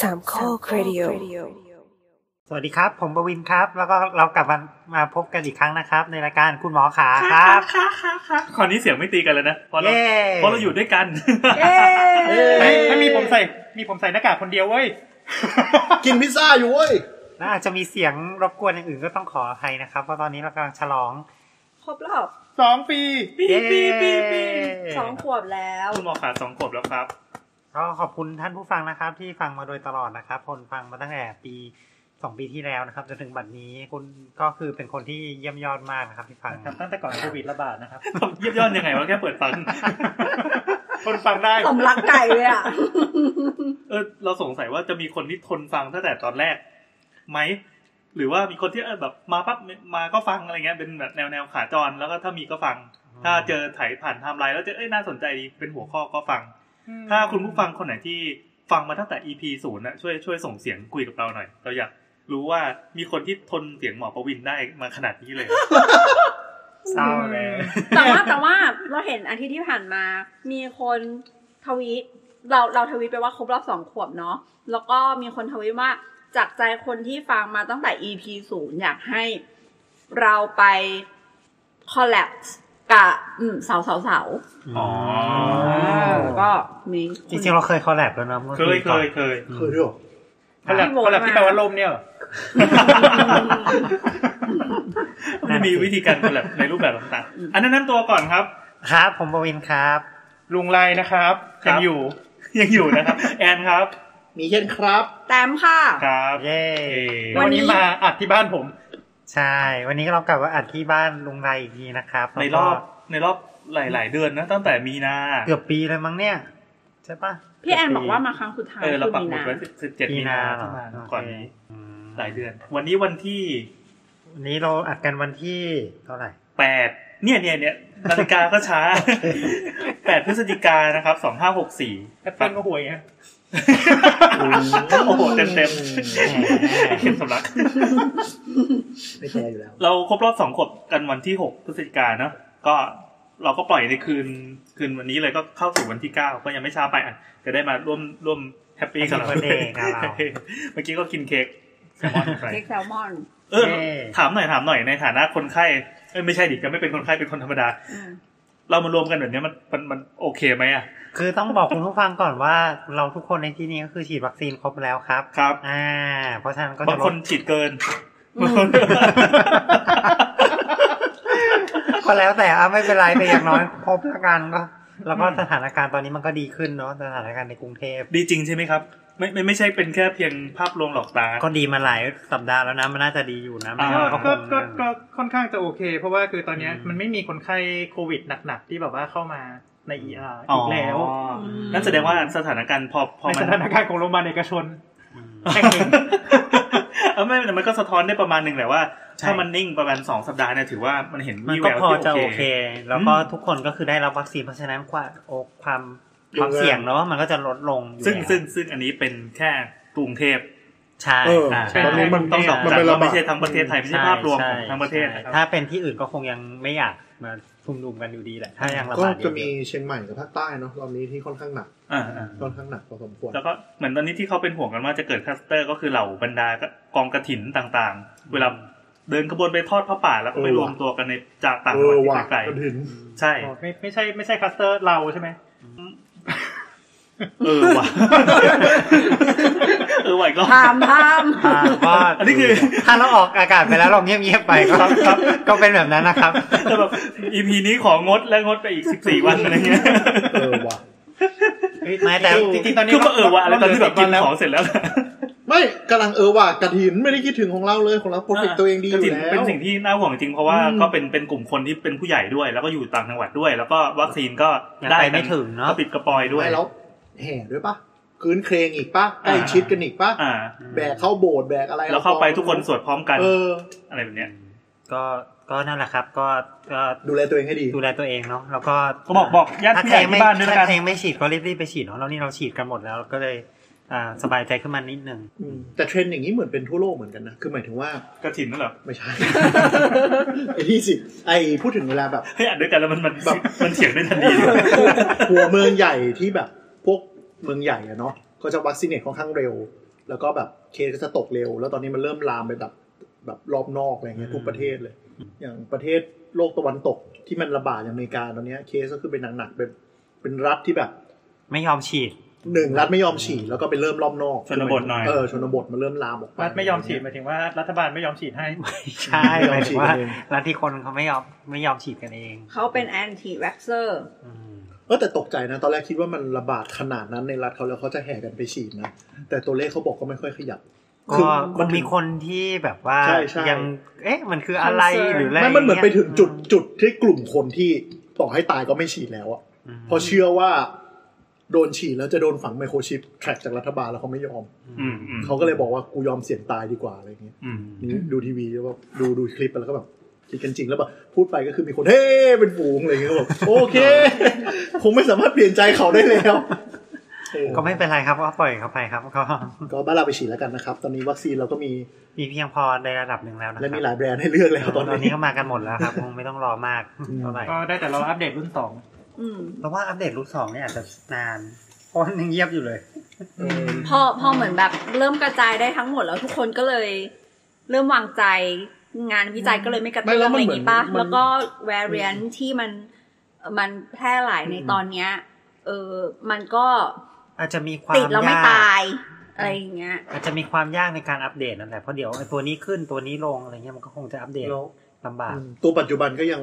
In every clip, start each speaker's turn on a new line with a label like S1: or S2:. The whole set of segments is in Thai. S1: สามข้อครดิโอ
S2: สวัสดีครับ ผมประวินครับ แล้วก็เรากลับมามาพบกันอีกครั้งนะครับ ในรายการคุณหมอขาครับ
S3: ค่ะค่ะค่ะคราวนี้เสียงไม่ตีกันแล้วนะเพราะเรา
S2: เย้
S3: เพราะเราอยู่ด้วยกัน
S4: ไม่
S5: เอ้ย
S4: ไม่มีผมใส่ มีผมใส่หน้ากากคนเดียวเว้ย
S5: กินพิซซ่าอยู่เว้ย
S2: และอาจจะมีเสียงรบกวนอย่างอื่นก็ต้องขออภัยนะครับ เพราะตอนนี้เรากำลังฉลอง
S6: ครบรอบ
S4: สองปี
S3: ปีปีปีปี
S6: สองขวบแล้ว
S3: คุณหมอขาสองขวบแล้วครับ
S2: ก็ขอบคุณท่านผู้ฟังนะครับ ที่ฟังมาโดยตลอดนะครับคนฟังมาตั้งแต่ปีสองปีที่แล้วนะครับจนถึงบัดนี้คุณก็คือเป็นคนที่เยี่ยมยอดมากนะครับที่ฟัง
S4: ครับตั้งแต่ก่อนโควิดระบาดนะครับ
S3: เยี่ยมยอดยังไงวะแค่เปิด ฟัง
S4: คนฟังได้
S6: สำลักไก่เลยอ่ะ
S3: เออเราสงสัยว่าจะมีคนที่ทนฟังตั้งแต่ตอนแรกไหม หรือว่ามีคนที่เออแบบมาปั๊บมาก็ฟังอะไรเงี้ยเป็นแบบแนวแนวขาจรแล้วก็ถ้ามีก็ฟัง ถ้าเจอไถ่ายผ่านไทำลายแล้วเจอเอ้ยน่าสนใจดีเป็นหัวข้อก็ฟัง ถ้าคุณผู้ฟังคนไหนที่ฟังมาตั้งแต่ EP ศูนย์นะช่วยช่วยส่งเสียงคุยกับเราหน่อย เราอยากรู้ว่ามีคนที่ทนเสียงหมอประวินได้มาขนาด นี้เลย
S2: เศร้าเลย
S6: แต่ว่าแต่ว่าเราเห็นอาทิตย์ที่ผ่านมา มีคนทวีตเราเราทวีตไปว่าครบรอบสองขวบเนาะแล้วก็มีคนทวีตว่าจากใจคนที่ฟังมาตั้งแต่ EP ศูนย์อยากให้เราไป collab กับอืมเสาเสาเสา
S3: อ๋อ
S6: ก็มี
S2: จริงๆเราเคยคอลแลบแล้วนะมื่อ
S3: เคย
S2: ปี
S3: เค
S2: ก่อน
S3: ยเคย
S5: เคยด้วยเหรอ
S4: คนละคนละที่แปลว่าลมเนี่ยเหรอ
S3: มันจะมีวิธีการแบบในรูปแบบต่างๆ อันนั้นนั่นตัวก่อนครับ
S2: ครับผมประวินครับ
S4: ลุงไรนะครับ
S3: ครั
S4: ยั
S3: บ
S4: งอยู่
S3: ยังอยู่นะครับ แอนครับ
S5: มีเช่นครับ
S6: แต้มค่ะ
S3: ครับ
S2: เย้
S3: เอ
S6: วั
S4: วัน น
S6: นี้
S4: นี้มาอัดที่บ้านผม
S2: ใช่ วันนี้เรากลับมาอัดที่บ้านลุงไรอีกทีนะครับ
S3: ในรอบในรอบหลาย ๆ เดือนนะตั้งแต่มีนา
S2: แล้วก็เกือบปีเลยมั้งเนี่ย ใช่ปะ
S6: พี่แอนบอกว่ามาครั้งสุดท้าย
S3: เออเรา
S6: คือ
S3: ปัก
S6: มีนา
S3: หมุดไว้สิบเจ็ด
S2: ปี
S3: มี
S2: นา
S3: นา
S2: เหร
S3: ที่
S2: อ
S3: มา
S2: โเค
S3: ก่อนนี้
S2: ม
S3: หลายเดือน วันนี้วันที่
S2: วันนี้เราอัดกันวันที่เท่าไหร่
S3: แปดเนี่ยเนี่ยเนี่ยนาฬิกาก็ช้าแปดพฤศจิกายนนะครับสองห้าหกสี่
S4: แอปเปิลก็ห่วยฮะ
S3: โอ้โหเต็มเต็ม
S2: แหม
S3: เข็มสำลัก
S5: ไม่แชร์อยู่แล้ว
S3: เราครบรอบสองขวบกันวันที่หกพฤศจิกายนเนอะก็เราก็ปล่อยในคืนคืนวันนี้เลยก็เข้าสู่วันที่เก้าก็ยังไม่ช้าไปอ่ะจะได้มาร่วมร่วมแฮปปี้กับเรา
S2: Happy birthday ครับเรา
S3: เมื่อกี้ก็กินเค้กแซลมอนไป
S6: เล็กแซลมอน
S3: เออ ถามหน่อยถามหน่อยในฐานะคนไข้เอ้ยไม่ใช่ดิจะไม่เป็นคนไข้เป็นคนธรรมดา
S6: อืม
S3: เรามารวมกันแบบเนี้ยมันมันมันโอเคไหมอ่ะ
S2: คือต้องบอกคุณผู้ฟังก่อนว่าเราทุกคนในที่นี้ก็คือฉีดวัคซีนครบแล้วครับ
S3: ครับ
S2: อ่า เพราะฉะนั้นก็
S3: บา
S2: จะ
S3: ง
S2: ล
S3: ค
S2: ด
S3: นฉีดเกิน
S6: อืม
S2: ก็แล้วแต่อ่ะไม่เป็นไรแต่อย่างน้อยครบแล้วกันก็แล้วก็สถานการณ์ตอนนี้มันก็ดีขึ้นเนาะสถานการณ์ในกรุงเทพ
S3: ดีจริงใช่ไหมครับ ไม่ไม่ไม่ใช่เป็นแค่เพียงภาพลวงหลอกตา
S2: ก็ดีมาหลายสัปดาห์แล้วนะ มันน่าจะดีอยู่นะไม่
S3: อ่า
S2: งั้น
S4: ก็
S2: คง
S4: ก็ก็ค่อนข้างจะโอเค เพราะว่าคือตอนเนี้ย
S2: อืม
S4: มันไม่มีคนไข้โควิดหนักๆ ที่แบบว่าเข้ามาในเออ
S3: อ๋อ
S4: อีกแล้ว
S3: นั่นแสดงว่าสถานการณ์พอพอ
S4: ใน
S3: มั
S4: ส
S3: น
S4: ถานการณ์ของโรงพยาบาลเอกชน
S2: อืม
S4: แค่นี้
S3: เออไม่แต่มันก็สะท้อนได้ประมาณหนึ่งแหละว่า
S2: ใช่
S3: ถ้ามันนิ่งประมาณสองสัปดาห์เนี่ยถือว่ามันเห็น
S2: มัน
S3: วี่แว
S2: ก็
S3: ว
S2: พอ
S3: ที่
S2: จะ
S3: โอ
S2: โอ
S3: เค
S2: เค แล้วก็
S3: อืม
S2: ทุกคนก็คือได้รับวัคซีนเพราะฉะนั้นความโอความ
S5: เย
S2: ค
S5: อะ
S2: วามเสี่ยงเนาะมันก็จะลดลงอยู่
S3: ซึ่ง
S2: แล้ว
S3: ซึ่งซึ่งอันนี้เป็นแค่กรุงเทพ
S2: ใช่
S5: เออ
S3: อ่า
S4: ใช่ ตอนนี้มัน
S3: ต้องตอบ
S5: มัน
S3: จัด
S5: เป็น
S3: ว่า
S5: ระบาด
S3: ไม่ใช่ทั้งประเทศไทยไม่ใช่ภาพรวมของทั้งประเทศ
S2: ใช่
S3: นะครับ
S2: ถ้าเป็นที่อื่นก็คงยังไม่อยากมาชุมนุมกันอยู่ดีแหละ ถ้ายังระ
S5: ก็
S2: บาดอยู่
S5: จะมีเชียงใหม่กับภาคใต้เนาะรอบนี้ที่ค่อนข้างหนัก
S3: อ่าอ่า
S5: ค่อนข้างหนักพอสมควร
S3: แล้วก็เหมือนตอนนี้ที่เขาเป็นห่วงกันว่าจะเกิดคลัสเตอร์ ก็คือเหล่าบรรดากองกระถินต่างๆ เวลาเดินขบวนไปทอดพระป่าแล้วก็ไป
S5: เออ
S3: ร
S5: ว่ะ
S3: วมตัวกันในจากต่าง
S5: เอ
S3: จังหวั
S5: อ
S3: ดที่
S5: ว่ะ
S3: ไกล
S5: กระถิน
S3: ๆใช่
S4: อ๋อไม่ไม่ใช่ไม่ใช่คลัสเตอร์เราใช่ไหม
S3: เออว่ะ เออว่ะอีกรอบ
S6: พามพาม
S2: อ่าก็
S3: อันนี้คือ
S2: ถ้าเราออกอากาศไปแล้วเราเงียบๆไปก็ก็เป็นแบบนั้นนะครับ
S3: แต่แบบ EP นี้ของงดและงดไปอีก 14 วันอะไรเงี้ย
S5: เออว่ะ
S2: ไม่แต่
S4: จริงๆตอนนี้
S3: คือมาเออว่ะอะไรตอนที่แบบกิน
S4: แล้ว
S3: ของเสร็จแล้ว
S5: ไม่กำลังเออว่ะกระถินไม่ได้คิดถึงของเราเลยของเราโปรเฟกตัวเองดีอ
S3: ก
S5: ยู่แล้
S3: ระถิ่นเป็น
S5: ว
S3: สิ่งที่น่าห่วงจริงเพราะว่า
S5: อืม
S3: ก็เป็นเป็นกลุ่มคนที่เป็นผู้ใหญ่ด้วย แล้วก็อยู่ต่างจังหวัดด้วย แล้วก็วัคซีนก็
S2: ยัง
S3: ได้
S2: ไปไม่ถึงเนอะ
S3: กระปิดกระปอยด้วย
S5: ไม่แล้วแห่ด้วยปะคืนเครงอีกปะใกล้
S3: อ่า
S5: ชิดกันอีกปะ
S3: อ่า
S5: แบกเข้าโบสถ์แบกอะไร
S3: แล้วเข้าไปทุกคนสวดพร้อมกัน
S5: เออ
S3: อะไรแบบเนี้ย
S2: ก็ก็นั่นแหละครับ ก็ก็
S5: ดูแลตัวเองให้ดี
S2: ดูแลตัวเองเนาะแล้วก็
S3: ก็บอกบอกญาติ
S2: ถ้
S3: ผู้ให
S2: ใค
S3: ญ่
S2: รไม่
S3: ที่บ้านด้วยแล้วกัน
S2: ถ้าใครไม่ฉีดก็รีบๆไปฉีดเนาะแล้วนี่เราฉีดกันหมดแล้วก็เลยอ่าสบายใจขึ้นมานิดนึง
S5: อืมแต่เทรนด์อย่างนี้เหมือนเป็นทั่วโลกเหมือนกันนะ คือหมายถึงว่าก
S3: ระถิ่นนั่นเหรอ
S5: ไม่ใช่ ไอ้ที่สิไอ้พูดถึงเวลาแบบ
S3: ให้อ่านด้วยกันแล้วมันมันมันเถียงได้ทันที
S5: หัวเมืองใหญ่ที่แบบ พวกเมืองใหญ่อะเนาะก็จะวัคซีนเนตค่อนข้างเร็ว แล้วก็แบบเคสก็จะตกเร็ว แล้วตอนนี้มันเริ่มลามไปแบบแบบรอบนอกอะไรเงี้ย
S2: อืม
S5: ทุกประเทศเลย อย่างประเทศโลกตะวันตกที่มันระบาดอย่างอเมริกาตอนเนี้ยเคสก็คือเป็นหนักๆเป็นเป็นรัฐที่แบบ
S2: ไม่ยอมฉีด
S5: หนึ่งรัฐไม่ยอมฉีดแล้วก็ไปเริ่มรอบนอก
S3: ชนบทหน่อย
S5: เออชนบทมันเริ่มลามออกไป
S4: รัฐไม่ยอมฉีดหมายถึงว่ารัฐบาลไม่ยอมฉีดให้
S2: ใช่หมายถึงว่า
S5: ไม่ยอมฉีดเอง
S2: รัฐที่คนเขาไม่ยอมไม่ยอมฉีดกันเอง
S6: เขาเป็นแอนตี้แว็กเซอร์
S2: อืม
S5: เออแต่ตกใจนะ ตอนแรกคิดว่ามันระบาดขนาดนั้นในรัฐเขาแล้วเขาจะแห่กันไปฉีดนะแต่ตัวเลขเขาบอกก็ไม่ค่อยขยับ คือ
S2: ก็
S5: มั
S2: มัน นมีคนที่แบบว่า
S5: ใช่ใช่
S2: ยัง เอ๊ะ มันคืออะไร
S6: Concern
S2: หรืออะไร
S5: ไม่มันเหมือนไปถึงจุด
S2: อืม
S5: จุดที่กลุ่มคนที่ต่อให้ตายก็ไม่ฉีดแล้วอะ
S2: ม
S5: เพราะเชื่อว่าโดนฉีดแล้วจะโดนฝังไมโครชิปแทร็กจากรัฐบาลแล้วเขาไม่ยอม
S3: อืมอืม
S5: เขาก็เลยบอกว่ากูยอมเสี่ยงตายดีกว่าอะไรอย่างเงี้ย
S3: อืม
S5: นี่ดูทีวีแล้วแบบดูดูคลิปไปแล้วก็แบบคิดกันจริงแล้วแบบพูดไปก็คือมีคนเฮ้เป็นฝูงอะไรอย่างเงี้ยแบบโอเค คงไม่สามารถเปลี่ยนใจเขาได้แล้วเออ
S2: ก็ไม่เป็นไรครับก็ปล่อยเขาไปครับก็
S5: ก็บ้านเราไปฉีดแล้วกันนะครับ ตอนนี้วัคซีนเราก็มี
S2: มีเพียงพอในระดับหนึ่งแล้วนะค
S5: และ
S2: รับ
S5: มีหลายแบรนด์ให้เลือกแล้วตอน
S2: ตอนนี้
S5: นี้
S2: ก็มากันหมดแล้วครับคงไม่ต้องรอมาก
S5: อืม
S2: เท่าไหร่
S4: ก็ได้แต่เราอัปเดตรุ่นสอง
S6: อืม
S2: เพราะว่าอัปเดตรุ่นสองเนี่ยอาจจะนานเพราะยังเงียบอยู่เลย
S5: เออ
S6: พอพอเหมือนแบบเริ่มกระจายได้ทั้งหมดแล้วทุกคนก็เลย เริ่มวางใจงานวิจัยก็เลยไม่กระ
S5: ไม่
S6: เตื้
S5: แล้
S6: อ
S5: ว
S6: ง
S5: มั
S6: อะ
S5: น
S6: ไรอ
S5: เหมื
S6: ย่าง
S5: อน
S6: งี้ป่ะ
S5: มัน
S6: แล้วก็แวรเรียนที่มันมันแพร่หลายในตอนเนี้ยเออมันก็
S2: อาจจะมีความ
S6: ติดแล้วไม่
S2: ยาก
S6: ตาย อะไรอย่างเงี้ย
S2: อาจจะมีความยากในการอัปเดตนั่นแหละเพราะเดี๋ยวไอ้ตัวนี้ขึ้นตัวนี้ลงอะไรเงี้ยมันก็คงจะอัปเดต
S5: แล้ว
S2: ลำบาก
S5: อืมตัวปัจจุบันก็ยัง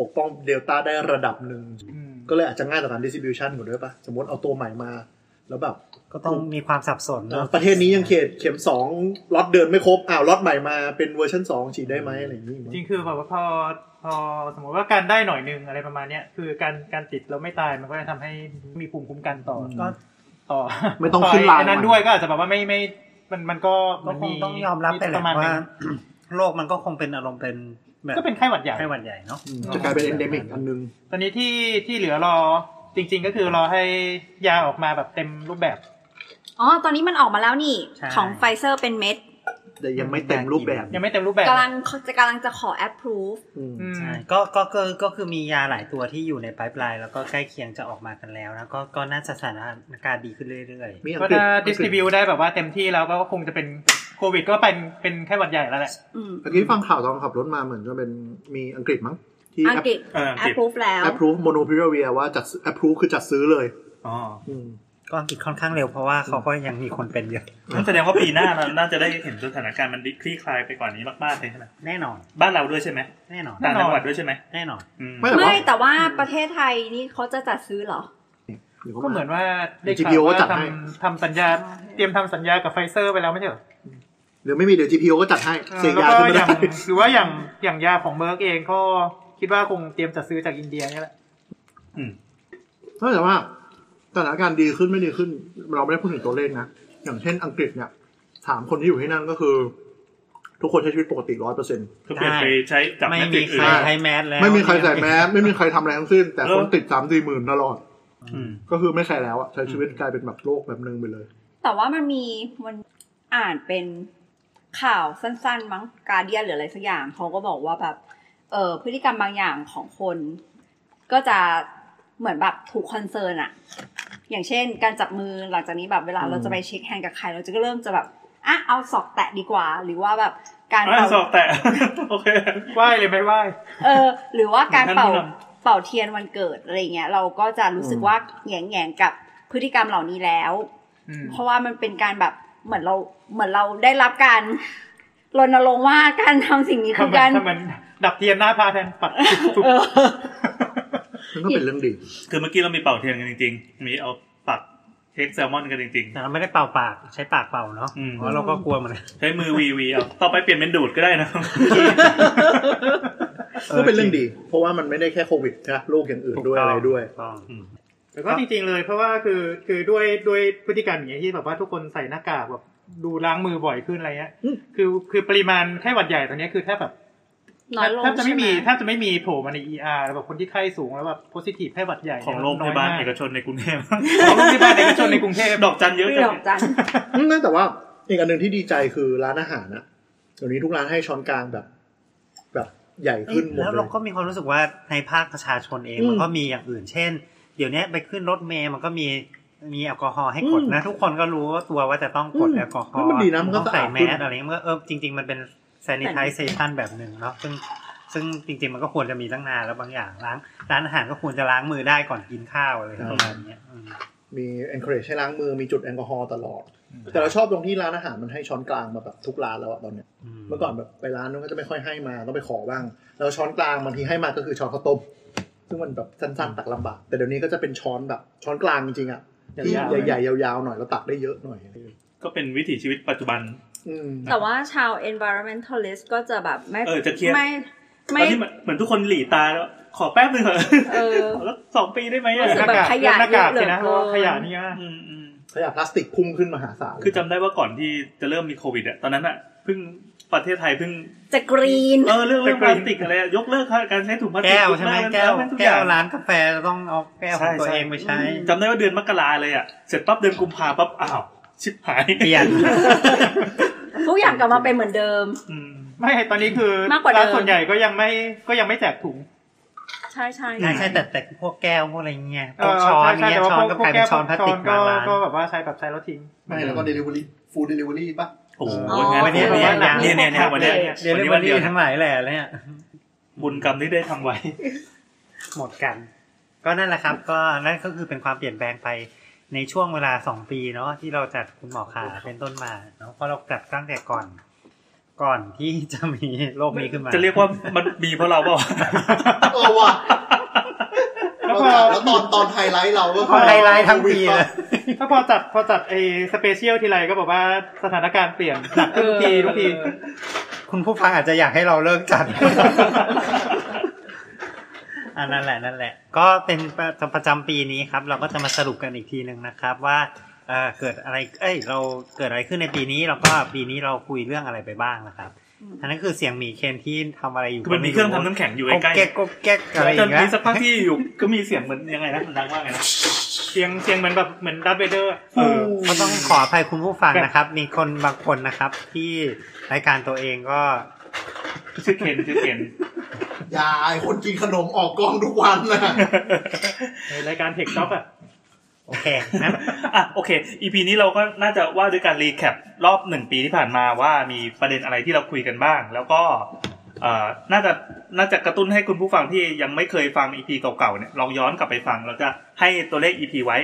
S5: ปกป้องเดลต้าได้ระดับหนึ่ง ก็เลยอาจจะง่ายต่อการดิสติบิวชันกว่าด้วยปะสมมติเอาตัวใหม่มา แล้วแบบ
S2: ก็ต้องมีความสับสน
S5: เอ่
S2: เน
S5: อ
S2: อะ
S5: ประเทศนี้ยังเขตเข็มสองล็อตเดินไม่ครบอ้าวล็อตใหม่มาเป็นเวอร์ชันสองฉีดได้ไหมอะไรอย่างนี้
S4: จริงคือแบบว่าพอพอสมมติว่าการได้หน่อยหนึงอะไรประมาณเนี้ยคือการการติดแล้วไม่ตายมันก็จะทำให้มีภูมิคุ้มกันต่อ
S5: ก็
S4: ต่อ
S5: ไม่ต้อง
S4: ต่
S5: ขึ้นลาย
S4: ไนั้นด้วยก็อาจจะแบบว่าไม่ไม่มันมันก็
S2: ก็คงต้องยอมรับไปแห
S4: ป
S2: ละ
S4: ระมาณห
S2: ว่า
S4: นึ่ง
S2: โลกมันก็คงเป็นอารมณ์เป็นแบบ
S4: ก็เป็นไข้หวัดใหญ่
S2: ไข้หวัดใหญ่เนาะ
S5: จะกลายเป็นเอนเดมิกอันนึง
S4: ตอนนี้ที่ที่เหลือรอจริง ๆ ก็คือรอให้ยาออกมาแบบเต็มรูปแบบ
S6: อ๋อ ตอนนี้มันออกมาแล้วนี่
S4: ใช่
S6: ของไฟเซอร์เป็นเม็ด
S5: แต่ยังไม่เต็มรูปแบบ
S4: ยังไม่เต็มรูปแบบ
S6: กำลังจะกำลังจะขอ approve
S5: อืม
S4: อืม
S2: ใช่ก็ก็ก็ก็คือมียาหลายตัวที่อยู่ในไพป์ไลน์แล้วก็ใกล้เคียงจะออกมากันแล้วนะก็ก็น่าจะสถานการณ์ดีขึ้นเรื่อย
S5: มีอัง
S4: ก็
S5: กฤษ
S4: ถ้าดิสติบิวได้แบบว่าเต็มที่แล้วก็คงจะเป็นโควิดก็เป็นเป็นไข้หวัดใหญ่แล้วแหละ
S6: อืม
S5: เมื่อกี้ฟังข่าวตอนขับรถมาเหมือนจะเป็นมีอังกฤษมั้ง ที่
S6: อังกฤษ
S3: เออติด
S6: approve แล้ว
S5: แอปพรูฟโมโนพิราเวียว่าจัดแอปพรูฟคือจัดซื้อเลย
S3: อ๋อ
S5: อืม
S2: ๆ ก็อังกฤษค่อนข้างเร็วเพราะว่าเขาก็ยังมีคนเป็นเยอะ
S3: นั่นแสดงว่าปีหน้าเราน่าจะได้เห็นสถานการณ์มันคลี่คลายไปกว่านี้มากๆเลยใช่ไหม
S2: แน่นอน
S3: บ้านเราด้วยใช่ไหม
S2: แน่นอน
S3: ต่างจังหวัดด้วยใช่ไหม
S2: แน่นอน
S3: อืม
S5: ไม่หรอก
S6: ไม่แต่ว่าประเทศไทยนี่เขาจะจัดซื้อเหรอ
S5: ดี๋ยวขาา
S4: ก็เหมือนว่าได้
S5: GPO
S4: ข่าวว่า
S5: ก็จัดให้
S4: ทำทำสัญญา เตรียมทำสัญญากับไฟเซอร์ไปแล้วไม่ใช่เหรอ
S5: เดี๋ยวไม่มีเดี๋ยว GPO ก็จัดให้
S4: เออ
S5: เสีย
S4: แล้ว
S5: ยา
S4: ก็
S5: ขึ้นมา
S4: อย่าง
S5: ได้
S4: หรือว่าอย่างอย่างยาของเมอร์กเองก็คิดว่าคงเตรียมจัดซื้อจากอินเดียเนี่ยแหละ
S3: อืม
S5: นอกจากว่าสถานการณ์ดีขึ้นไม่ดีขึ้น เราไม่ได้พูดถึงตัวเลขนะ อย่างเช่นอังกฤษเนี่ยถามคนที่อยู่ที่นั่นก็คือ ทุกคนใช้ชีวิตปกติร้อยเปอร์เซ็นต์
S3: ก็เปลี่ยนไปใช้จับ
S2: ไม่
S3: แมสติ
S2: มี
S3: ก
S2: ใค
S3: อื่
S2: ร
S3: น
S2: ใช้แมสแล้ว
S5: ไม่มีใครใส่แมสไม่มีใครทำอะไรทั้งสิ้น แต่คนติดสามสี่หมื่นตลอด
S3: อืม
S5: ก็คือไม่ใช่แล้วอะใช้ชีวิตกลายเป็นแบบโลกแบบหนึงไปเลย
S6: แต่ว่ามันมีมันอ่านเป็นข่าวสั้นๆ มั้งการเดียนหรืออะไรสักอย่างเขาก็บอกว่าแบบเออพฤติกรรมบางอย่างของคน ก็จะเหมือนแบบถูกคอนเซิร์นอะอย่างเช่น การจับมือหลังจากนี้แบบเวลา
S5: อืม
S6: เราจะไปเช็คแฮนด์กับใคร เราจะก็เริ่มจะแบบอ่ะเอาศอกแตะดีกว่า หรือว่าแบบการ
S3: อ่า
S6: เป่า
S3: สอบแต่ โอเค
S4: ไหวเลยไม่ไหว
S6: เออ หรือว่าการเป่า
S3: ท่านผู้น
S6: เป่าเทียนวันเกิดอะไรเงี้ยเราก็จะรู้สึกว่าแหยงแงๆกับพฤติกรรมเหล่านี้แล้ว
S4: อืม
S6: เพราะว่ามันเป็นการแบบเหมือนเราเหมือนเราได้รับการ รณรงค์ว่าการทำสิ่งนี้คือ
S4: ทำมั
S6: กาน ร
S4: ทำมันดับเทียนหน้าพาแทนปัด จุ๊บ
S6: เออ
S5: ซึ่งก็เป็นเรื่องดี
S3: คือเมื่อกี้เรามีเป่าเทียนกันจริงๆ มีเอาปักเค้กแซลมอนกันจริง
S2: แต่เราไม่ได้เป่าปากใช้ปากเป่าเนาะ
S3: อืม
S2: เพราะเราก็กลัวเหมัน
S3: ๆ ใช้มือวีวีเอา ต่อไปเปลี่ยนเป็นดูดก็ได้นะ
S5: ก็เป็นเรื่องดี เพราะว่ามันไม่ได้แค่โควิดนะโรคอย่างอื่นด้วยอะไรด้วย
S2: ถูกต้อง
S4: แต่ก็จริงๆเลยเพราะว่าคือคือด้วยด้วยพฤติกรรมอย่างเงี้ยที่แบบว่าทุกคนใส่หน้ากากแบบดูล้างมือบ่อยขึ้นอะไรเงี้ย
S5: อืม
S4: คือคือปริมาณไข้หวัดใหญ่ตอนเนี้ยคือแทบแบบ
S6: น้อยลง
S4: แทบจะไม่มี
S6: ใช่ห
S4: แทบจะไม่มีโผล่มาใน ER แล้วแบบคนที่ไข้สูงแล้วแบบโพซิทีฟไข้หวัดใหญ่
S3: ของโรงพยาบาลเอก
S4: ชน
S3: ชนในกรุงเทพ
S4: ของโรงพยาบาลเอกชนในกรุงเทพ
S3: ดอกจันเยอะ
S6: ไม่
S3: จั
S6: ด
S3: ง
S6: อก จัน
S5: อืมแต่ว่าอีกอันหนึ่งที่ดีใจคือร้านอาหารอะเดี๋ยวนี้ทุกร้านให้ช้อนกลางแบบ แบบใหญ่ขึ้นหมด
S2: แล้ว
S5: เล
S2: เรา
S5: ย
S2: ก็มีความรู้สึกว่าในภาคประชาชนเอง
S5: อืม
S2: มันก็มีอย่างอื่น เช่น เดี๋ยวนี้ไปขึ้นรถเมล์มันก็มี มีแอลกอฮอล์ให้กดนะ ทุกคนก็รู้ตัวว่าจะต้องกด
S5: อืม
S2: แอลกอฮอ
S5: แล้
S2: ล์
S5: วมันดีนะมันก็
S2: ต้อง
S5: สะอาด
S2: ใส่แมส
S5: ขึ้น
S2: อะไรเงี้ยเมื่อเออจริง ๆ มันเป็น sanitization แบบหนึ่งเนาะซึ่งซึ่งจริง ๆ มันก็ควรจะมีตั้งนานแล้วบางอย่างร้านร้านอาหารก็ควรจะล้างมือได้ก่อนกินข้าวอะไรประมาณเนี้ยอืม
S5: มี encourage ให้ล้างมือมีจุดแอลกอฮอล์ตลอด แต่เราชอบตรงที่ร้านอาหารมันให้ช้อนกลางมาแบบทุกร้านแล้วอะตอนเนี้ยเมื่อก่อนแบบไปร้านนู้นก็จะไม่ค่อยให้มาต้องไปขอบ้าง แล้วช้อนกลางบางทีให้มาก็คือช้อนข้าวต้มซึ่งมันแบบสั้นๆตักลำบากแต่เดี๋ยวนี้ก็จะเป็นช้อนแบบช้อนกลางจริงๆอะที่
S4: ยาวๆ
S5: ใหญ่ๆยาวๆหน่อยแล้วตักได้เยอะหน่อย
S3: ก็เป็นวิถีชีวิตปัจจุบัน
S5: อืม
S6: แต่ว่าชาว environmentalist ก็จะแบบไม่
S3: เออจะเครียด
S6: ไม่
S3: ต
S6: ไม่
S3: อนนี้เหมือนเหมือนทุกคนหลีตาแล้ว ขอแป๊บหนึ่งเถอะ
S6: เออ
S3: ขอแล้วสองปีได้ไหม
S6: รู้
S3: อะ
S6: สึกแบบขยะ
S4: หน้ากาก
S6: เยอะเหลื
S4: สิ
S6: อ
S4: นะ
S6: เกิน
S4: เพราะว่าขยะนี่นะ
S3: อืมอืม
S5: ขยะพลาสติกพุ่งขึ้นมหาศาล
S3: คือจำได้ว่าก่อนที่จะเริ่มมีโควิดอะตอนนั้นอะเพิ่งประเทศไทยเพิ่ง
S6: จะกรีน
S3: เออเรื่องเรื่องพลาสติกอะไรอะยกเลิกการใช้ถุงพลาสติก
S2: แก้วใช่ไหม
S3: ยเลิ
S2: แก้ว
S3: เรื่องทุ
S2: แก้
S3: อย่
S2: ว
S3: ง
S2: ร้านกาแฟจะต้องเอาแก้วของตัว
S3: ใช่ใช่
S2: เองไปใช้
S3: จำได้ว่าเดือนมกราเลยอะเสร็จปั๊บเดือนกุมภาปั๊บอ้าวชิบหาย
S2: เปลี่ยน
S6: ทุกอย่างกลับมาเป็นเหมือนเดิม
S3: อืม
S4: ไม่ตอนนี้คือ
S6: มากกว่าเดิม
S4: ร้านส่วนใหญ่ก็ยังไม่ก็ยังไม่แจกถุง
S6: ใช่ใช่
S2: ใช่
S6: ใช่
S2: ใช่แต่แต่พวกแก้วพวกอะไรเงี้ยพวกช้อน
S4: ใช่
S2: เงี้ย
S4: แต่
S2: ช้
S4: ว่า
S2: อนก็
S4: พว
S2: กลายเป็นช้อนพลาสติก
S4: ช้
S2: มา
S4: อน
S2: ร้าน
S4: ก็แบบว่าใช้แบบใช้แล้วทิ้ง
S5: ไม่แล้วก็ delivery food delivery ป่ะ
S3: โอ้โห
S6: อ๋อ
S3: งั้
S2: วันนี้เนี่ย
S3: เนี่ยเนี่ยเนี่ยวันเนี้ย
S2: เรียน
S3: วัน
S2: เรื่อง
S3: นี้วันเดียว
S2: ทั้งหลายแหล่เนี่ย
S3: บุญกรรมที่ได้ทำไว้
S2: หมดกัน ก็นั่นแหละครับ ก็นั่นก็คือเป็นความเปลี่ยนแปลงไปในช่วงเวลาสองปีเนาะที่เราจัดคุณหมอขาเป็นต้นมาเนาะเพราะเราจัดตั้งแต่ก่อน ก่อนที่จะมีโรคนี้ขึ้นมา
S3: จะเรียกว่ามันมีเพราะเราเปล่า
S5: เออว่ะ
S4: แล้
S5: แล้ว ว
S4: ก็
S5: ตอนตอนไฮไลท์เราก็
S2: พอไฮไลท์ทั้งปีเลย
S4: ถ้าพอจัดพอจัดไอ้สเปเชียลทีไรก็บอกว่าสถานการณ์เปลี่ยนหนักขึ้นทุกทีทุกที
S2: คุณผู้ฟังอาจจะอยากให้เราเลิกจัด อันนั่นแหละนั่นแหละ ก็เป็นประจำปีนี้ครับ เราก็จะมาสรุปกันอีกทีหนึ่งนะครับว่าเอ่อเกิดอะไร เอ้ย เราเกิดอะไรขึ้นในปีนี้ แล้วก็ปีนี้เราคุยเรื่องอะไรไปบ้างนะครับ อันนั้นคือเสียงหมีเคนที่ทำอะไรอยู่
S3: คือมันมีเครื่องทำน้ำแข็งอยู่
S2: ก็
S3: ใกล้
S2: แก๊กก็แก๊กอะไรอ
S3: จ
S2: ย่าน งเงี้
S3: มี
S2: ย
S3: สักพักที่อยู่ก็มีเสียงเหมือนยังไงนะมันดังมากเลยนะ
S4: เสียงเสียงเหมือนแบบเหมือนดับเบเดอร์
S3: เออ
S2: ก็ต้องขออภัยคุณผู้ฟังนะครับ มีคนบางคนนะครับ ที่รายการตัวเองก็
S3: ชื่อเคนชื่อเคน
S5: ยาไอคนกินขนมออกกล้องทุกวันนะ
S4: ในรายการเทคจ็อกอ่ะ
S2: โอเคนะ
S3: อ่ะโอเค EP นี้เราก็น่าจะว่าด้วยการรีแคปรอบหนึ่งปีที่ผ่านมาว่ามีประเด็นอะไรที่เราคุยกันบ้าง แล้วก็เอ่อน่าจะน่าจะกระตุ้นให้คุณผู้ฟังที่ยังไม่เคยฟัง EP เก่าๆเนี่ยลองย้อนกลับไปฟังเราจะให้ตัวเลข EP ไว้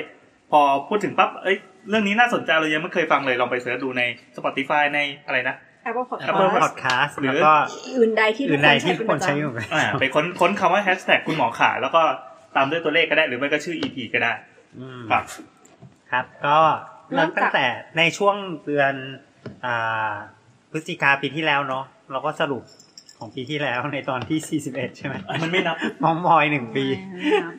S3: พอพูดถึงปั๊บเอ้ยเรื่องนี้น่าสนใจเรายังไม่เคยฟังเลยลองไปเสิร์ชดูใน Spotify ในอะไรนะ
S6: แอปเปิลพอด
S2: แอ
S6: แอป
S2: ปเปิ
S6: เปิ
S2: ล
S6: ล
S2: พอดแคสต์
S3: หรือ
S2: แล้วก็
S6: อื่นใดที่ทุ
S2: อื่
S6: ก
S2: น
S6: ค
S2: ใด
S6: นใช้
S2: ที่
S6: เป็น
S2: ค
S6: ป
S2: น
S6: ระจ
S2: ใช้อยู่
S3: อ่าไปค้นค้นคำว่าแฮชแท็กคุณหมอขา แล้วก็ตามด้วยตัวเลขก็ได้หรือไม่ก็ชื่อ EP ก็ได้
S2: อืม
S3: ครับ
S2: ครับก็เริ่มตั้งแต่ในช่วงเดือนอ่าพฤศจิกาปีที่แล้วเนาะเราก็สรุปของปีที่แล้วในตอนที่ 41 ใช่ไหม
S3: มันไม่นับ
S2: มองมอยหนึ่ง
S6: ำ
S2: ปี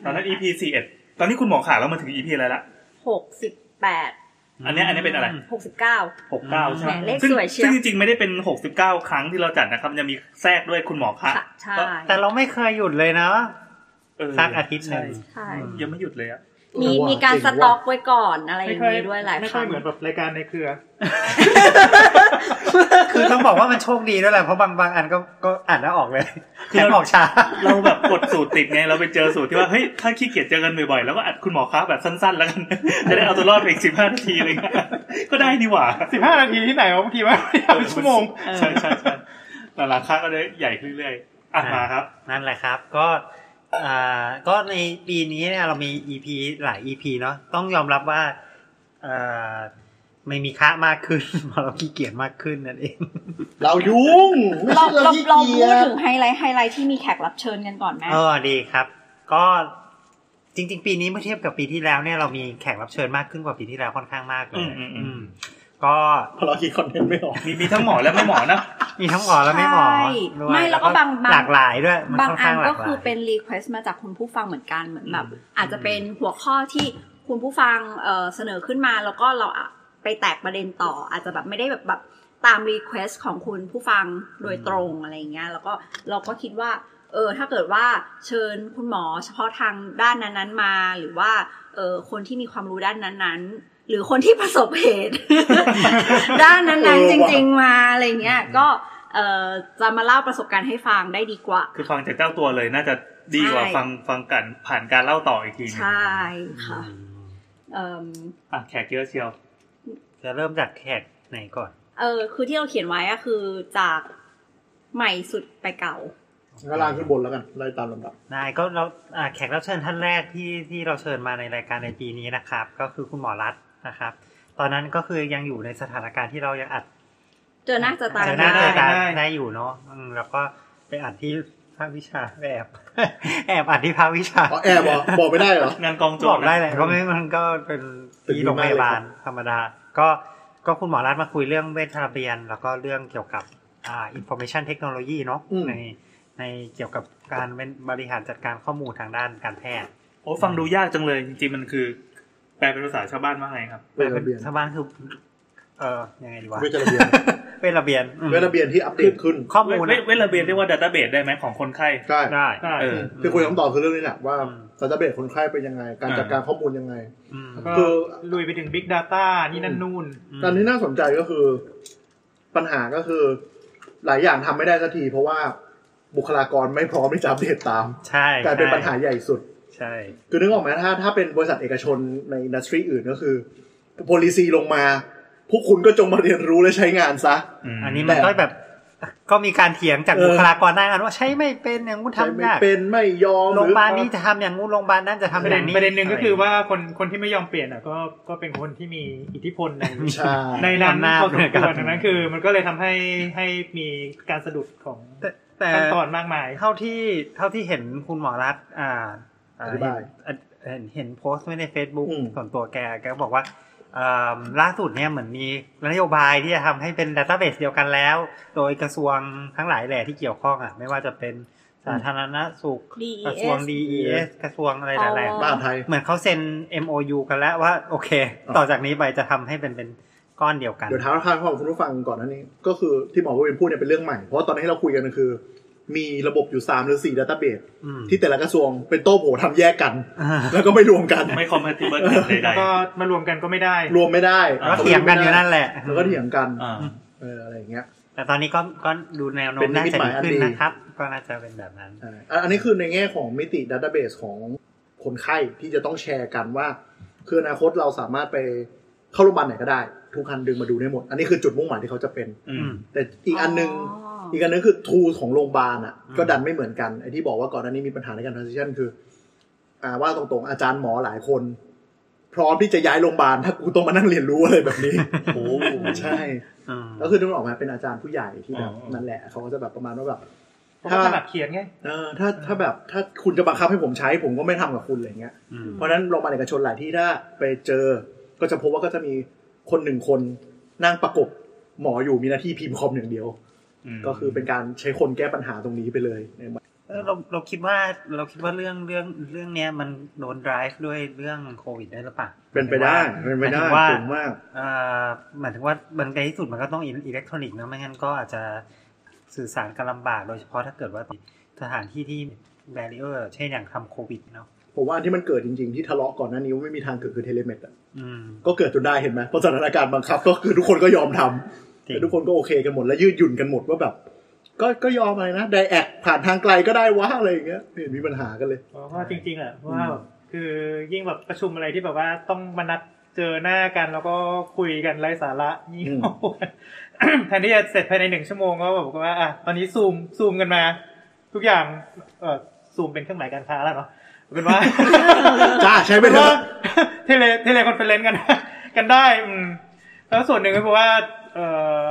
S3: ตอนนั้น EP 41ตอนนี้คุณหมอขาเรามาถึง EP อะไรละ
S6: หกสิบแปด
S3: อันเนี้ยอันเนี้ยเป็นอะไร
S6: หกสิบเก้า
S3: หกเก้าใช่ไหม
S6: แหมเลข
S3: ซึ่ง
S6: สวยเชียว
S3: ซึ่งจริงๆ ไม่ได้เป็นหกสิบเก้าครั้งที่เราจัดนะครับมันจะมีแทรกด้วยคุณหมอคะ
S6: ใช่
S2: แต่เราไม่เคยหยุดเลยนะ
S3: เ
S2: สักอาทิตย์หนึ่ง
S6: ใช่
S2: อืม
S3: ยังไม่หยุดเลยอะ
S6: มีมีการสต็อกไว้ก่อนอะไรอย่าง
S4: ค่อย
S6: นี้ด้วยหลาย
S4: ไม่
S6: ค
S4: ค่
S6: รั้
S4: อย
S6: ง
S4: เหมือนแบบรายการในเครือ
S2: คือต้องบอกว่ามันโชคดีด้วยแหละเพราะบางบางอันก็ก็อ่านแล้วออกเลยแถมออกช้า
S3: เราแบบกดสูตรติดไง เราไปเจอสูตรที่ว่า เฮ้ย ถ้าขี้เกียจเจอกันบ่อยๆ แล้วก็อัดคุณหมอคะแบบสั้นๆ แล้วกัน จะได้เอาตัวรอดไปอีกสิบห้านาทีอะไรเงี้ย ก็ได้นี่หว่า
S4: 15 นาทีที่ไหนวะบางทีว่าไม่เอาชั่วโมง
S3: ใช่ใช่ใช่หลังๆค่าก็เลยใหญ่ขึ้นเรื่อยๆอ่ะมาครับ
S2: นั่นแหละครับก็อ่าก็ในปีนี้เนี่ยเรามี EP หลาย EP เนาะต้องยอมรับว่าอ่าไม่มีค่ามากขึ้น เพราะเราขี้เกียจมากขึ้นนั่นเอง
S5: เรายุ่งไม่
S6: เราเรา
S5: ใช่เราขี้
S6: เรา
S5: เกี
S6: พู
S5: ย
S6: ด
S5: จ
S6: ถึงไฮไลท์ไฮไลท์ที่มีแขกรับเชิญกันก่อนไหม
S2: เออดีครับ ก็จริง ๆ ปีนี้เมื่อเทียบกับปีที่แล้วเนี่ยเรามีแขกรับเชิญมากขึ้นกว่าปีที่แล้วค่อนข้างมากเล
S3: อื
S2: ย
S3: มอืมอืม
S2: อืมก็
S5: เพราะเราคิดคอนเทนต์ไม่ออก
S3: มีมีทั้งหมอและไม่หมอนะ
S2: มีทั้งหมอและไม่หมอ
S6: ใช่
S2: ด้วย
S6: ไม่แล้วก็บางบาง
S2: หลากหลายด้วยมัน
S6: บาง
S2: ค่อ
S6: อั
S2: นข้าน งหลา
S6: ก็
S2: กหลาย
S6: คือเป็นรีเควสต์มาจากคุณผู้ฟังเหมือนกันเหมือนแบบ
S2: อืม
S6: อาจจะเป็นหัวข้อที่คุณผู้ฟังเอ่อเสนอขึ้นมาแล้วก็เราอะไปแตกประเด็นต่อ อาจจะแบบไม่ได้แบบแบบตามรีเควสต์ของคุณผู้ฟังโดยตรงอะไรอย่างเงี้ยแล้วก็เราก็คิดว่าเออถ้าเกิดว่าเชิญคุณหมอเฉพาะทางด้านนั้นๆมา หรือว่าเออคนที่มีความรู้ด้านนั้นๆ หรือคนที่ประสบเหตุ ด้าน
S5: เอ
S6: นั้น
S5: อ
S6: ๆ จ
S5: ว่ะ
S6: ริง ๆมาอะไรอย่างเงี้ยก็เออจะมาเล่าประสบการณ์ให้ฟังได้ดีกว่า
S3: คือฟังจากเจ้าตัวเลยน่าจะดีกว่า
S6: ใช่
S3: ฟังฟังกันผ่านการเล่าต่ออีกทีหนึง
S6: ใช่ค่ะ
S2: อืม
S6: เ เอิ่ม
S3: อ่ะแขกเยอะเชียว
S2: จะเริ่มจากแขกไหนก่อน
S6: เออคือที่เราเขียนไว้อะคือจากใหม่สุดไปเก่า
S5: ก็ล่างขึ้นบนแล้วกันไล่ตามลำดับ
S2: นายก็เราอ่าแขกรับเชิญท่านแรกที่ที่เราเชิญมาในรายการในปีนี้นะครับ ก็คือคุณหมอรัฐนะครับ ตอนนั้นก็คือยังอยู่ในสถานการณ์ที่เรายังอัด
S6: เจอหน้าจะตาย
S2: เจอห
S6: ได้
S2: น้าเจอตา
S4: ได้
S2: ได้อยู่เนาะอืมแล้วก็ไปอัดที่ภาควิชาแอบ แอบอัดที่ภาควิชา
S5: อ๋อแอบเหรอบอกไม่ได้เหรอ
S3: งานกองโจ
S2: บ
S3: ร
S2: อกได้เลยก็ไม่มันก็เป็นที่โรงพยาบาลธรรมดา ก็ก็คุณหมอรัฐมาคุยเรื่องเวชระเบียน แล้วก็เรื่องเกี่ยวกับอ่า information technology เนาะ
S5: อืม
S2: ในในเกี่ยวกับการเป็นบริหารจัดการข้อมูลทางด้านการแพทย์
S3: โอ้ฟังดูยากจังเลยจริงๆมันคือ แปลเป็นภาษาชาวบ้านว่าไงครับ
S5: เวทระเบียน
S2: ชาวบ้านคือ เออยังไงดีวะ
S5: เวทระเบียน
S2: เป็นระเบียนอืม
S5: เวทระเบียนที่อัปเดตขึ้น
S2: ข้อ
S3: เว
S2: มูล
S3: เวเวลาเบนเรียกว่าดัตต้าเบสได้ไหมของคนไข้
S5: ใช่
S2: ได้
S4: ได้
S3: เออ
S5: คือคุยคำตอบคือเรื่องนี้แหละว่า
S2: อืม
S5: ดัตต้าเบสคนไข้เป็นยังไง การจัดการข้อมูลยังไง
S2: อืม
S4: ก็
S5: คือ
S4: ลุยไปถึง Big Data นี่นั่น
S5: อืม
S4: นู่น
S2: อืม
S5: ตอนที่น่าสนใจก็คือ ปัญหาก็คือ หลายอย่างทำไม่ได้สักที เพราะว่าบุคลากรไม่พร้อมที่จะอัปเดตตาม
S2: ใช่
S5: กลายเป็นปัญหา
S2: ใช่
S5: ใหญ่สุด
S2: ใช่
S5: คือนึกออกไหมถ้าถ้าเป็นบริษัทเอกชนในอินดัสทรีอื่นก็คือ policy ลงมา พวกคุณก็จงมาเรียนรู้และใช้งานซะ
S3: ม
S2: อันนี้มันก็แบบ ก็มีการเถียงจาก
S5: เออ
S2: บุคลากรด้านนั้นว่าใช่ไม่เป็นอย่างงู้น
S5: ใช้
S2: ทำ
S5: ไม่
S2: ยาก
S5: เป็นไม่ยอม
S2: โรงพยาบาล
S5: หอ
S2: นี้จะทำอย่างงู้นโรงพยาบาลนั้นจะทำ
S4: ป
S2: อ
S4: ระเด็
S2: ย่าน งนี้
S4: ประเด็นหนึ่งก็คือว่าคนคนที่ไม่ยอมเปลี่ยนอ่ะก็ก็เป็นคนที่มีอิทธิพลใน
S5: ใช่
S4: ในนั้นพอสมควรดังนั้นคือ มันก็เลยทำให้ให้มีการสะดุดของ
S2: แต่แต่
S4: ขั้นตอนมากมาย
S2: เท่าที่เท่าที่เห็นคุณหมอรัฐอ่า
S5: อ
S2: อ่า
S5: ธิบาย
S2: เห็นเห็นโพสต์ไว้ใน Facebook
S5: อืม
S2: ส่วนตัวแกแกบอกว่าเอ่อล่าสุดเนี่ยเหมือนมีนโยบายที่จะทำให้เป็นดัต a b a s เบสเดียวกันแล้ว โดยกระทรวงทั้งหลายแหล่ที่เกี่ยวข้องอ่ะ ไม่ว่าจะเป็นสาธารณสุข
S6: ดี
S2: กระทรวง DES กระทรวงอะไรหลาย
S6: อ๋อ
S5: บ้านไทย
S2: ๆเหมือนเขาเซ็น MOU กันแล้วว่า โอเค ต่อจากนี้ไปจะทำให้เป็นเป็นก้อนเดียวกัน
S5: เดี๋ยวเท้าข้างของคุณผู้ฟังก่อนหนั้านนี้ ก็คือที่หมอวินพูดเนี่ยเป็นเรื่องใหม่ เพราะว่าตอนนี้เราคุยกันก็คือ มีระบบอยู่ 3 หรือ 4 ดัตต้าเบส
S2: อืม
S5: ที่แต่ละกระทรวงเป็นโต้โผทำแยกกัน
S2: อ่า
S5: แล้วก็ไม่รวมกัน
S3: ไม่คอมแพติเบิลใด
S4: แล้วก็มารวมกันก็ไม่ได้
S5: รวมไม่ได้
S2: ก็เถียงกันอยู่นั่นแหละ
S5: แล้วก็เถียงกัน
S3: ๆอ่า
S5: เอออะไรอย่างเงี้ย
S2: แต่ตอนนี้ก็ก็ดูแนวโน้
S5: เป็
S2: ม
S5: นนิ
S2: น่า
S5: มิต
S2: จะ
S5: หมา
S2: ดี
S5: ยอัน
S2: ขึ้น
S5: ดี
S2: นะครับ ก็น่าจะเป็นแบบนั้น
S5: ใช่อ่ะอันนี้คือในแง่ของมิติดัตต้าเบสของคนไข้ที่จะต้องแชร์กันว่า คืออนาคตเราสามารถไปเข้าโรงพยาบาลไหนก็ได้ ทุกคันดึงมาดูได้หมด อันนี้คือจุดมุ่งหมายที่เขาจะเป็น
S3: อืม
S5: แต่อีกอันหนึง อีกอันหนึงคือทูของโรงพยาบาลอ่ะ ก็ดันไม่เหมือนกันไอ้ที่บอกว่าก่อนหน้านี้มีปัญหาในการ transition คือ อ่าว่าตรงๆ อาจารย์หมอหลายคน พร้อมที่จะย้ายโรงพยาบาลถ้ากูต้องมานั่งเรียนรู้อะไรแบบนี้
S3: โอ้
S5: ใช่
S2: อืม
S5: แล้วคือต้องออกมาเป็นอาจารย์ผู้ใหญ่ที่แบบ
S3: อ๋อ
S5: นั่นแหละเขาก็จะแบบประมาณว่าแบบ
S4: เพราะว่าถนัดเขียนไง
S5: เออถ้าถ้าแบบถ้าคุณจะบังคับให้ผมใช้ผมก็ไม่ทำกับคุณอะไรเงี้ย
S2: อืม
S5: เพราะฉะนั้นโรงพยาบาลเอกชนหลายที่ถ้าไปเจอ ก็จะพบว่าก็จะมีคนหนึ่งคนนั่งประกบหมออยู่มีหน้าที่พิมพ์คอมอย่างเดียว
S3: ม
S5: ก็คือเป็นการใช้คนแก้ปัญหาตรงนี้ไปเลยใน
S2: เออเราเราคิดว่าเราคิดว่าเรื่องเรื่องเรื่องเนี้ยมันโดน drive ด้วยเรื่องโควิดได้หรือเปล่า
S5: เป็นไปได้เป็นไปได้
S2: หมายถึงว่า
S5: สูงมาก
S2: เอ่อหมายถึงว่ามันในที่สุดมันก็ต้องอิเล็กทรอนิกส์นะไม่งั้นก็อาจจะสื่อสารกันลำบาก โดยเฉพาะถ้าเกิดว่าสถานที่ที่แบร r เออร์เช่นอย่างทำโควิดเนาะ
S5: ผมว่าอันที่มันเกิดจริงๆที่ทะเลาะก่อนหน้านี้ว่าไม่มีทางเกิดคือเทเลเมด
S2: อืม
S5: ก็เกิดจนได้เห็นไหมเพราะสถานการณ์บังคับ ก็คือทุกคนก็ยอมทำ
S2: จริง
S5: แต่ทุกคนก็โอเคกันหมดและยืดหยุ่นกันหมดว่าแบบ ก็ก็ยอมอะไรนะไดแอคผ่านทางไกลก็ได้วะอะไรอย่างเงี้ยไม่เห็นมีปัญหากันเลย
S4: เพราะว่าจริงๆอ่ะว่าคือยิ่งแบบประชุมอะไรที่แบบว่าต้องมานัดเจอหน้ากันแล้วก็คุยกันไร้สา ระยิ่ง
S5: อืม
S4: โหดแทนที่จะเสร็จภายในหนึ่งชั่วโมงก็แบบว่าอ่ะตอนนี้ซูมซูมกันมา ทุกอย่างเออซูมเป็นเครื่องหมายการค้าแล้วเนาะเอาเป็นว่า
S5: จ้าใช้ไปเถ
S4: ว่า
S5: อะ
S4: เทเลเทเลคอนเฟอเรนซ์กัน กันได้อืมแล้วส่วนหนึ่งก็เพราะว่าเอ่อ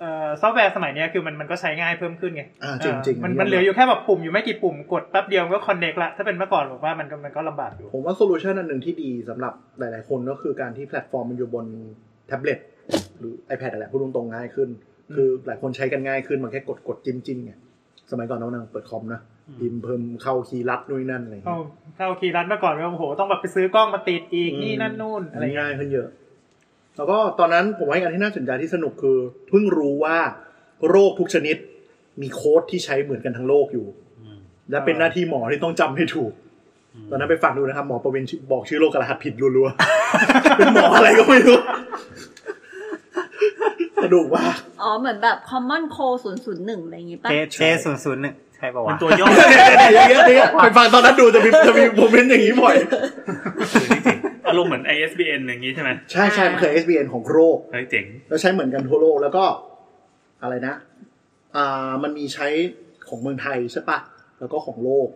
S4: เอ่อซอฟต์แวร์สมัยเนี้ยคือมันมันก็ใช้ง่ายเพิ่มขึ้นไง
S5: อ่าจริงๆจริง
S4: มัน
S5: อันนี้
S4: มันเหลืออยู่แค่แบบปุ่มอยู่ไม่กี่ปุ่มกดแป๊บเดียวมันก็คอนเน c t ละ ถ้าเป็นเมื่อก่อนผมว่ามันก็มันก็ลำบากอยู่
S5: ผมว่าโซลูชันอันหนึ่งที่ดีสำหรับหลายๆ คนก็คือการที่แพลตฟอร์มมันอยู่บนแท็บเล็ตหรือ iPad อะไรพูดตรงๆง่ายขึ้น คือหลายคนใช้กันง่ายขึ้นมันแค่กดกดจิ้มจิ้มไงสมัยก่อนเรานั่งเปิดคอมนะพิมพ์เพิ่มเข้าคีย์ลัดนู่นนนั่นอะไรอย่าง
S4: เข้า
S5: เงี้ย
S4: เข้าคีย์รัดเมื่อก่อนโอ้โหต้องแบบไปซื้อกล้องมาติดอีกนี่นั่นนู่น
S5: อั
S4: อะไรเงี้ย
S5: ง่ายขึ้นเยอะ แล้วก็ตอนนั้นผมว่าอีกอันที่น่าสนใจที่สนุกคือเพิ่งรู้ว่าโรคทุกชนิด มีโค้ดที่ใช้เหมือนกันทั้งโลกอยู่
S2: อืม
S5: และเป็นหน้าที่หมอที่ต้องจำให้ถูก
S2: อืม
S5: ตอนนั้นไปฟังดูนะครับ หมอประเวนชื่อบอกชื่อโรคกระหัสผิดรัวๆ เป็นหมออะไรก็ไม่รู้ สนุกว่าก
S6: อ๋อเหมือนแบบ common cold ศูนย์ศูนย์หนึ่งอะไรอย่างงี้ป่ะ
S2: เจเจศูนย์ศูนย์หนึ่งใช่ป่าว
S3: มัน
S2: วะ
S3: ตัวย่อ
S5: เนี่ยเนี่ยเนี่ยเนี่ยไปฟังตอนนั้นดูจะมีจะมีโมเมนต์อย่างนี้บ่อย
S3: เอ อารมณ์เหมือน ISBN อย่างนี้ใช่ไหม
S5: ใช่ใช่มันคือ SBN ของโรค
S3: เฮ้ยเจ๋ง
S5: แล้วใช้เหมือนกันทั่วโลกแล้วก็อะไรนะ อ่า มันมีใช้ของเมืองไทยใช่ปะ แล้วก็ของโลก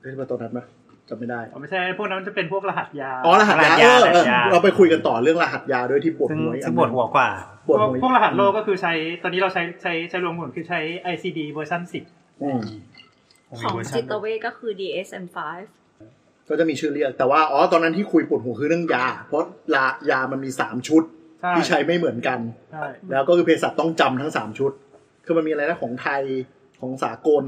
S5: เรียกว่าตัวนั้นปะจำไม่ได้
S4: ไม่ใช่พวกนั้นจะเป็นพวกรหัสยา
S5: อ๋อ รหัสยาร
S2: หัสยา
S5: เออ
S2: ร
S5: เออ
S2: หัสยา
S5: เราไปคุยกันต่อเรื่องรหัสยาด้วยที่ปวด
S2: ซึ่ง
S5: หัว
S2: ซึ่งปวดหัวกว่า
S5: ปวด
S4: พวก
S5: หัว
S4: พวกรหัสโลกก็คือใช้ตอนนี้เราใช้ใช้ใช้รวมผลคือใช้ ICD เวอร์ชัน10
S5: อืม
S6: ของจิตเวชก็คือ DSM-5
S5: ก็จะมีชื่อเรียก แต่ว่า อ๋อ ตอนนั้นที่คุยปวดหัวคือเรื่องยา เพราะลายามันมีสามชุด
S4: ใช่
S5: ที่ใช้ไม่เหมือนกัน
S4: ใช่
S5: แล้วก็คือเภสัชต้องจำทั้งสามชุด คือมันมีอะไรนะของไทย ของสากล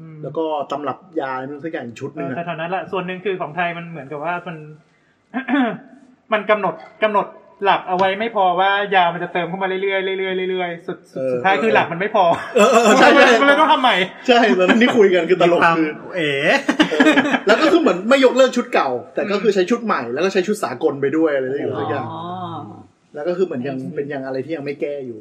S4: อืม
S5: แล้วก็ตำรับยาอะไรไม่รู้สักอย่างอีกชุดห
S4: เอ
S5: นึ่ง
S4: อ
S5: อะ
S4: แต่เท่านั้นแหละส่วนหนึ่งคือของไทยมันเหมือนกับว่ามัน มันกำหนดกำหนดหลักเอาไว้ไม่พอว่ายามันจะเติมเข้ามาเรื่อยๆเรื่อยๆเรื่อยๆสุดสุดสุดท้ายคือหลักมันไม่พอ
S5: เออเออใช่ใช่
S4: ก็เลยต้องทำใหม่
S5: ใช่ตอนนั้นที่คุยกันคือตลก
S2: ความ
S5: คือ
S2: เอ๋
S5: แล้วก็คือเหมือนไม่ยกเลิกชุดเก่า แต่ก็คือใช้ชุดใหม่แล้วก็ใช้ชุดสากลไปด้วยอะไรอย่างเงี้ยแล้วก็คือเหมือนยังเป็นยังอะไรที่ยังไม่แก้อยู่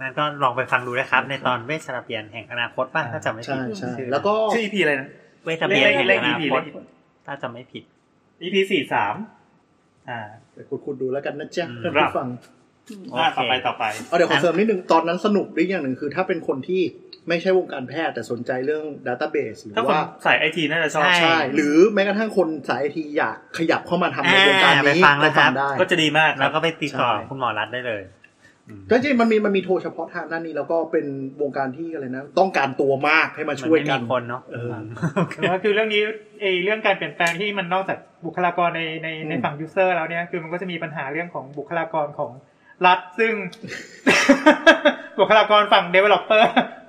S2: นั่นก็ลองไปฟังดูนะครับ ในตอนเวชระเบียนแห่งอนาคตป่ะถ้าจำไม่ผิ
S5: ใช่
S2: ด
S5: ใช่
S2: ชื่อ
S5: แล้วก็
S3: ชื่อ EP อะไรนะ
S2: เวชระเบียนแห่ง
S3: เลข
S2: อ
S3: เลข
S2: นา
S3: EP
S2: คต
S3: เลข
S2: ถ้าจำไม่ผิด
S3: EP สี่สามอ่า
S5: แต่คุณคุณดูแล้วกันนะจ๊ะ
S2: อืม
S5: ท่านผู้ฟัง
S2: โอ
S3: อ่า
S2: เค
S3: ต่อไปต่อไป
S5: เอาเดี๋ยวขอเสริมนิดนึงตอนนั้นสนุกด้วยอย่างหนึ่งคือ ถ้าเป็นคนที่ไม่ใช่วงการแพทย์แต่สนใจเรื่องดัต a ้าเบสหรือ
S3: ถ้าคน
S5: ว่า
S3: สายไอทีน่าจะชอบ
S5: ใช่ หรือแม้กระทั่งคนสายไอทีอยากขยับเข้ามาทำในวงการ
S2: อ่าไป
S5: นี้
S2: ฟังนะครับ
S5: ก็ทำได้
S3: ก็จะดีมาก
S2: แล้
S3: แล้ว
S2: วก็
S3: ก็
S2: ไปติดต่อ
S5: ใช่
S2: คุณหมอรัฐได้เลย
S5: ก็จริงๆมันมีมันมีโทรเฉพาะทางด้านนี้แล้วก็เป็นวงการที่อะไรนะ ต้องการตัวมากให้มา
S2: มัน
S5: ช่วย
S2: ไม่
S5: กั
S2: มี
S5: น
S2: คนเนาะ
S5: เออ
S2: โอเค
S4: ก็คือเรื่องนี้เอเรื่องการเปลี่ยนแปลงที่มันนอกจากบุคลากรในในใน
S5: อืม
S4: ฝั่งยูเซอร์แล้วเนี่ยคือมันก็จะมีปัญหาเรื่องของบุคลากรของรัฐ ซึ่ง บุคลากรฝั่ง developer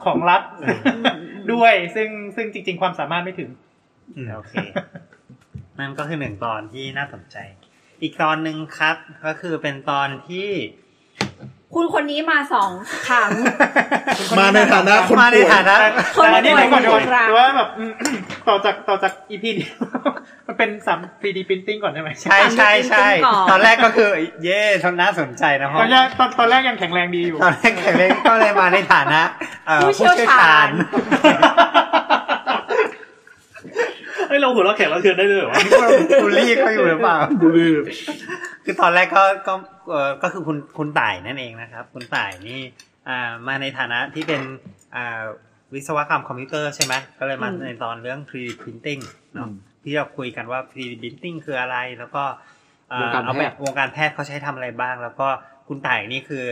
S4: ของรัฐ ด้วย ซึ่งซึ่งจริง ๆ ความสามารถไม่ถึง
S2: อืมโอเค นั่นก็คือหนึ่งตอนที่น่าสนใจ อีกตอนหนึ่งครับ ก็คือเป็นตอนที่
S6: คุณคนนี้มาสองค รั้ง
S5: มาในฐานะคน
S2: มาใน
S5: ป่วย
S2: ฐานะ
S4: แต่อันนี้เดี๋ยวก่อนเดี๋ยวก่อน
S6: คนละคน
S4: แต่ว่าแบบ อืมต่อจากต่อจากอีพีนี้ มันเป็นสาม 3D printing ก่อนใช่ไหม
S2: ใช่ใช่ใช่
S6: ถามนิดนึงก่อน
S2: ตอนแรกก็คือ เย่ทนน่าสนใจนะเพ
S4: ตอ
S2: ราะ
S4: นแรกตอนตอนแรกยังแข็งแรงดีอยู่
S2: ตอนแรกแขกเล็กก็เลยมาในฐานะเอ่อ
S6: ผู้เชี่ยวชาญ
S3: เฮ้ยเราหัวเราะแขกเราเชิญได้ด้วยเหรอวะ
S2: บูลลี่เขาอยู่หรือเปล่าบูลลี่คือตอนแรกก็ก็เอ่อก็คือคุณคุณต่ายนั่นเองนะครับ คุณต่ายนี่อ่ามาในฐานะที่เป็นอ่าวิศวกรรมคอมพิวเตอร์ใช่ไหมก็เลยมา
S6: อืม
S2: ในตอนเรื่อง 3D printing เนาะที่เราคุยกันว่า 3D printing คืออะไรแล้วก็เอ่อ
S5: วงการแพทย์
S2: เอาแบบวงการแพทย์เขาใช้ทำอะไรบ้าง แล้วก็คุณต่ายนี่คือ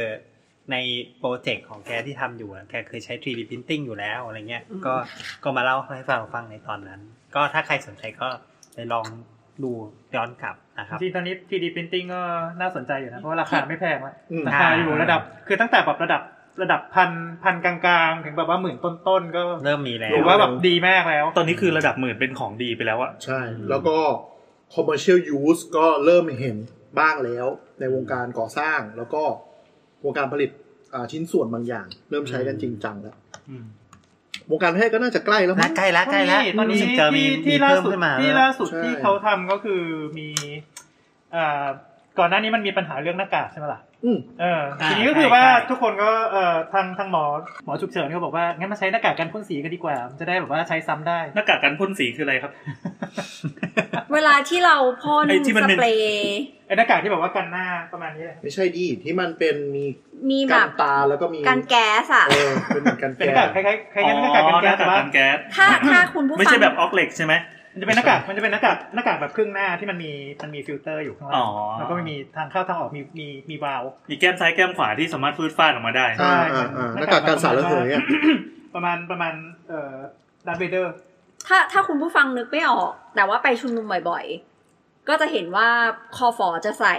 S2: ในโปรเจกต์ของแกที่ทำอยู่อะแกเคยใช้ 3D printing อยู่แล้วอะไรเงี้ย
S6: อืม
S2: ก็ก็มาเล่าให้ฟังฟังในตอนนั้น ก็ถ้าใครสนใจก็ไปลองดูย้อนกลับนะครับ
S4: จริงๆตอนนี้ 3D printing ก็น่าสนใจอยู่นะ เพราะว่าราคาไม่แพงละ
S5: อืม
S4: ราคาอยู่ระดับ คือตั้งแต่แบบระดับระดับพันพันกลางๆ ถึงแบบว่าหมื่นต้นๆ ก็
S2: เริ่มมีแล้
S4: ถื
S2: ว
S4: อว่าแบบดีมากแล้ว
S3: ตอนนี้คือระดับหมื่นเป็นของดีไปแล้วอะ
S5: ใช่ แล้วก็ commercial use ก็เริ่มเห็นบ้างแล้ว ในวงการก่อสร้างแล้วก็วงการผลิตอ่าชิ้นส่วนบางอย่าง เริ่มใช้กันจริงจังแล้ว วงการแพทย์ก็น่าจะใกล้แล้ว
S2: และ
S5: มั้ง
S2: ใกล้และใกล้และ
S4: ตอนนี้
S2: รู้สึกจะมี
S4: ที่ที่
S2: มี
S4: ล่า
S2: เพิ่ม
S4: สุด
S2: ขึ้นมา
S4: ที่ล่าสุด
S5: ใช่
S4: ที่เขาทำก็คือมีเอ่อก่อนหน้านี้มันมีปัญหาเรื่องหน้ากากใช่ไหมล่ะ
S5: อืม
S4: เอออา ทีนี้ก็คือ
S2: ใช่
S4: ว่า
S2: ใช่
S4: ทุกคนก็เอ่อทางทางหมอหมอฉุกเฉินก็บอกว่างั้นมาใช้หน้ากากกันพ่นสีกันดีกว่า มันจะได้แบบว่าใช้ซ้ำได้
S3: หน้ากากกันพ่นสีคืออะไรครับ
S6: เวลาที่เราพ่น
S3: ไอ้ที่มัน
S6: ส
S3: เป็น
S6: เปรย์
S4: ไอ้หน้ากากที่แบบว่ากันหน้าประมาณนี้แหละ
S5: ไม่ใช่ดีที่มันเป็นมี
S6: มีแบ
S5: กับ นตาแล้วก็มี
S6: การแก๊สอ่ะ
S5: เออเป็นเหมือนกัน
S4: เป็น
S5: แก้
S4: หน้ากากคล้ายๆคล้ายๆหน้ากากกันแก๊ส
S3: อ๋อห
S4: แต่
S3: น้
S4: ว่า
S3: กันแก๊ส
S6: ถ้าถ้าคุณผู้ฟัง
S3: ไม่ใช่แบบออกเหล็กใช่ไหม
S4: มันจะเป็นหน้ากากมันจะเป็นหน้ากากหน้ากากแบบครึ่งหน้าที่มันมีมันมีฟิลเตอร์อยู่ข้าง
S3: อ๋
S4: ล่า
S3: อ
S4: งแล้วก็ไม่มีทางเข้าทางออกมีมีมีวาล์ว
S3: มีแก้มซ้ายแก้มขวาที่สามารถฟืดฟาดออกมาได้
S5: อ่าอ่าอ่าหน้ากากการสารระเหยอ่ะ
S4: ประมาณประมาณเอ่อดันเบเดอร์
S6: ถ้าถ้าคุณผู้ฟังนึกไม่ออก แต่ว่าไปชุมนุมบ่อยๆ ก็จะเห็นว่าคอฟอจะใส่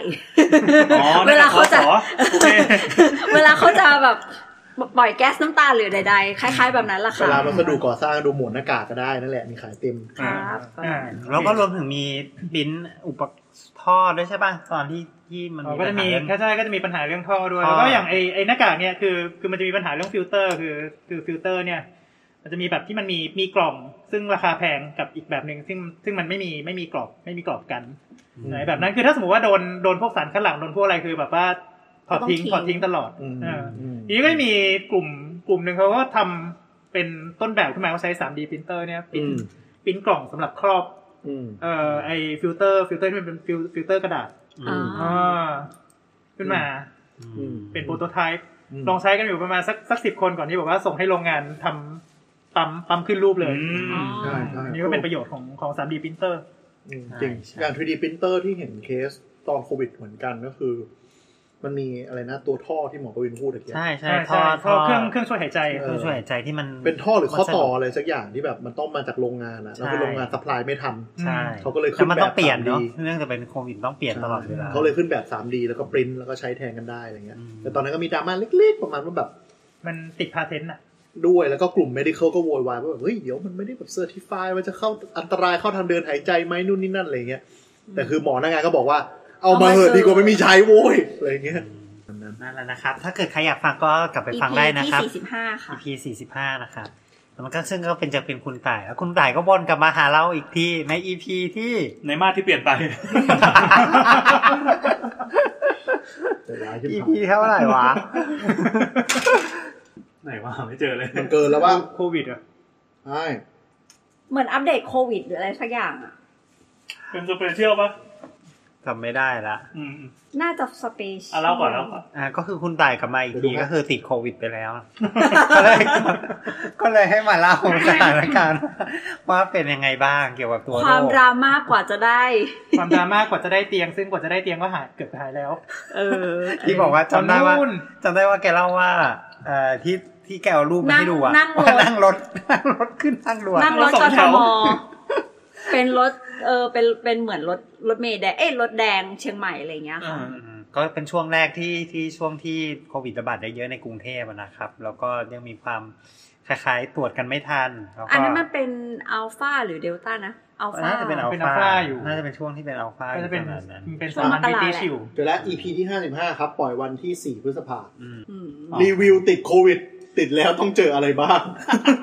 S3: อ๋อ
S6: เวลาเขาจะ
S3: หน้กกขอโอเค
S6: เวลาเขาจะแบบปล่อยแก๊สน้ำตาหรือใดๆ คล้ายๆ แบบนั้นล่ะ
S5: เว
S6: ค่ะ
S5: ลาวัสดุก่อสร้างดูหมวดหน้ากากก็ได้นั่นแหละมีขายเต็ม
S6: ครับ
S4: อ่า
S2: แล้วก็รวมถึงมีบินอุปกรณ์ท่อด้วยใช่ป่ะตอนที่ที่มัน
S4: อ๋อ
S2: มี
S4: ก็จะ
S2: ปั
S4: มี
S2: ญหาเรื่อง
S4: ใช่ๆก็จะมีปัญหาเรื่องท่อด้วย
S2: ท่อ
S4: แล้วก็อย่างไอไอหน้ากากเนี่ยคือคือมันจะมีปัญหาเรื่องฟิลเตอร์ คือคือฟิลเตอร์เนี่ย มันจะมีแบบที่มันมีมีกล่อง ซึ่งราคาแพงกับอีกแบบหนึ่งซึ่งซึ่งมันไม่มีไม่มีกรอบไม่มีกรอบกัน
S5: อืม
S4: ไหนแบบนั้นคือถ้าสมมติว่าโดนโดนพวกสารคัดหลั่งโดนพวกอะไรคือแบบว่าถอดทิ้งถอดทิ้งตลอด
S5: อืม
S4: เอออ
S5: ม
S4: ทีนี้ก็มีกลุ่มกลุ่มหนึ่งเขาก็ทำเป็นต้นแบบขึ้นมาเขาใช้ 3D พิมพ์เนี่ยพิ
S5: อื
S4: ม
S5: ม
S4: พ์ ปริ้นกล่องสำหรับครอบ
S5: อืม
S4: เอ่อไอฟิลเตอร์ฟิลเตอร์ที่มันเป็นฟิลฟิลเตอร์กระดาษ
S2: อืม
S6: อ่า
S4: อ่าขึ้นมา
S2: อืม
S4: เป็นโปรโตไทป์
S5: อืม
S4: ลองใช้กันอยู่ประมาณสักสักสิบคนก่อนที่บอกว่าส่งให้โรงงานทำปั๊มปั๊มขึ้นรูปเลย
S6: อ๋อ
S5: ใช่ใช่
S4: อันนี่ก็เป็นประโยชน์ของของ 3D printer
S5: อืมจริงอย่าง 3D printer ที่เห็นเคสตอนโควิดเหมือนกันก็คือ มันมีอะไรนะตัวท่อที่หมอกวินพูดตะกี้
S2: ใช่ใช่
S4: ใช่
S2: ท่อ
S4: ใช่
S2: ท่อ
S4: เครื่องเครื่องช่วยหายใจ
S2: เครื่องช่วยหายใจที่มัน
S5: เป็นท่อหรือข้อต่ออะไรสักอย่างที่แบบมันต้องมาจากโรงงานอะแล้วคือ
S2: ใช่
S5: โรงงานสัพพลายไม่ทำ
S2: ใช่
S5: เขาก็เลยขึ้น
S2: แต่มันต้องเปลี่ยนเนาะ
S5: แบบ
S2: เนื่องจากเป็นโควิดต้องเปลี่ยนตลอดเวลา
S5: เขาเลยขึ้นแบบ 3D แล้วก็ปริ้นแล้วก็ใช้แทนกันได้อะไรเงี้ย
S2: อืม
S5: แต่ตอนนั้นก็มีดราม่าเล็กๆ ประมาณว่าแบบ
S4: มันติดพาเทนต์อ่ะ
S5: ด้วยแล้วก็กลุ่ม medical ก็โวยวายว่าแบบเฮ้ยเดี๋ยวมันไม่ได้แบบเซอร์ติฟายว่าจะเข้าอันตรายเข้าทางเดินหายใจไหมนู่นนี่นั่นอะไรเงี้ยแต่คือหมอหน้างานก็บอกว่าเอามาเหอะดีกว่าไม่มีใช้โว้ยอะไรเงี้ย
S2: นั่นแหละนะครับ ถ้าเกิดใครอยากฟังก็กลับไปฟังได้นะครับ
S6: ที่สี่สิบห้าค่ะ
S2: EP 45 นะครับแล้วมันก็ซึ่งก็เป็นจะเป็นคุณต่าย แล้วคุณต่ายก็วนกลับมาหาเราอีกทีใน EP ที่
S3: ในมาสที่เปลี่ยนไป
S5: แต่ร้ายขึ้น
S2: EP เท่าไหร่วะ
S3: ไหนว่าไม่เจอเลย
S5: มันเกินแล้วว่า
S4: โควิดอ่ะ
S5: ใช่
S6: เหมือนอัปเดตโควิดหรืออะไรสักอย่างอ่ะ
S3: เป็นสเปเชียลปะ
S2: จำไม่ได้ละ
S3: อืมอืม
S6: น่าจะสเปเชียล
S3: อ่ะเล่าก่อนเล่าก่อน
S2: อ่าก็คือคุณต่ายกลับมาอีกทีก็คือติดโควิดไปแล้ว ก็เลยก็เลยให้มาเล่าสถานการณ์ว่าเป็นยังไงบ้างเกี่ยวกับตัว
S6: ค
S2: โร
S6: วาม
S2: ค
S6: ดราม่ากว่าจะได้
S4: ความดราม่ากว่าจะได้เตียง ซึ่งกว่าจะได้เตียงก็หายเกือบหายแล้ว
S6: เออ
S2: ที่บอกว่าจำได้ว่า
S4: ตอนนู้น
S2: จำได้ว่าแกเล่าว่าเอ่อที่ที่แกเอารูปมาให้ดูอะ
S6: นั่งรถ
S2: ว่านั่งรถ นั่งรถขึ้นทางด่วน
S6: นั่งรถกทม เป็นรถ เออ เป็น เป็นเหมือนรถ รถเมล์แดง เอ้ย รถแดงเชียงใหม่อะไรอย่างเงี้ย
S3: อ่า
S6: ค่ะ
S2: อืมก็เป็นช่วงแรกที่ที่ช่วงที่โควิดระบาดเยอะๆในกรุงเทพอะนะครับ แล้วก็ยังมีความคล้ายๆตรวจกันไม่ทันแล้วก็
S6: อันนั้นมันเป็นอัลฟาหรือเดลต้านะ อัลฟา
S2: น่าจะเป็นอัล
S4: เป็นอัล
S2: ฟา
S4: ฟาอยู่
S2: น่าจะเป็นช่วงที่เป็นอัลฟา
S4: ก็จะเป็น
S2: ขนาดนั้น
S4: เป็น
S6: ช่
S4: สาว
S6: ง
S4: มั
S6: มกราแห
S4: ญพิ
S6: ละ
S4: ธีชิว
S5: เดี๋ยวแล้ว EP ที่ 55 ครับปล่อยวันที่ 4 พฤษภา
S2: อืม
S6: อืม
S5: รีวิวติดโควิด ติดแล้วต้องเจออะไรบ้าง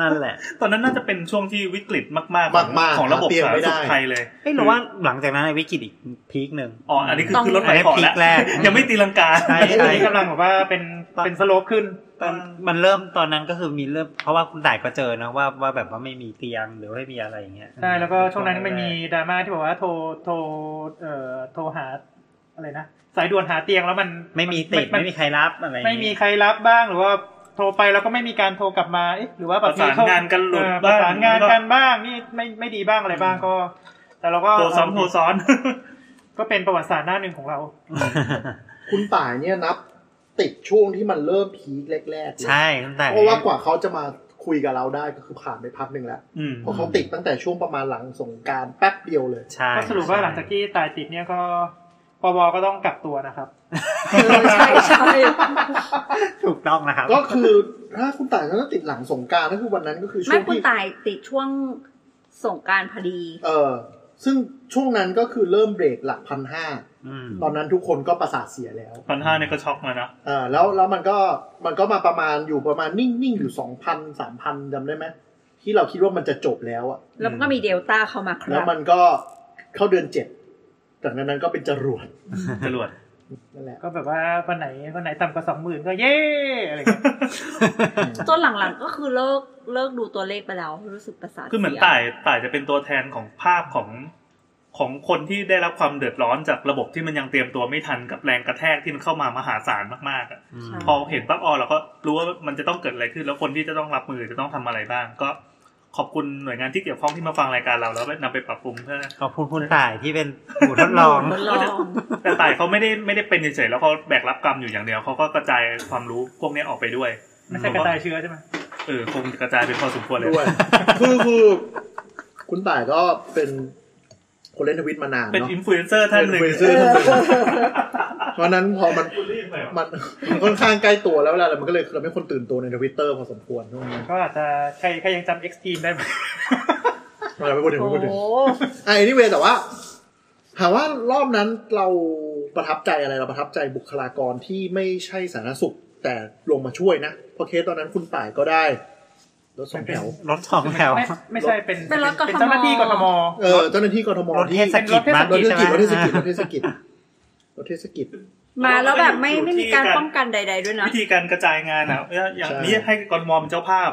S2: นั่นแหละ
S3: ตอนนั้นน่าจะเป็นช่วงที่วิกฤตมากๆ
S5: มากๆ
S3: ของระบบ
S5: หาเตียง
S3: สาธารณ
S5: ไม่ได้
S3: สุขไทยเลย
S2: เอ้ยหรือว่าหลังจากนั้นไอ้วิกฤตอีกพีคหนึ่ง
S3: อ๋อ อันนี้คือขึ้นรถ
S2: อั
S3: ไฟ
S2: นนี้
S3: ก่อน
S2: พี
S3: แล้ว
S2: คแรก
S3: ยังไม่ตีลังกา
S2: ใช่
S4: อัน
S2: ใช่
S4: นี้กำลังบอกว่าเป็นเป็นสโลปขึ้น
S2: ตอนมันเริ่มตอนนั้นก็คือมีเริ่มเพราะว่าคุณต่ายก็เจอนะว่าว่าแบบว่าไม่มีเตียงหรือว่าไม่มีอะไรอย่างเงี้ย
S4: ใช่ แล้วก็ช่วงนั้นมันมีดราม่าที่บอกว่าโทรโทรเอ่อโทรหาอะไรนะ สายด่วนหาเตียงแล้วมัน
S2: ไม่มีติด
S4: น
S2: ไม่มีใครรับอะไรอย่าง
S4: ไม่
S2: เงี้ย
S4: มีใครรับบ้างหรือว่าโทรไปแล้วก็ไม่มีการโทรกลับมาเอ๊ะหรือว่าแบบ
S3: ประสานงานกันหลุด
S4: เออ
S3: บ้าง
S4: ประสานงานกันบ้างนี่ไม่ไม่ดีบ้างอะไรบ้างก็ แต่เราก็
S3: โทรซ้ำโทรซ้อน
S4: ก็เป็นประวัติศาสตร์หน้าหนึ่งของเรา
S5: คุณต่ายเนี่ยนับ ติดช่วงที่มันเริ่มพีคแรกๆเลย
S2: ใช่คุณต่าย
S5: เพราะว่ากว่าเขาจะมาคุยกับเราได้ก็คือผ่านไปพักหนึ่งแล้ว
S3: อืม
S5: เพราะเขาติดตั้งแต่ช่วงประมาณหลังสงกรารแป๊บเดียวเลย
S2: ใช่
S4: ก็สรุปว่าหลังจากที่ตายติดเนี่ยก็ปวก็ต้องกักตัวนะครับ
S6: เออใช่ใช่
S2: ถูกต้องนะครับ
S5: ก็คือถ้าคุณต่ายเขาติดหลังสงกรารนั่นคือวันนั้นก็คือช่
S6: ไม่
S5: วง
S6: คุณ
S5: ที่
S6: ตายติดช่วงสงกรารพอดี
S5: เออซึ่งช่วงนั้นก็คือเริ่มเบรกหลักพันห้า
S2: อืม
S5: ตอนนั้นทุกคนก็ประสาทเสียแล้ว
S3: พันห้าเนี่ยก็ช็อกมานะ
S5: เออแล้วแล้วมันก็มันก็มาประมาณอยู่ประมาณนิ่งๆอยู่สองพันสามพันจำได้ไหมที่เราคิดว่ามันจะจบแล้วอะ
S6: แล้วมันก็มีเดลต้าเข้ามาค
S5: แล้
S6: รั
S5: ว
S6: บ
S5: มันก็เข้าเดือนเจ็ดจากนั้นก็เป็นจรวด
S3: จรวด
S5: นั่นแหละ
S4: ก็แบบว่าวันไหนวันไหนต่ำกว่าสองหมื่นก็เย่อะไรเงี้ ย
S6: จนหลังๆก็คือเลิกเลิกดูตัวเลขไปแล้ว รู้สึกประสาท
S3: คือเหมือน
S6: สีย
S3: ต่ายต่ายจะเป็นตัวแทนของภาพของของคนที่ได้รับความเดือดร้อนจากระบบที่มันยังเตรียมตัวไม่ทันกับแรงกระแทกที่มันเข้ามามหาศาลมากๆอะ
S6: ใช่
S3: พอเห็นปั๊บออเราก็รู้ว่ามันจะต้องเกิดอะไรขึ้น แล้วคนที่จะต้องรับมือจะต้องทำอะไรบ้าง ก็ขอบคุณหน่วยงานที่เกี่ยวข้องที่มาฟังรายการเราแล้วนำไปปรับปรุงเพื่อ
S2: ขอบคุณคุณต่ายที่เป็น ผู้ทดลอง
S6: ทดลอง
S3: แต่ต่ายเขาไม่ได้ไม่ได้เป็นเฉยๆแล้วเขาแบกรับกรรมอยู่อย่างเดียวเขาก็กระจายความรู้พวกนี้ออกไปด้วย
S4: ไม่ใช่กระจายเชื้อใช่ไหม
S3: เออคงกระจายไปพอสมควรเลย
S5: ด้วยคือคือ คุณต่ายก็เป็นคนเล่นทวิตมานาน
S3: เป็น
S5: เนาะ
S3: อินฟลูเอนเซอร์ท่านหนึ่ง
S5: เป็น influencer ท่านหนึ่งเพราะฉะนั้นพอมันมันมันค่อนข้างใกล้ตัวแล้วเวลาอะไรมันก็เลยทำให้คนตื่นตัวในทวิตเตอร์พอสมควรช่วงนี้
S4: ก็อาจจะใครใครยังจำเอ็กซ์ทีมได้ไหม
S5: เราไม่พูดถึง
S6: โอ้
S5: ไม่พูด
S6: โห
S5: ถึงไอ้นี่เวยแต่ว่าถามว่ารอบนั้นเราประทับใจอะไรเราประทับใจบุคลากรที่ไม่ใช่สาธารณสุข แต่ลงมาช่วยนะเพราะเคสตอนนั้นคุณต่ายก็ได้รถสองแถว
S2: รถสองแถว
S4: ไม่ไม่ใช่เป็น
S6: เป็นรถกทม
S4: เป็นเจ้าหน้าที่กทม
S5: เออเจ้าหน้าที่กทม
S2: รถเท
S5: ที่
S2: ศกิจ
S4: เป็นรถ
S2: มาก
S5: รถเทศกิจรถเทศกิจ
S2: ม
S5: รถเทศกิจรถเทศกิจ
S6: มาแล้วแบบไม่ไม่มีการ
S3: อยู่ที่การ
S6: ป้องกันใด ๆด้วยนะ
S3: วิธีการกระจายงานอ่ะเอ้ยอย่าง
S5: ใช่
S3: นี้ให้กรทมเป็นเจ้าภาพ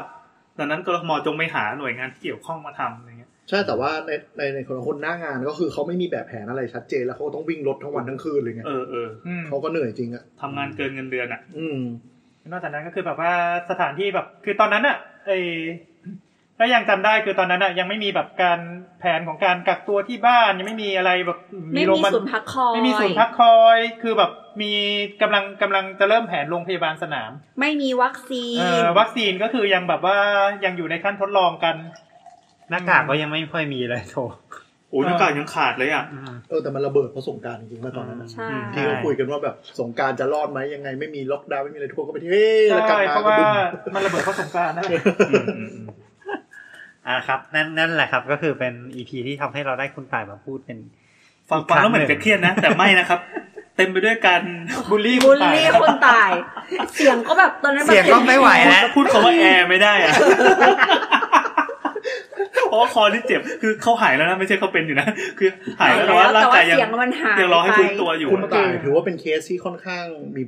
S3: ดังนั้นกรทมจงไปหาหน่วยงานที่เกี่ยวข้องมาทำอย่างเงี้ย
S5: ใช่แต่ว่าในในในคนคนหน้างานก็คือเขาไม่มีแบบแผนอะไรชัดเจนแล้วเขาก็ต้องวิ่งรถทั้งวันทั้งคืนเลยไง
S3: เออเออ
S4: อืม
S5: เขาก็เหนื่อยจริงอ่ะ
S3: ทำงานเกินเงินเดือนอ่ะ
S5: อืม
S4: นอกจากนั้นก็คือแบบว่าสถานที่แบบคือตอนนั้นอะไอก็ยังจำได้คือตอนนั้นอะยังไม่มีแบบการแผนของการกักตัวที่บ้านยังไม่มีอะไรแบบ
S6: ไม่
S4: โรงพ
S6: มี
S4: ยาบาล
S6: ศูนย์พักคอย
S4: ไม่มีศูนย์พักคอย คือแบบมีกำลังกำลังจะเริ่มแผนโรงพยาบาลสนาม
S6: ไม่มีวัคซีน
S4: เอ่อวัคซีนก็คือยังแบบว่ายังอยู่ในขั้นทดลองกัน
S2: หน้ากากก็ยังไม่ค่อยมีเลยโถ
S3: โอ้ยหน้ากากยังขาดเลยอ่ะ
S2: อืม
S5: เออแต่มันระเบิดเพราะสงกรารจริงๆเมื่อตอนนั้นอะ
S6: ใช่
S2: ใช่
S5: ที่เราคุยกันว่าแบบสงกรารจะรอดไหมยังไงไม่มีล็อกดาวน์ไม่มีอะไรทั่วก็ไปที่เฮ้ยแล้วกลับมา
S4: ใช่เพราะ
S5: ก็
S4: ว่า
S5: บึ้ม
S4: มันระเบิดเข้าสงกรารนะ
S3: อืมอืมอืม
S2: อ่าครับ นั่นนั่นแหละครับ ก็คือเป็นอีพีที่ทำให้เราได้คุณต่ายมาพูดเป็น
S3: ฟังฟังแล้วเหมือนจะเครียดนะ แต่ไม่นะครับ เต็มไปด้วยการ
S4: บูลลี่
S6: บุ
S4: คุณ
S6: ล
S4: ตาย
S6: ลี่คนตาย เสียงก็แบบตอนนั้นแบบ
S2: เสียงก็ไม่ไหวแล้ว
S3: พูดค ำว่าแอร์ไม่ได้อ่ะเพราะว่าคอที่เจ็บคือเขาหายแล้วนะไม่ใช่เขาเป็นอยู่นะคือหายแล้วแต่ว่าร่างกายยั
S6: แต่ว่
S3: ง
S6: เสียงมันหาย
S3: ยังรอให้ฟื้นตัว
S6: ไป
S3: อยู่
S5: คุณตายถือว่าเป็นเคสที่ค่อนข้างมี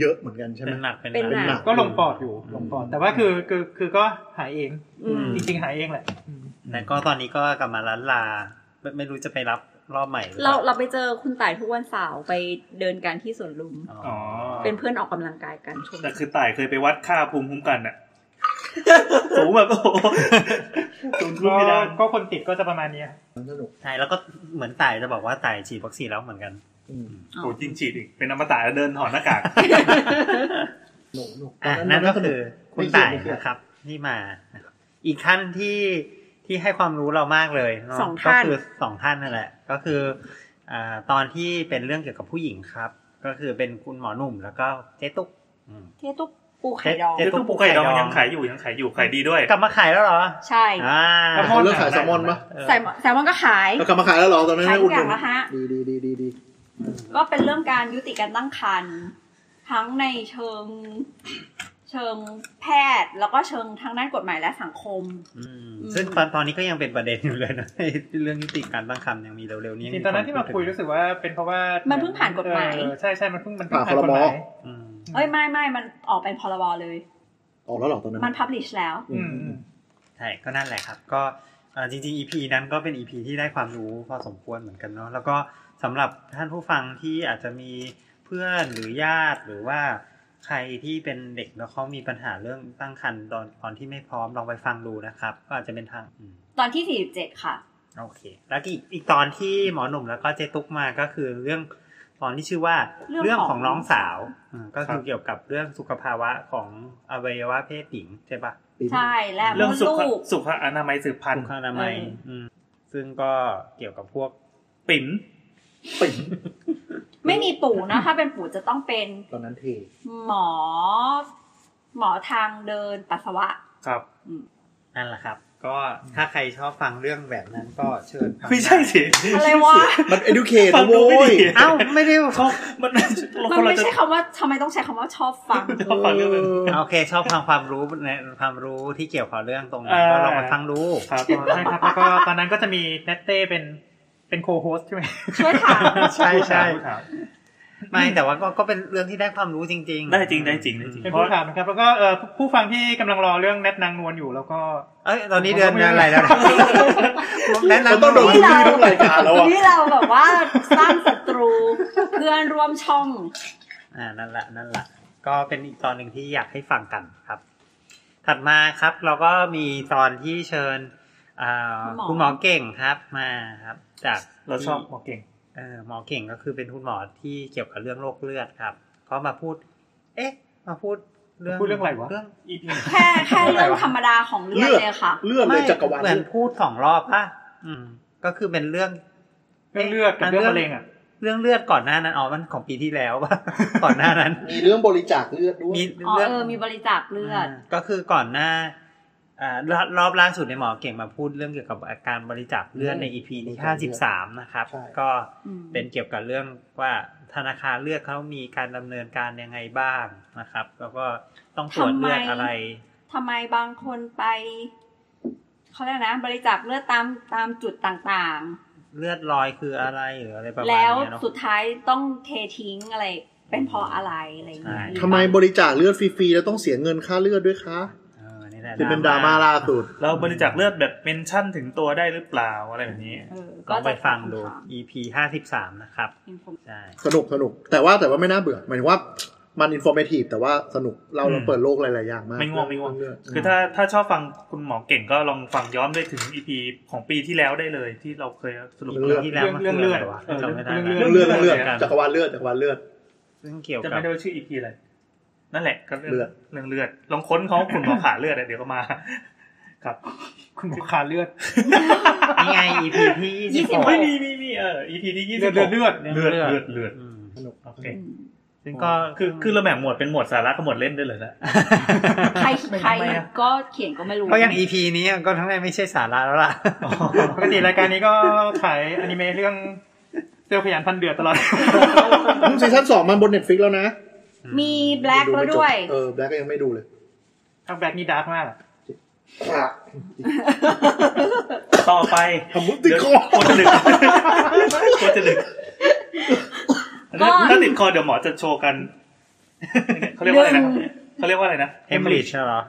S5: เยอะเหมือนกันใช่ไหม
S2: เป็นหนักเป็น
S6: เป็นหนัก
S2: หนัก
S4: ก็ลงปอดอยู่ลงปอดแต่ว่าคือคือคือก็หายเอง
S6: อืม
S4: จริงๆหายเองแหละ
S2: แต่ก็ตอนนี้ก็กลับมาล้านลาไม่ไม่รู้จะไปรับรอบใหม่หอ
S6: เรา
S2: ปล่
S6: เราไปเจอคุณต่ายทุกวันเสาร์ไปเดินกันที่สวนลุม
S2: อ๋อ
S3: อ๋อ
S6: เป็นเพื่อนออกกำลังกายกันชม
S3: แต่คือตายเคยไปวัดค่าภูมิคุ้มกันอ่ะสูงแบบโอ้โห สูงทุก
S4: ก็
S3: เพดาน
S4: ก็คนติดก็จะประมาณเนี้ย
S5: สนุก
S2: ใช่แล้วก็เหมือนต่ายจะบอกว่าต่ายฉีดวัคซีนแล้วเหมือนกัน
S5: อืม
S3: โหยิ่งฉีดอีกเป็นอมตะแล้วเดินถอดหน้ากาก
S5: หนุกหนุก
S2: อ่ะนั่นก็คือคุณต่ายนะครับที่มานะครับอีกท่านที่ที่ให้ความรู้เรามากเลยเนะ
S6: สอง
S2: ก็
S6: ท่าน
S2: คือสองท่านนั่นแหละ ก็คืออ่าตอนที่เป็นเรื่องเกี่ยวกับผู้หญิงครับ ก็คือเป็นคุณหมอหนุ่มแล้วก็เจ๊ตุ๊กอืม
S6: เทตุ๊กปูไข่ดอง
S2: เจ๊
S3: เจ๊ตุ๊กปูไข่ดองยังขายอยู่ยังขายอยู่ขายดีด้วย
S2: กลับมาขายแล้วเหรอ
S6: ใช่
S2: อ่า
S5: แต่เขาเลิกขายแซลมอนปะ
S2: เออ
S6: ใส่หมอแซลมอนก็ขาย
S5: แล้วกลับมาขายแล้วเหรอตอนนั้น
S6: ขาย
S5: ให้
S6: ทุ
S5: อุ
S6: ก
S5: ด
S6: อ
S5: ห
S6: ย่า
S5: นุ
S6: ง
S5: น
S6: แล้วฮะ
S5: ดีดีดีดีดี
S6: ก็เป็นเรื่องการยุติการตั้งครรภ์ทั้งในเชิงเชิงแพทย์ แล้วก็เชิงทางด้านกฎหมายและสังคม
S2: อืมซึ่งตอนตอนนี้ก็ยังเป็นประเด็นอยู่เลยนะไอ้ เรื่องนิติการตั้งครรภ์ยังมีเร็วๆ
S4: จ
S2: นี้
S4: ริงๆตอนนั้นที่มาคุยรู้สึกว่าเป็นเพราะว่าเห
S6: มั
S4: มัน
S6: เพิ่งผ่านกฎหมาย
S4: ใช่ใช่มันเพิ่งมันเพิ่งผ่านกฎหมาย
S2: อืม
S6: เอ้ยไม่ไม่มันออกเป็นพรบเลย
S5: ออกแล้วเหรอตอนนั้น
S6: มันพับลิชแล้ว
S5: อื
S4: อื
S5: ม
S4: ม
S5: อื
S4: อื
S5: ม
S4: ม
S2: ใช่ก็นั่นแหละครับ ก็เอ่อจริงๆ EP นั้นก็เป็น EP ที่ได้ความรู้พอสมควรเหมือนกันเนาะแล้วก็สำหรับท่านผู้ฟังที่อาจจะมีเพื่อนหรือญาติหรือว่าใครที่เป็นเด็กแล้วเขามีปัญหาเรื่องตั้งครรภ์ตอนตอนที่ไม่พร้อมลองไปฟังดูนะครับ ก็อาจจะเป็นทางอืม
S6: ตอนที่ 47 ค่ะ
S2: โอเค แล้วอีกอีกตอนที่หมอหนุ่มแล้วก็เจตุ๊กมาก็คือเรื่องตอนที่ชื่อว่า
S6: เรื่องของ
S2: ของน้องสาวอืมก็คื
S3: ครั
S2: อบ เกี่ยวกับเรื่องสุขภาวะของอวัยวะเพศหญิงใช่ปะ
S5: ปีนี้
S6: ใช่และม
S3: เรื่อง
S6: ด
S3: สุข
S6: ลูก
S3: สุขอนามัยสืบพัน
S2: สุ
S3: ธุ์
S2: ขอนามัย
S6: เอออื
S2: มซึ่งก็เกี่ยวกับพวก
S3: ปิ๋ม
S5: ปิ่น
S6: ไม่มีปู่นะ ถ้าเป็นปู่จะต้องเป็น
S5: ตอนนั้นเท
S6: หมอ หมอทางเดินปัสสาวะ
S3: ครับ
S2: นั่นแหละครับ ก็ถ้าใครชอบฟังเรื่องแบบนั้นก็เชิญฟัง
S3: ไม่ใช่สิ
S6: อะไรวะ
S5: มัน educate
S3: ฟั
S5: นะ
S3: งดู
S5: โว้
S3: ไม่
S5: ย
S3: ดี
S2: เอ้าไม่ได้
S3: เขามัน
S6: มัน
S3: คนเรา
S6: ไม่
S3: จะ
S6: ใช่คำว่าทำไมต้องใช้คำว่าชอบฟัง
S3: จะชอบฟังเรื่องอื่น
S2: โอเค ชอบฟังความรู้ในความรู้ที่เกี่ยวกับเรื่องตรงนั้
S3: เอน อ
S2: ก็ลองไปฟังดู
S3: ครับ
S4: ใช่ครับแล้ว ก็ตอนนั้นก็จะมีเนตเต้เป็นเป็นโคโฮสใช่ไหม
S6: ช่วยถาม
S2: ใช่ใช่
S3: ผู้ถาม
S2: ไม่แต่ว่าก็ก็เป็นเรื่องที่ได้ความรู้จริง ๆ
S3: ได้จริงได้จริงได้จริง
S4: เป็น
S3: เพราะ
S4: ผู้ถามนะครับ แล้วก็เอ่อผู้ผู้ฟังที่กำลังรอเรื่องเนตนางนวลอยู่แล้วก็
S2: เอ้ยตอนนี้เดือนเดือนอะไร แล้วแนะ
S5: มัน
S2: นำ
S5: ต้องโดน
S6: นี่เรา
S5: ทุกรายการแล้วอะ
S6: นี่เราแบบว่าสร้างศัตรูเพื่อนร่วมช่อง
S2: อ่านั่นแหละนั่นแหละก็เป็นอีกตอนหนึ่งที่อยากให้ฟังกันครับ ถัดมาครับ เราก็มีตอนที่เชิญอ่า
S6: คุ
S2: คุณ ณ
S6: ห
S2: ห
S6: ม
S2: ม
S6: อ
S2: อเก่งครับมาครับ จาก
S3: เราชอบหม
S2: ที่
S3: อเก่ง
S2: เออหมอเก่งก็คือเป็นคุณหมอที่เกี่ยวกับเรื่องโรคเลือดครับ ก็มาพูด เอ๊ะ มาพูดเรื่อง
S4: พูดเรื่องอะไรวะ
S2: เรื่อง
S3: EP
S6: แค่แค่เรื่องธรรมดาของเลือดเลยค่ะ
S5: เลือดเลยจักรวาล
S2: เหมือนพูดสองรอบป่ะอืม ก็คือเป็นเรื่อง
S4: เรื่องเลือดกับเรื่องมะเร็งอ่ะ
S2: เรื่องเลือดก่อนหน้านั้นอ๋อมันของปีที่แล้วป่ะ ก่อนหน้านั้น
S5: มีเรื่องบริจาคเลือดด้วย
S2: มี
S6: อ๋อ
S2: เรื่อง
S6: เออ มีบริจาคเลือด
S2: าก็คือก่อนหน้าอ่ารอบรอบล่าสุดในยหมอเก่งมาพูดเรื่องเกี่ยวกับอาการบริจาคเลือดใน EP ที่ห้าสิบสามนะครับ
S5: ใช่
S2: ก็
S6: อืม
S2: เป็นเกี่ยวกับเรื่องว่าธนาคารเลือดเขามีการดำเนินการยังไงบ้างนะครับ แล้วก็ต้องตรวจเลือดอะไร
S6: ทำไมบางคนไปเขาเรียกนะ บริจาคเลือดตามตามจุดต่าง
S2: เลือดลอยคืออะไรหรืออะไรป
S6: ๆ
S2: ระมาณ
S6: แล้ว
S2: เนี้ยเนาะ
S6: สุดท้ายต้องเททิ้งอะไร เป็นเพราะอะไรอะไรอย่างเงี้
S2: ใช่
S6: ย
S5: ทำไมบริจาคเลือดฟรีๆแล้วต้องเสียเงินค่าเลือดด้วยคะ
S2: เออนี่
S3: แต่
S5: ที่เป็นดราม่าล่าสุด
S3: เราบริจาคเลือดแบบเมนชั่นถึงตัวได้หรือเปล่าอะไรแบบนี้
S6: เออ
S2: ก็ไป
S6: จะ
S2: ฟังดู EP ห้าสิบสามนะครับ ใช่
S5: สนุกสนุก แต่ว่าแต่ว่าไม่น่าเบื่อหมายถึงว่ามันอินโฟเมทีฟแต่ว่าสนุกเรา
S3: อืม
S5: เราเปิดโลกหลายๆอย่างมาก
S3: ไม่ง่วงไม่ง่วง
S5: เรื่อๆ
S3: คือถ้าถ้าชอบฟังคุณหมอเก่งก็ลองฟังย้อนได้ถึง EP ของปีที่แล้วได้เลย ที่เราเคยสรุป
S2: เรื่องที่แล้วมัน
S4: เรื่
S2: คือ อง อะไรวะ
S4: เรื่อง
S2: จำไม่ได้
S4: เรื่
S5: เรื่
S2: แล้
S5: อ
S2: ว
S5: ง
S3: เรื่อง
S5: เลือดเรื่อง
S3: เลือด
S5: จักรวาลเลือดจักรวาลเลือด
S2: ซึ่งเกี่ยว
S3: จะ
S2: กับ
S3: ไม่ได้ว่าชื่อ EP อะไรนั่นแหละก็เรื่อง
S5: เลือด
S3: เรื่องเลือดลองค้นเขาคุณหมอขาเลือดอะเดี๋ยวก็มา ครับ
S4: คุณหมอขาเลือด
S2: นี่ไง EP ที่ยี่สิบหก
S3: ไม่มีมีมีเออ EP ที่ยี่สิบ
S4: เลือดเลือด
S2: เลื
S3: เลื
S2: อ
S3: อ
S2: ด
S3: ดเลือดเลือด
S2: อืม
S5: สนุก
S3: โอเค
S6: อืม
S2: ซึ่งก็
S3: คือคือเราแบ่งหมวดเป็นหมวดสาระกับหมวดเล่นได้เลยนะ
S6: ใครใคร
S3: ทำไมอะ
S6: ก็เขียนก็ไม่รู้
S2: ก็อย่าง EP นี้อะก็ทั้งนั้นไม่ใช่สาระแล้วล่ะ
S4: ปกติรายการนี้ก็ขายอนิเมะเรื่องเซลลขยันพันเดือดตลอด
S5: ซีซั่นสองมันบนเน็ตฟิกแล้วนะ
S6: มีแบล็ก
S5: ดู
S6: แล้ว
S5: ไม่จบ
S6: ด้วย
S5: เออแบล็กก็ยังไม่ดูเลย
S4: ทางแบทนี่ดาร์กมากอะ
S3: ต่อไป
S5: ทำมุติดคอ
S3: โคตรจะดึกโคตรจะดึก
S6: ก็
S3: ถ้าติดคอเดี๋ยวหมอจะโชว์กันเขาเรียกว่าอะไรนะเขาเรียกว่าอะไรนะ
S2: เฮมบริดจ์เหรอ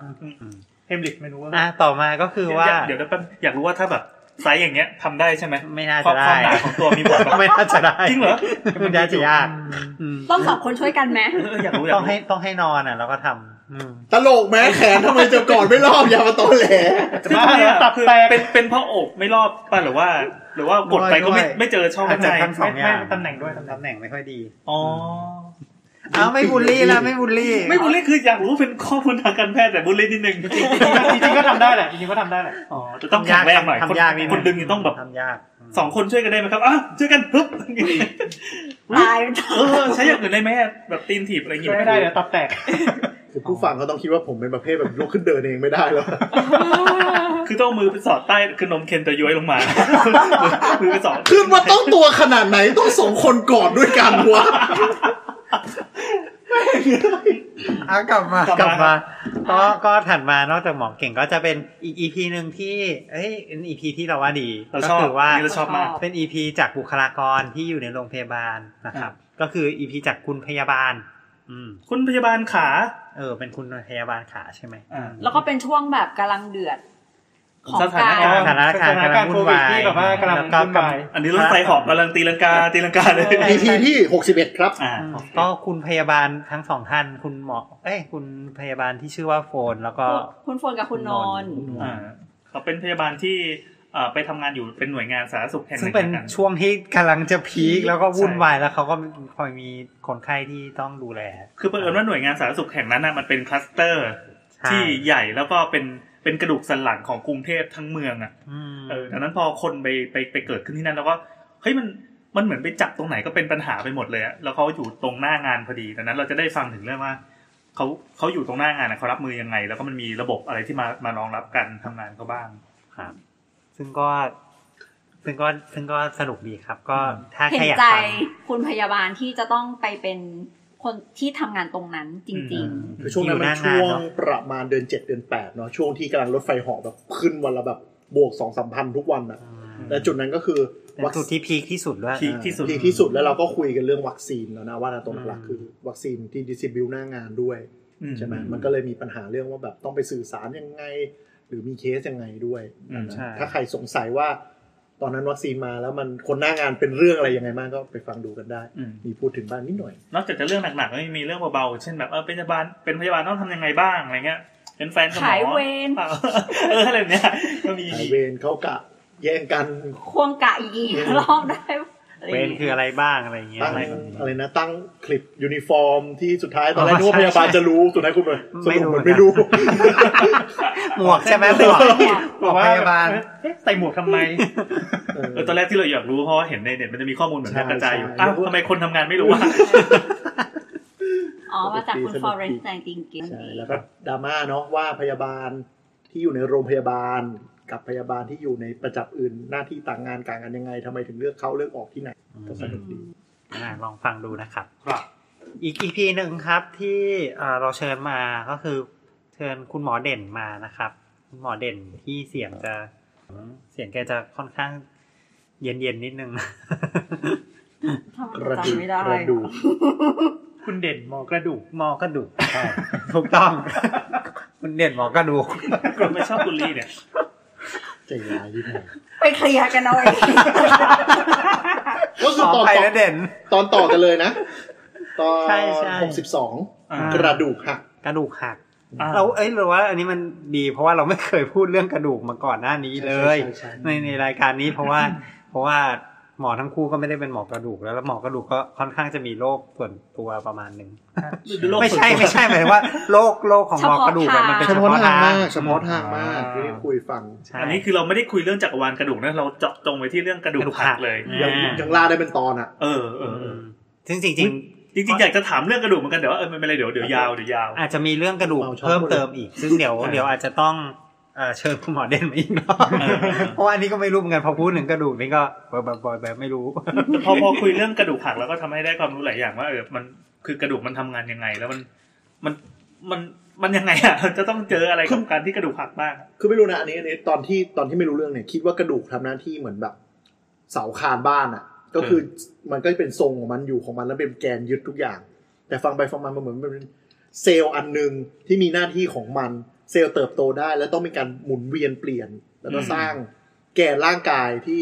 S4: เฮมลิกไม่รู้ว่า
S2: อ่ะต่อมาก็คือว่า
S3: เดี๋ยวเดี๋ยวแป๊บอยากรู้ว่าถ้าแบบไซส์อย่างเงี้ยทำได้ใช่ไหม
S2: ไม่น่า
S3: ค
S2: จะ
S3: วามค
S2: ได้
S3: วามหนาของตัวมีผลปะ
S2: ไม่น่าจะได้
S3: จริงเหรอ
S2: มันยากจะยากอืม
S6: ต้องสองคนช่วยกันไหม
S3: เอออยากรู้อยาก
S2: ต้อง
S3: รู้
S2: ให้ต้องให้นอนอ่ะ แล้วก็ทำอืม
S5: ตลกแม้แขนทำไมจะกอดไม่รอบอย่ามาตอแหล
S4: จะบ้าเหรอตับแตก
S3: เป็นเป็นเพราะอกไม่รอบป่ะหรือว่า หรือว่ากดไปก็ไม่
S2: ด้วย
S3: ไม่เจอช่อง
S2: อาจจะ
S3: ข้างใน
S2: ทั้งสองอ
S4: ไม่
S2: ย่าง
S4: ไม่ตำแหน่งด้วยตำแหน่ง
S2: ตำแหน่งไม่ค่อยดี
S3: อ๋อ
S2: อ้าวไม่บูลลี่แล้วไม่บูลลี่
S3: ไม่บุลลี่คืออยากรู้เป็นข้อมูลทางการแพทย์แต่บุลลี่นิดนึง
S4: จริงๆก็ทำได้แหละจริงๆก็ทำได้แหละ
S3: อ๋อจะต้องแข็งแรงหน่อย
S2: ทำยากนิด
S3: ค
S2: นึ
S3: นดึงนี่ต้องแบบ
S2: ทำยากม
S3: สองคนช่วยกันได้ไหมครับอ่ะช่วยกันปึ๊บ
S6: ตาย
S3: เออใช้อย่างอื่นได้ไหมแบบตีนถีบอะไรอย่างงี้
S4: ช่วยไม่ได้เดี๋ยวตับแตก
S5: คือผู้ฟังเขาต้องคิดว่าผมเป็นประเภทแบบลุกขึ้นเดินเองไม่ได้แล้ว
S3: คือต้องเอามือไปสอดใต้คือนมเคนจะย้อยลงมา มือไปสอด
S5: ขึ้นมาต้องตัวขนาดไหนต้องสองคนกอดด้วยกันวะ
S2: อ่ะกลับมาก ก
S3: ลั
S2: ลั
S3: บบ
S2: มา
S3: มา
S2: ก็ก็ถัดมานอกจากหมอเก่งก็จะเป็นอีก EP หนึ่งที่เอ้ยเป็น EP ที่เราว่าดี
S3: เรา
S2: ก็
S3: ชอบ
S2: คือว่า
S3: อันนี้เราชอบมาก
S2: เป็น EP จากบุคลากรที่อยู่ในโรงพยาบาลนะครับ ก็คือ EP จากคุณพยาบาล อืม
S3: คุณพยาบาลขา
S2: เออ เป็นคุณพยาบาลขาใช่ไหม
S3: อ่า
S6: แล้วก็เป็นช่วงแบบกำลังเดือด ของ
S3: สถาน
S6: กา
S3: การรณ์
S2: สถานการณ์กำลังวุ่นวาย
S4: สถานการณ์โควิดที่แบบว่ากำลังวุ่นวาย
S3: อันนี้รถไฟเหอบกำลังตีลังกาตีลังกาเลย
S5: อีพีที่หกสิบเอ็ดครับ
S3: อ่า
S2: อืมก็คุณพยาบาลทั้งสองท่าน คุณหมอ เอ้ย คุณพยาบาลที่ชื่อว่าโฟน แล้วก็
S6: คุณโฟนกับคุณนนท์
S3: อ่าเขาเป็นพยาบาลที่เอ่อไปทำงานอยู่เป็นหน่วยงานสาธารณสุขแห่งห
S2: ซึ่ง
S3: นึ่ง
S2: เป็น
S3: กัน
S2: ช่วงที่กำลังจะพีคแล้วก็วุ่น
S3: ใช่
S2: วายแล้วเขาก็คอยมีคนไข้ที่ต้องดูแล
S3: คือเผอิญว่าหน่วยงานสาธารณสุขแห่งนั้นน่ะมันเป็นคลัสเตอร์
S2: ใช่
S3: ที่ใหญ่แล้วก็เป็นเป็นกระดูกสันหลังของกรุงเทพทั้งเมืองอ่ะ
S2: อืม
S3: เออดังนั้นพอคนไปไปไปเกิดขึ้นที่นั่นแล้วก็เฮ้ยมันมันเหมือนไปจับตรงไหนก็เป็นปัญหาไปหมดเลยอะแล้วเขาอยู่ตรงหน้างานพอดีดังนั้นเราจะได้ฟังถึงเรื่องว่าเขาเขาอยู่ตรงหน้างานอะเขารับมือยังไง แล้วก็มันมีระบบอะไรที่มามารองรับการทำงานเขาบ้าง
S2: ครับ ซึ่งก็ ซึ่งก็ ซึ่งก็สนุกดีครับ ก็ถ้า
S6: เห็
S2: ใคร
S6: น
S2: อยาก
S6: ใจ
S2: ฟัง
S6: คุณพยาบาลที่จะต้องไปเป็นคนที่ทำงานตรงนั้นจริง
S5: คือช่วงนั้น
S2: อยู่
S5: มัน
S2: หน้างาน
S5: ช่วง
S2: เนอะ
S5: ประมาณเดือนเจ็ดเดือนแปดเนาะช่วงที่กำลังรถไฟเหาะแบบขึ้นวันละแบบบวกสองสามพันทุกวันอะ
S2: อืม
S5: และจุดนั้นก็คือ
S2: เป็นจุดที่พีคที่สุดด้วย
S3: พีค ที่สุด
S5: พีคที่สุดแล้วเราก็คุยกันเรื่องวัคซีนแล้วนะว่าตรงหลัก
S2: อืม
S5: คือวัคซีนที่ดิสซิบิวหน้างานด้วย
S3: อืม
S5: ใช่ไหมมันก็เลยมีปัญหาเรื่องว่าแบบต้องไปสื่อสารยังไง หรือมีเคสยังไงด้วย
S3: อืม
S5: นะ
S2: ใช่
S5: ถ้าใครสงสัยว่า ตอนนั้นวัคซีนมาแล้วมันคนหน้างานเป็นเรื่องอะไรยังไงบ้างก็ไปฟังดูกันได้
S3: อืม
S5: มีพูดถึงบ้างนิดหน่อย
S3: นอกจากจะเรื่องหนักๆก็ยังมีเรื่องเบาๆ เช่นแบบเออเป็นพยาบาล เป็นพยาบาลต้องทำยังไงบ้างอะไรเงี้ย เป็นแฟนกับหมอ
S6: ขายเวร
S3: เออ เอออะไรแบบเนี้ย ก็มี
S5: ไอเวนเขากะแย่งกัน
S6: ๆ ควงกะอีกกี่รอบได้
S2: เว้นคืออะไรบ้างอะไรเงี้ย
S5: ตั้ง
S2: อะไร
S5: อะไรนะตั้งคลิปยูนิฟอร์มที่สุดท้ายตอนแร
S2: อ๋
S5: ก
S2: อ
S5: นึกว่า
S2: ใช่
S5: พยาบาลจะรู้สุดท้ายคุณเลยส
S2: ไม่
S5: รุ
S2: รู้
S5: ปมันไม่รู้
S2: หมวกใช่ไหมหมวกหมวกพยาบาล
S4: เอ๊ะใส่หมวกทำไม
S3: เออตอนแรกที่เราอยากรู้เพราะว่าเห็นในเน็ตมันจะมีข้อมูลเหมือนกันกระจายอยู่
S5: ใช่ใช่
S3: อ้าวทำไมคนทำงานไม่รู้ว่า
S6: อ๋อมาจากคุณฟอเรนซ์แนงจริงจริง
S5: ใช่แล้วก็ดราม่าเนาะว่าพยาบาลที่อยู่ในโรงพยาบาล กับพยาบาลที่อยู่ในประจับอื่นหน้าที่ต่างงานกลางกันยังไงทำไมถึงเลือกเขาเลือกออกที่ไหนก็สนุกดี
S2: อ่าลองฟังดูนะครับ
S3: ครับ
S2: อีก EP หนึ่งครับที่เอ่อเราเชิญมาก็คือเชิญคุณหมอเด่นมานะครับ คุณหมอเด่นที่เสียงจะเสียงแกจะค่อนข้างเย็นเย็นๆนิดนึง
S6: ทำ
S5: กระดู
S6: จำ
S5: ก
S6: ไม่ได้
S5: กระดูก
S4: คุณเด่นหมอกระดูก
S2: หมอก็ดุถูกต้อง
S7: คุณเด่นหมอกระดูก
S3: คุณไม่ชอบบุรีเนี่ย
S5: ใจร้ายยิ่งกว่า
S6: ไปเคลียร์กันเอาเอง
S5: ก็
S7: ข
S5: คือ
S7: อ
S5: ตอน
S7: ไป
S5: ต่อ
S7: นะเด่น
S5: ตอนต่อกันเลยนะ ตอน
S2: ใช่ใช่
S5: หกสิบสอง
S3: อ่า
S5: กระดูกหัก
S2: กระดูกหัก
S3: อ่า
S2: เราเอ้ยหรือว่าอันนี้มันดี เพราะว่าเราไม่เคยพูดเรื่องกระดูกมาก่อนหน้านี้เลย
S5: ใช่ใช่ใช่
S2: ในในรายการนี้เพราะว่า เพราะว่าหมอทั้งคู่ก็ไม่ได้เป็นหมอกระดูกแล้วแล้วหมอกระดูกก็ค่อนข้างจะมีโรคส่วนตัวประมาณหนึ่ง
S3: โรค
S2: ไม่
S3: ส่วน
S2: ใช่
S3: ตัว
S2: ไม่ใช่หมายถึงว่าโรคโรคของหมอกระดูกอะมันเป็น
S5: เฉ
S2: เฉ
S5: พาะ
S2: พาะ
S5: ทา
S2: ทาง ง
S5: มากเฉพาะทางมากที่ได้คุยฟัง
S2: ใช่
S3: อันนี้คือเราไม่ได้คุยเรื่องจักรวาลกระดูกนะเราเจาะจงไปที่เรื่องกระดูก
S2: กระดูกหั
S3: หัก
S2: ก
S3: เลย
S5: ยัง
S2: อ่า
S5: ยังล่าได้เป็นตอนอ่ะ
S3: เออเออเออ
S2: ซึ่งจริง
S3: จริงๆอยากจะถามเรื่องกระดูกเหมือนกันแต่ว่าเออไม่เป็นไรเดี๋ยวเดี๋ยวยาวเดี๋ยวยาว
S2: ๆ อาจจะมีเรื่องกระดูก
S5: เอาชอบ
S2: เพิ่มเติมอีก ซึ่งเดี๋ยวเดี๋ยวอาจจะต้องเอ่อเชิญคุณหมอเด่นมาอีกรอบ
S3: เออ
S2: เพราะว่าอันนี้ก็ไม่รู้เหมือนกันพอพูดถึงกระดูกนี่ก็แบบแบบแบบแบบไม่รู้
S3: พอพอคุยเรื่องกระดูกหักแล้วก็ทำให้ได้ความรู้หลายอย่างว่าเออมันคือกระดูกมันทำงานยังไง แล้วมันมันมันมันยังไงอ่ะ จะต้องเจออะไรกับการที่กระดูกหักบ้าง
S5: คือไม่รู้นะอันนี้อันนี้ตอนที่ตอนที่ไม่รู้เรื่องเนี่ยคิดว่ากระดูกทำหน้าที่เหมือนแบบ เสาคานบ้านอ่ะ ก็คือมันก็เป็นทรงของมันอยู่ของมันแล้วเป็นแกนยึดทุกอย่าง แต่ฟังไปฟังมามันเหมือนเป็นเซลล์อันหนึ่งที่มีหน้าที่ของมันเซลล์เติบโตได้ แล้วต้องมีการหมุนเวียนเปลี่ยน แล้วก็
S3: อืม
S5: สร้างแกนร่างกายที่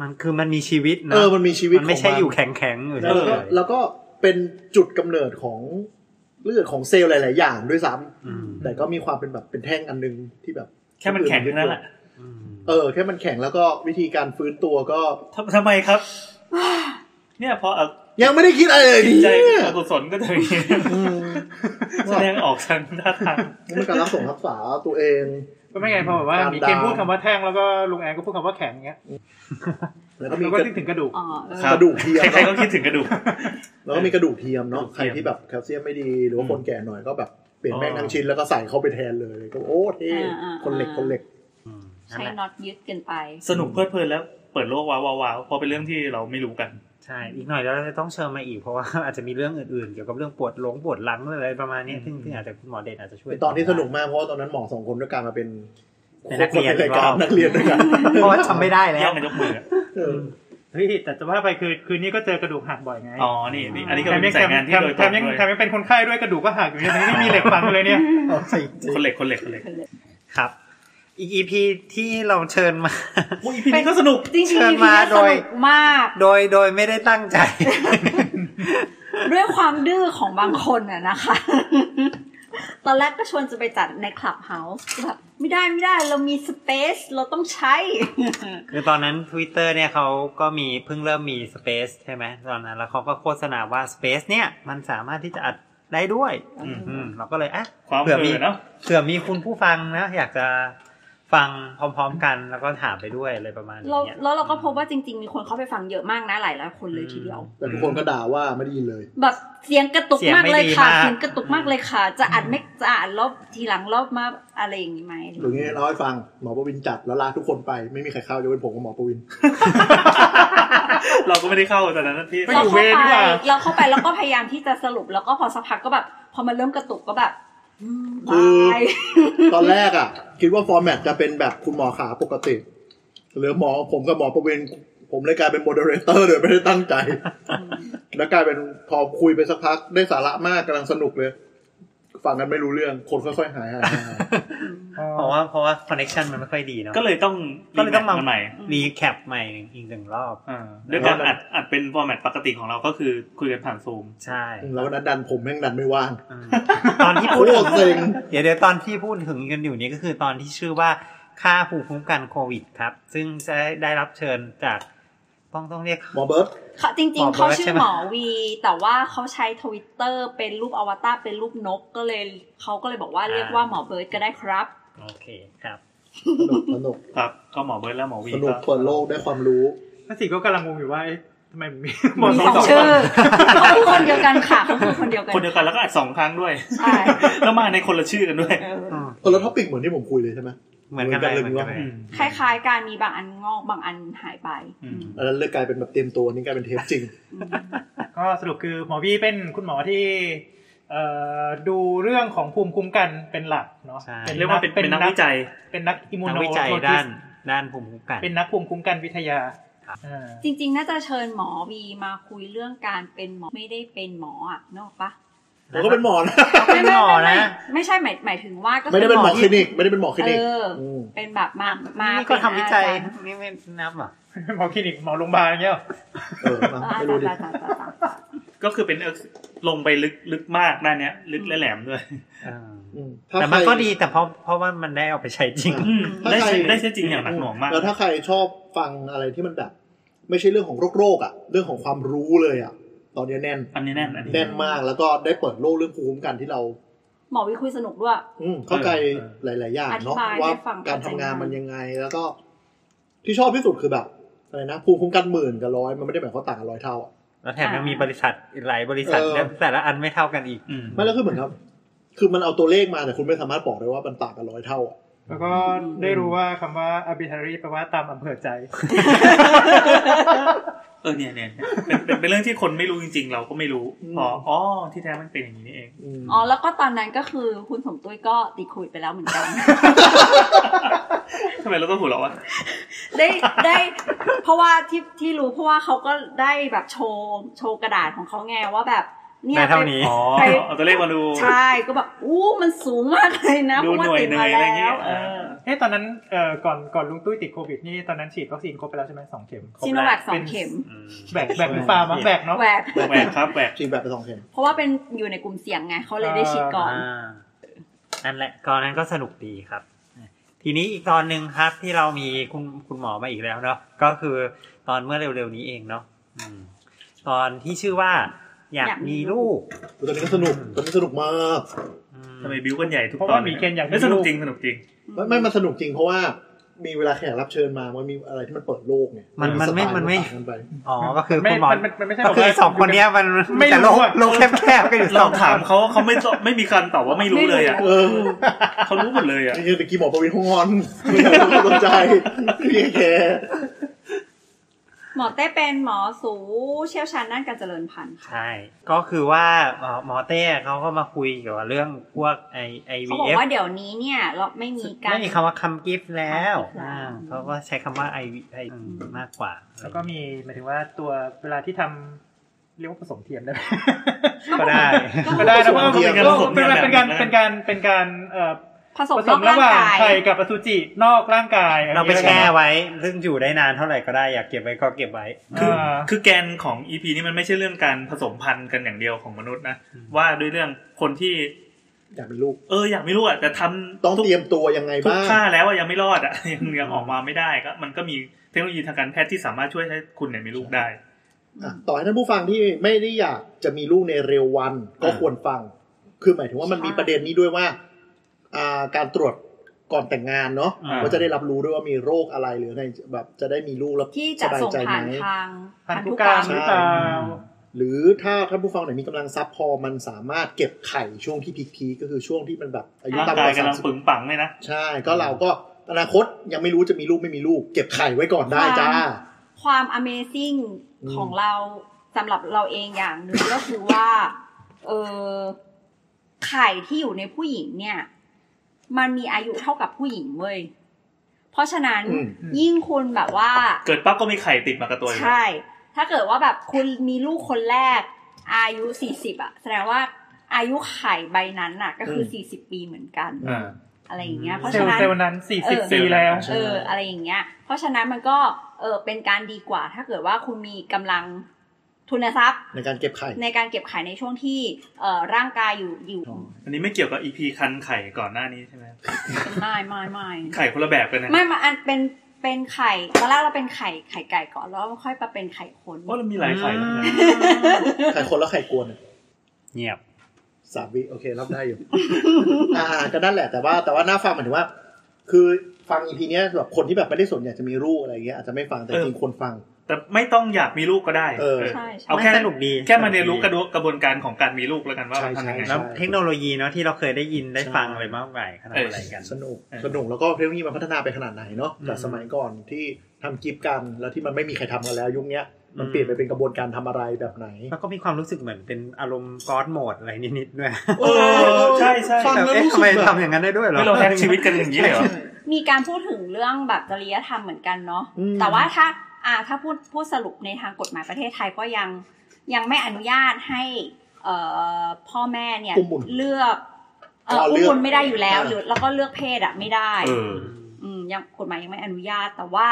S2: มันคือมันมีชีวิตนะ
S5: เออมันมีชีวิต
S2: มันไม่
S5: ของ
S2: ใช่
S5: มัน
S2: อยู่แข็งแข็งๆอยู่
S5: แล้ว
S2: เฉ
S5: ก็
S2: ย
S5: แล้วก็เป็นจุดกำเนิดของเลือดของเซลล์หลาย ๆ อย่างด้วยซ้ำ
S2: ๆอืม
S5: แต่ก็มีความเป็นแบบเป็นแท่งอันหนึงที่แบบ
S3: แค่มันแข็งแค่นั้นแหละ
S2: อืม
S5: เออแค่มันแข็งแล้วก็วิธีการฟื้นตัวก็
S3: ทำทำไมครับ เนี่ยพอเอา
S5: ยังไม่ได้คิดอะไรเลย
S3: จิตใจเป็น
S5: เนี่ย
S3: อกุศลก็จะมี
S5: อืม
S3: แสดงออกทางท่าทาง
S5: มันการรักษารักษาตัวเอง
S4: ก็ไม่ไงพอแบบว่า
S5: ตาม
S4: มีเกม
S5: ดาว
S4: พูดคำว่าแท่งแล้วก็ลุงแอนก็พูดคำว่าแข็งอย่างเงี้ย
S5: แล้วก็มี
S4: แล้ว
S5: ก
S4: ก็
S5: ระ
S4: นึกถึงกระดูก
S6: อ๋อเออ
S3: ครับ
S5: กระดูกเทียม
S3: ใครๆก็คิดถึงกระดูก
S5: แล้วก็มีกระดูกเทียมเนาะ
S3: กระดูกเทียม
S5: ใครที่แบบแคลเซียมไม่ดีหรือว่า
S3: อืม
S5: คนแก่หน่อยก็แบบเปลี่ยน
S3: อ๋อ
S5: แม่งทั้งชิ้นแล้วก็ใส่เข้าไปแทนเลยก็โอ้เท่
S6: อ่าอ่า
S5: คนเหล็กคนเหล็ก
S2: อืมนั่น
S6: ใช้
S2: แหละ
S6: น็อตยึดกันไป
S3: สนุกเพลิดเพลินแล้วเปิดโลกว้าวว้าวๆๆเพราะเป็นเรื่องที่เราไม่รู้กัน
S2: ใช่อีกหน่อยเราจะต้องเชิญมาอีกเพราะว่า อาจจะมีเรื่องอื่นๆเกี่ยวกับเรื่องปวดหลงปวดหลังอะไรประมาณเนี้ยซึ่งซึ่งอาจจะคุณหมอเด่นอาจจะช่วย
S5: เป็นตอนที่สนุกมากเพราะว่าตอนนั้นหมอสองคนด้วยการมาเป็น
S2: เป็นนักเรียน
S5: คในรายการนักเรียนด้วยกัน
S2: เพราะว่าทำไม่ได้แล้
S3: แย่
S2: ว
S3: งกันยกมืออะ
S5: เออ
S4: เฮ้ยแต่จะว่าไปคือคืนนี้ก็เจอกระดูกหักบ่อยไง
S3: อ๋อ นี่นี่อันนี้ก็
S4: แถม
S3: เป็น
S4: ยังแถ
S3: สาย
S4: ม
S3: งานที่
S4: แถม
S3: โดยต
S4: แถ
S3: รง
S4: มยัง
S3: ด้วย
S4: แถมยังเป็นคนไข้ด้วยกระดูกก็หักอยู่ยังไม่มีเหล็กฝังเลยเนี่ย
S3: คนเหล็กคนเหล็กคนเหล็ก
S2: ครับ อีก EP ที่เราเชิญมา
S3: โอ้ยพีนี้ก็สนุก
S6: จริงๆ
S2: เชิญ
S6: ที่
S2: มา
S6: นี่ส
S2: โดย
S6: นุกมาก
S2: โดยโดยไม่ได้ตั้งใจ
S6: ด้วยความดื้อของบางคนอะนะคะ ตอนแรกก็ชวนจะไปจัดในคลับเฮาส์แบบไม่ได้ไม่ได้เรามีสเปซเราต้องใช้
S2: คือตอนนั้น Twitter เนี่ยเขาก็มีเพิ่งเริ่มมี Space ใช่ไหมตอนนั้น แล้วเขาก็โฆษณาว่า Space เนี่ย มันสามารถที่จะอัดได้ด้วย
S3: อืม
S2: อืมเราก็เลยอ่ะ
S3: ความเผล
S2: เผื่อมี
S3: อเนาะ
S2: เผื่อมีคุณผู้ฟังนะ อยากจะฟังพร้อมๆกันแล้วก็ถามไปด้วยอะไรประมาณ
S6: เรา
S2: นี้ย
S6: แล้วเราก็พบว่าจริง ๆ มีคนเข้าไปฟังเยอะมากนะหลายหลายๆคนเลยทีเดียว
S5: แต่ทุกคนก็ด่าว่าไม่ได้ยินเลย
S6: แบบเสียงกระตุกมากเลยค่ะเสียงกระตุกมากเลยค่ะ จะอัดไม่จะอัดรอบทีหลังรอบมาอะไรอย่างนี้ไหม
S5: หรือไงเล่าให้ฟังหมอประวินจัดแล้วลาทุกคนไปไม่มีใครเข้ายกเว้นผมกับหมอประวิน
S3: เราก็ไม่ได้เข้าตอนนั้นที่
S4: ไม่อยู่เวรดีกว่า
S6: เราเข้าไปเราก็พยายามที่จะสรุปแล้วก็พอสักพักก็แบบ พอมันเริ่มกระตุกก็แบบอืมบาย
S5: ตอนแรกอ่ะ คิดว่าฟอร์แมตจะเป็นแบบคุณหมอขาปกติหรือหมอผมกับหมอประเวณผมเลยกลายเป็นโมเดเลเตอร์เลยไม่ได้ตั้งใจ แล้วกลายเป็นพอคุยไปสักพักได้สาระมากกำลังสนุกเลยฝั่งนั้นไม่รู้เรื่องคนค่อยๆหายหายหายหาย
S2: เพราะว่าเพราะว่าคอนเนคชันมันไม่ค่อยดีเนาะ
S3: ก็เลยต้อง
S2: ก็เลยต้องมา
S3: รีแมทนใหม่
S2: รีแคปใหม่อีกหนึ่งรอบ
S3: อ่าด้วยการอัดอัดเป็นฟอร์แมตปกติของเราก็คือคุยกันผ่านซูม
S2: ใช่
S5: แล้ววันนั้นดันผมแม่งดันไม่ว่าง
S2: อืมตอนที่
S5: โค
S2: พูด
S5: ตรเซ็ง
S2: เดี๋ยวเดี๋ยวตอนที่พูดถึงกันอยู่นี้ก็คือตอนที่ชื่อว่าค่าภูมิคุ้มกันโควิดครับ ซึ่งจะได้รับเชิญจากต้องต้องเรียก
S5: หมอเบิร์ต
S6: เขาจริง
S2: หมอ
S6: ๆ
S2: เบิ
S6: เขา
S2: ร์ต
S6: ชื่อ
S2: ใช่ไหม
S6: หมอวี แต่ว่าเขาใช้ทวิตเตอร์เป็นรูปอวตารเป็นรูปนกก็เลยเขาก็เลยบอกว่าเรียกว่าหมอเบิร์ดก็ได้ครับ
S2: โอเคครับ
S5: สนุกสนุก
S3: ครับ ก็หมอเบิร์ดและหมอวี
S5: สนุกเปิดโลกได้ความรู้
S4: พระสิงห์ก็กำลังงงอยู่ว่าเอ๊ะทำไมมันมีหมด
S6: มี
S4: ส
S6: ส
S4: อ
S6: อง ง
S4: ค
S6: ชื่
S4: น
S6: อเขาคือคนเดียวกันค่ะเขาคือคนเดียวกัน
S3: คนเดียวกันแล้วก็อัดสองครั้งด้วย
S6: ใช่
S3: แล้วมาในคนละชื่อกันด้วย
S6: เออ
S5: คนละท็อปิกเหมือนที่ผมคุยเลยใช่ไหม
S2: เหมือนกันเลย
S5: เห
S2: เห
S5: มื
S2: มือ
S5: อ
S2: น น
S5: กั
S2: กัน น
S5: เล
S2: เลย ย
S3: อืม
S6: คล้ายๆการมีบางอันงอกบางอันหายไป
S3: อืม
S5: อันนั้นเลยกลายเป็นแบบเตรียมตัวนี่กลายเป็นเทปจริง
S6: อืม
S4: ก็สรุปคือหมอวีเป็นคุณหมอที่เอ่อดูเรื่องของภูมิคุ้มกันเป็นหลักเนาะ
S2: ใช่
S3: เรียกว่าเป็นเป็นนักวิจัย
S4: เป็นนักอิมมู
S2: นัก
S4: โน
S2: วิจัยด้านด้านภูมิคุ้มกัน
S4: เป็นนักภูมิคุ้มกันวิทยา
S2: ครับ
S4: อ่า
S6: จริง ๆ น่าจะเชิญหมอวีมาคุยเรื่องการเป็นหมอไม่ได้เป็นหมออะนกออกปะ
S5: ผมก็เป็นหมอนะ
S4: เป็นหมอนะ
S6: ไม่ใช่หมายหมายถึงว่าก็
S5: ไม่ได้เป็นหมอคลินิก ไม่ได้เป็นหมอคลิ
S6: เอ
S5: นิก
S6: ออ
S5: ม
S6: เป็นแบบมามา
S2: นี่ก็ทำวิจัย
S6: เป็นอาจารย์
S2: นี่ไม่นับเหรอ่ะ
S4: หมอคลินิกหมอโรงพยาบาลอย่างเงี้ยหรอ
S5: เออมาไม่รู้ดิ
S6: อ่าจ้ะจ้ะจ้ะจ้ะ
S3: ก็คือเป็น ex- ลงไปลึกลึกมากด้านเนี้ย ลึกและแหลมด้วย
S5: อืม
S2: แต่มันก็ดีแต่เพราะเพราะว่ามันได้เอาไปใช้จริง
S3: อืม
S5: ถ้า
S3: ได้
S5: ใคร
S3: ใช้ได้ใช้จริงอย่างหนักหน่วงมาก
S5: แล้วถ้าใครชอบฟังอะไรที่มันแบบ ไม่ใช่เรื่องของโรคโรคๆอ่ะ เรื่องของความรู้เลยอ่ะ ตอนนี้แน่น
S3: อันนี้แน่นอันนี้
S5: แน่นมากแล้วก็ได้เปิดโลกเรื่องภูมิคุ้มกันที่เรา
S6: หมอวิคุยสนุกด้วย
S5: อืมเข้าใจหลาย ๆ อย่างเนาะ
S6: อธิบาย
S5: ว่า
S6: ให้ฟัง
S5: การทำงาน
S6: เข้าใจ
S5: มันยังไง แล้วก็ ที่ชอบที่สุดคือแบบอะไรนะภูมิคุ้มกันหมื่นกับร้อยมันไม่ได้หมายความว่าต่างกันร้อยเท่าอะ
S2: แล้วแถมยังมีบริษัทอีกหลายบริษัท
S5: เออ
S2: และแต่ละอันไม่เท่ากันอีก
S3: อืม
S5: ไม่แล้วคือเหมือนครับ คือมันเอาตัวเลขมาแต่คุณไม่สามารถบอกได้ว่ามันต่างกันร้อยเท่าอะ
S4: แล้วก็ได้รู้ว่าคำว่า arbitrary แปลว่าตามอำเภอใจ
S3: เออเนี่ยเนี่ยเป็นเป็นเป็นเรื่องที่คนไม่รู้จริง ๆ เราก็ไม่รู้พออ๋อที่แท้มันเป็นอย่างนี้นี่เอง
S5: อืม
S6: อ๋อแล้วก็ตอนนั้นก็คือคุณสมตุ้ยก็ติดโคุยดไปแล้วเหมือนกัน
S3: ทำไมเราต้องหัวเราะวะ
S6: ได้ได้เพราะว่าที่ที่รู้เพราะว่าเขาก็ได้แบบโชว์โชว์กระดาษของเขาไงว่าแบบเนี่ย
S2: ได้เท่านี้
S3: อ๋อ
S6: ไป
S3: เอาตัวเลขมาดู
S6: ใช่ก็แบบอู้มันสูงมากเลยนะเพ
S3: ดู
S6: ราะว่า
S3: หน่วย
S6: ติด
S3: เน
S6: มาย
S3: อะไร
S6: แล้
S3: เงี้
S6: วย เออ
S4: เอ๊ะตอนนั้นเอ่อก่อนก่อนลุงตุ้ยติดโควิดนี่ตอนนั้นฉีดวัคซีนครบไปแล้วใช่ไหมสองเข็ม
S6: ซิโนแวคสองเข็ม
S2: อืม
S4: แบกแบกหรือฟาร์มอะแบกเนาะ
S6: แวค
S3: แหวกครับแหวก
S5: จีบแบบไปสองเข็ม
S6: เพราะว่าเป็นอยู่ในกลุ่มเสี่ยงไงเขาเลยได้ฉีดก่อน
S2: อ่านั่นแหละตอนนั้นก็สนุกดีครับ ทีนี้อีกตอนหนึ่งครับที่เรามีคุณคุณหมอมาอีกแล้วเนาะก็คือตอนเมื่อเร็วๆนี้เองเนาะอืมตอนที่ชื่อว่า อยาก
S6: อยากมี
S2: มีลูก
S5: ตอนนี้ก็สนุกตอนนี้สนุกมาก
S2: อืม
S3: ทำไมบิวกันใหญ่ทุก
S4: เพราะ
S3: ตอ
S4: ว่าน
S3: ล
S4: มีเกณฑ์อย่างที่
S3: ฮ้สนุกจริงสนุกจริง
S5: ไม่ไม่มันสนุกจริงเพราะว่า มีเวลาแขกรับเชิญมามันมีอะไรที่มันเปิดโลกไง
S2: มันมันไม่มันไม่
S5: สตล์ต่างกัป
S2: อ๋อก็คือคุณหมอ
S4: มันมันมันไม่ใช่
S2: ก็คือสองคนเนี้ยมัน
S4: ไม่
S2: แต่
S4: รู้
S2: โลก
S4: อะ
S2: โลกแคบๆกันอยู่ส
S3: เรา
S2: องคน
S3: ถามเขาเขาไม่ตอบไม่มีการตอบว่าไม่รู้เลยอ่ะ
S5: เออ
S3: เขารู้หมดเลยอ่ะ
S5: ไอ้เหี้ยตะกี้หมอประวินหงอนไม่สนใจพี่แก
S6: หมอเต้เป็นหมอสูเชี่ยวชาญด้านการเจริญพันธุ์ค่ะ
S2: ใช่ ก็คือว่าเอ่อหมอเต้เขาก็มาคุยเกี่ยวกับเรื่องพวกไอไอ
S6: เขา
S2: วี
S6: บอก
S2: เอฟ
S6: ว่าเดี๋ยวนี้เนี่ยเราไม่มีการ
S2: ไม่มีคำว่าคำกิฟต์แล้ว
S6: คำกิฟต์แล้ว
S2: อ่าเขาก็ใช้คำว่าไอไอมากกว่า
S4: แล้วก็มีหมายถึงว่าตัวเวลาที่ทำเรียกว่าผสมเทียมได้ไหม
S2: ก็ได้
S4: ก็ได้นะว่า
S5: เทียม
S4: เป็นการเป็นการเป็นการเป็นการเอ่อ
S6: ผสม
S4: ผส
S6: นอ
S4: ม
S6: ก
S4: ระ
S6: ร่าง
S4: หว่าง
S6: กาย
S4: ไข่กับอสุจินอกร่างกาย
S2: เราไป
S4: อันนี้
S2: แช่ไว้ ซึ่งอยู่ได้นานเท่าไหร่ก็ได้อยากเก็บไว้ก็เก็บไว้
S3: คือ
S4: เอ่อ
S3: คือแกนของอีพีนี้มันไม่ใช่เรื่องการผสมพันธุ์กันอย่างเดียวของมนุษย์นะ ว่าด้วยเรื่องคนที่
S5: อยากเป็นลูก
S3: เอออยากไม่รู้อ่ะแต่ทำ
S5: ต้องเตรียมตัวยังไง
S3: ทุก
S5: บ้าง
S3: ท่าแล้วอะยังไม่รอดอ่ะ ยังยังออกมาไม่ได้ก็มันก็มีเทคโนโลยีทางการแพทย์ที่สามารถช่วยให้คุณเนี่ยมีลูกได้
S5: อ่ะต่อให้ท่านผู้ฟังที่ไม่ได้อยากจะมีลูกในเร็ววันก็
S3: อ่า
S5: ควรฟัง คือหมายถึงว่ามันมีประเด็นนี้ด้วยว่าอ่าการตรวจก่อนแต่งงานเนาะ
S2: อ่า
S5: ว่าจะได้รับรู้ด้วยว่ามีโรคอะไรหรืออะไรแบบจะได้มีลูกแล้ว
S6: ที่
S5: ส
S6: จะ
S5: บาย
S6: ส่ง
S5: ใจ
S6: ผ่าน
S5: ไหม
S6: ทาง
S4: พันธุกรรมหรือเปล่า
S5: หรือถ้าท่านผู้ฟังไหนมีกำลังทรัพย์พอมันสามารถเก็บไข่ช่วงที่พีคๆก็คือช่วงที่มันแบบอายุ
S3: ร่าง
S5: ต่ำก
S3: กา
S5: ว่าก
S3: ยำ
S5: สา
S3: ลั
S5: ม
S3: ง
S5: สิบ
S3: ปึงปังเลยนะ
S5: ใช่ก็เราก็อนาคตยังไม่รู้จะมีลูกไม่มีลูก เก็บไข่ไว้ก่อนได้จ้า
S6: ความ Amazing
S5: อืม
S6: ของเราสำหรับเราเองอย่างหนึ่งก็คือว่าเออไข่ที่อยู่ในผู้หญิงเนี่ย มันมีอายุเท่ากับผู้หญิงเว้ย เพราะฉะนั้น
S5: อืม
S6: ยิ่งคุณแบบว่า
S3: เกิดปั๊บก็มีไข่ติดมากับตัวอยู่
S6: ใช่ ถ้าเกิดว่าแบบคุณมีลูกคนแรก อายุสี่สิบอะแสดงว่าอายุไข่ใบนั้นน่ะ ก็คืออ
S5: ม
S6: สี่สิบปีเหมือนกัน
S3: อ่า
S6: อะไรอย่างเงี้ย เพราะ
S4: เซล
S6: ฉะ
S4: ล์
S6: นั้น
S4: เซลล์นั้น
S6: เออ
S4: 40ปีแล้ว
S5: ใช่
S6: เอออะไรอย่างเงี้ย เพราะฉะนั้นมันก็เออเป็นการดีกว่า ถ้าเกิดว่าคุณมีกำลังทุนทรัพย์
S5: ในการเก็บไข่
S6: ในการเก็บไข่ในช่วงที่เออร่างกายอยู่อยู่
S3: อันนี้ไม่เกี่ยวกับอีพีคันไข่ก่อนหน้านี้ใช่ไหม
S6: ไม่ไม่ไม่
S3: ไข่คนละแบบกันนะ
S6: ไม่มาอันเป็นเป็นไข่ตอนแรกเราเป็นไข่ไข่ไก่ก่อนแล้วค่อยมาเป็นไข่คน
S3: ว่าเรามีหลายไข่นะ
S5: ไข่คนแล้วไข่กวนอะ
S2: เงียบ
S5: สามวิโอเครับได้ อยู่ อ่าก็นั่นแหละแต่ว่าแต่ว่าน่าฟังหมายถึงว่า คือฟังอีพีนี้ยแบบคนที่แบบไม่ได้สนอยากจะมีลูกอะไรเงี้ยอาจจะไม่ฟังแต่
S3: เออ
S5: จริงคนฟัง
S3: แต่ไม่ต้องอยากมีลูกก็ได้
S5: เออ
S6: ใช่ใช่
S3: เอาแค่
S2: มันสนุกดี
S3: แค่มาเรียนรู้กระบวนกระบวนการของการมีลูกแล้วกันว่า
S5: ใช่
S3: มันทำยังไง
S5: ใช่
S2: แล้วเทคโนโลยีเนาะที่เราเคยได้ยินได้
S5: ใช่
S2: ฟังอะไรมากมายขนาด
S3: เอออ
S2: อะไรกัน
S5: สนุก
S3: เออ
S5: สนุกแล้วก็เทคโนโลยีมันพัฒนาไปขนาดไหนเนาะ
S2: อืม
S5: จากสมัยก่อนที่ทำกิฟต์กันแล้วที่มันไม่มีใครทำกันแล้ว ยุคเนี้ยมัน
S2: อืม
S5: เปลี่ยนไปเป็นกระบวนการทำอะไรแบบไหน
S2: แล้วก็มีความรู้สึกเหมือนเป็นอารมณ์ก๊อดโหมดอะไรนิดๆด้วย
S3: เออใช่ใช่
S5: ฟัง
S2: แต่
S5: แล้ว
S2: เอ๊ะทำ
S5: รู้สึก
S2: ไม
S5: แบบ
S2: ทำอย่างนั้นได้ด้วยเหรอ
S3: ไม่เราแฮกชีวิตกันอย่างนี้เลยเหรอ
S6: มีการพูดถึงเรื่องแบบจริยธรรมเหมือนกันเนาะ
S5: อืม
S6: แต่ว่าถ้าอ่าถ้าพูดพูดสรุปในทางกฎหมายประเทศไทยก็ยังยังไม่อนุญาตให้ เอ่อพ่อแม่เนี่ย
S5: อุ้มบุญ
S6: เลือกเอ่อ
S5: อ๋อ
S6: อุ้ม
S5: เลือก
S6: บุญไม่ได้อยู่แล้ว
S5: อ่า
S6: หรือแล้วก็เลือกเพศอะไม่ได้
S7: เออ
S6: อืมยังกฎหมายยังไม่อนุญาต แต่ว่า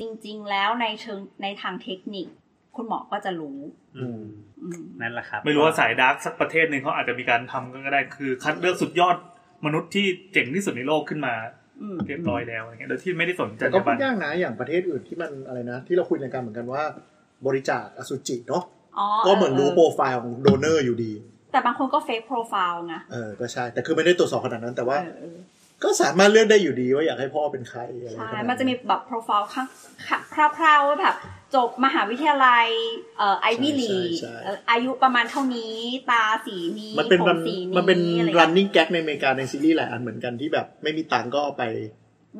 S6: จริง ๆ แล้วในเชิงในทางเทคนิค คุณหมอก็จะรู้
S2: อืม
S6: อืม
S2: นั่นแหละครับ
S3: ไม่รู้ว่าสายดาร์กสักประเทศหนึ่งเขาอาจจะมีการทำก็ได้คือ คัดเลือกสุดยอดมนุษย์ที่เจ๋งที่สุดในโลกขึ้นมา
S6: อืม
S3: เรียบร้อยแล้วอะไรเงี้ยโดยที่ไม่ได้สนใจ
S5: แต่
S3: รร
S5: ก็
S3: ยา
S5: พู
S3: บั
S5: ด
S3: น
S5: ยากนะอย่างประเทศอื่นที่มันอะไรนะ ที่เราคุยในการเหมือนกันว่า บริจาคอสุจิเนาะ
S6: อ๋อ
S5: ก็เหมือนรู้โปร
S6: อ
S5: ไฟล์ของโดเนอร์อยู่ดี
S6: แต่บางคนก็เฟกโปรไฟล์ไง
S5: เออก็ใช่แต่คือไม่ได้ตรวจสอบขนาดนั้น แต่ว่า
S6: เออเออ
S5: ก็สามารถเลือกได้อยู่ดีว่าอยากให้พ่อเป็นใครอะไรข
S6: ใช่
S5: นาดนั้น
S6: มันจะมีแบบโปรไฟล์ข้างคร่าวๆว่าแบบจบมหาวิทยาลัยเอ่อไอวิ
S5: ใช่
S6: ลี
S5: ใช่ใช่
S6: อายุประมาณเท่านี้ ตาสีนี้
S5: มันเป็น
S6: ผ
S5: มั
S6: ม
S5: น
S6: สีนี้
S5: มันเป็น
S6: อะไรเงี้ย
S5: running gag ในอเมริกาในซีรีส์หลายอันเหมือนกันที่แบบไม่มีตังค์ก็เอาไป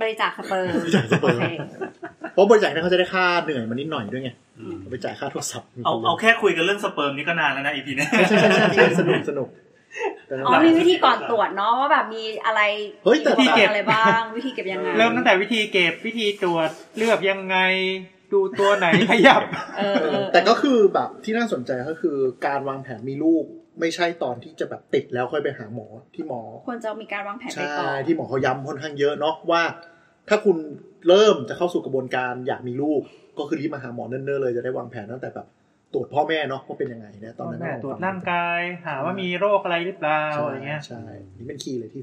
S6: บริจาคสเปิร์ม
S5: บริจาคสเปิร์ม
S6: โอเค
S5: เพราะบริจาคนั้นเขาจะได้ค่าเหนื่อยมานิดหน่อยด้วยไงเอาไปจ่ายค่าโทรศัพท์
S3: เอาเอาแค่คุยกันเรื่องสเปิร์มนี่ก็นานแล้วนะอีพีนี้
S5: ใช่ใช่ใช่ใช่สนุกสนุกแต่นั่น
S6: อ๋อ
S5: แหละ
S6: มีวิธีก่อนตรวจเนาะว่าแบบมีอะไร
S5: เฮ้ยแต่
S6: มีอุปกรณ์อะไรบ้าง วิธีเก็บยังไง
S4: เริ่มตั้งแต่วิธีเก็บวิธีตรวจเลือกยังไงดูตัว ไหนขยับ
S6: เออเออ
S5: แต่ก็คือแบบที่น่าสนใจก็คือการวางแผนมีลูก ไม่ใช่ตอนที่จะแบบติดแล้วค่อยไปหาหมอที่หมอ
S6: ควรจะมีการวางแผนไป
S5: ใช่
S6: ก่อน
S5: ที่หมอเขาย้ำค่อนข้างเยอะเนาะว่า ถ้าคุณเริ่มจะเข้าสู่กระบวนการอยากมีลูก ก็คือรีบมาหาหมอเนิ่นๆเลยจะได้วางแผนตั้งแต่แบบตรวจพ่อแม่เนาะว่าเป็นยังไงนะตอนนั้น
S4: ตรวจร่างกายหาว่ามีโรคอะไรหรือเปล่า
S5: ใช่
S4: อะไรเงี้ย
S5: ใช่นี่เป็นคีย์เลยที่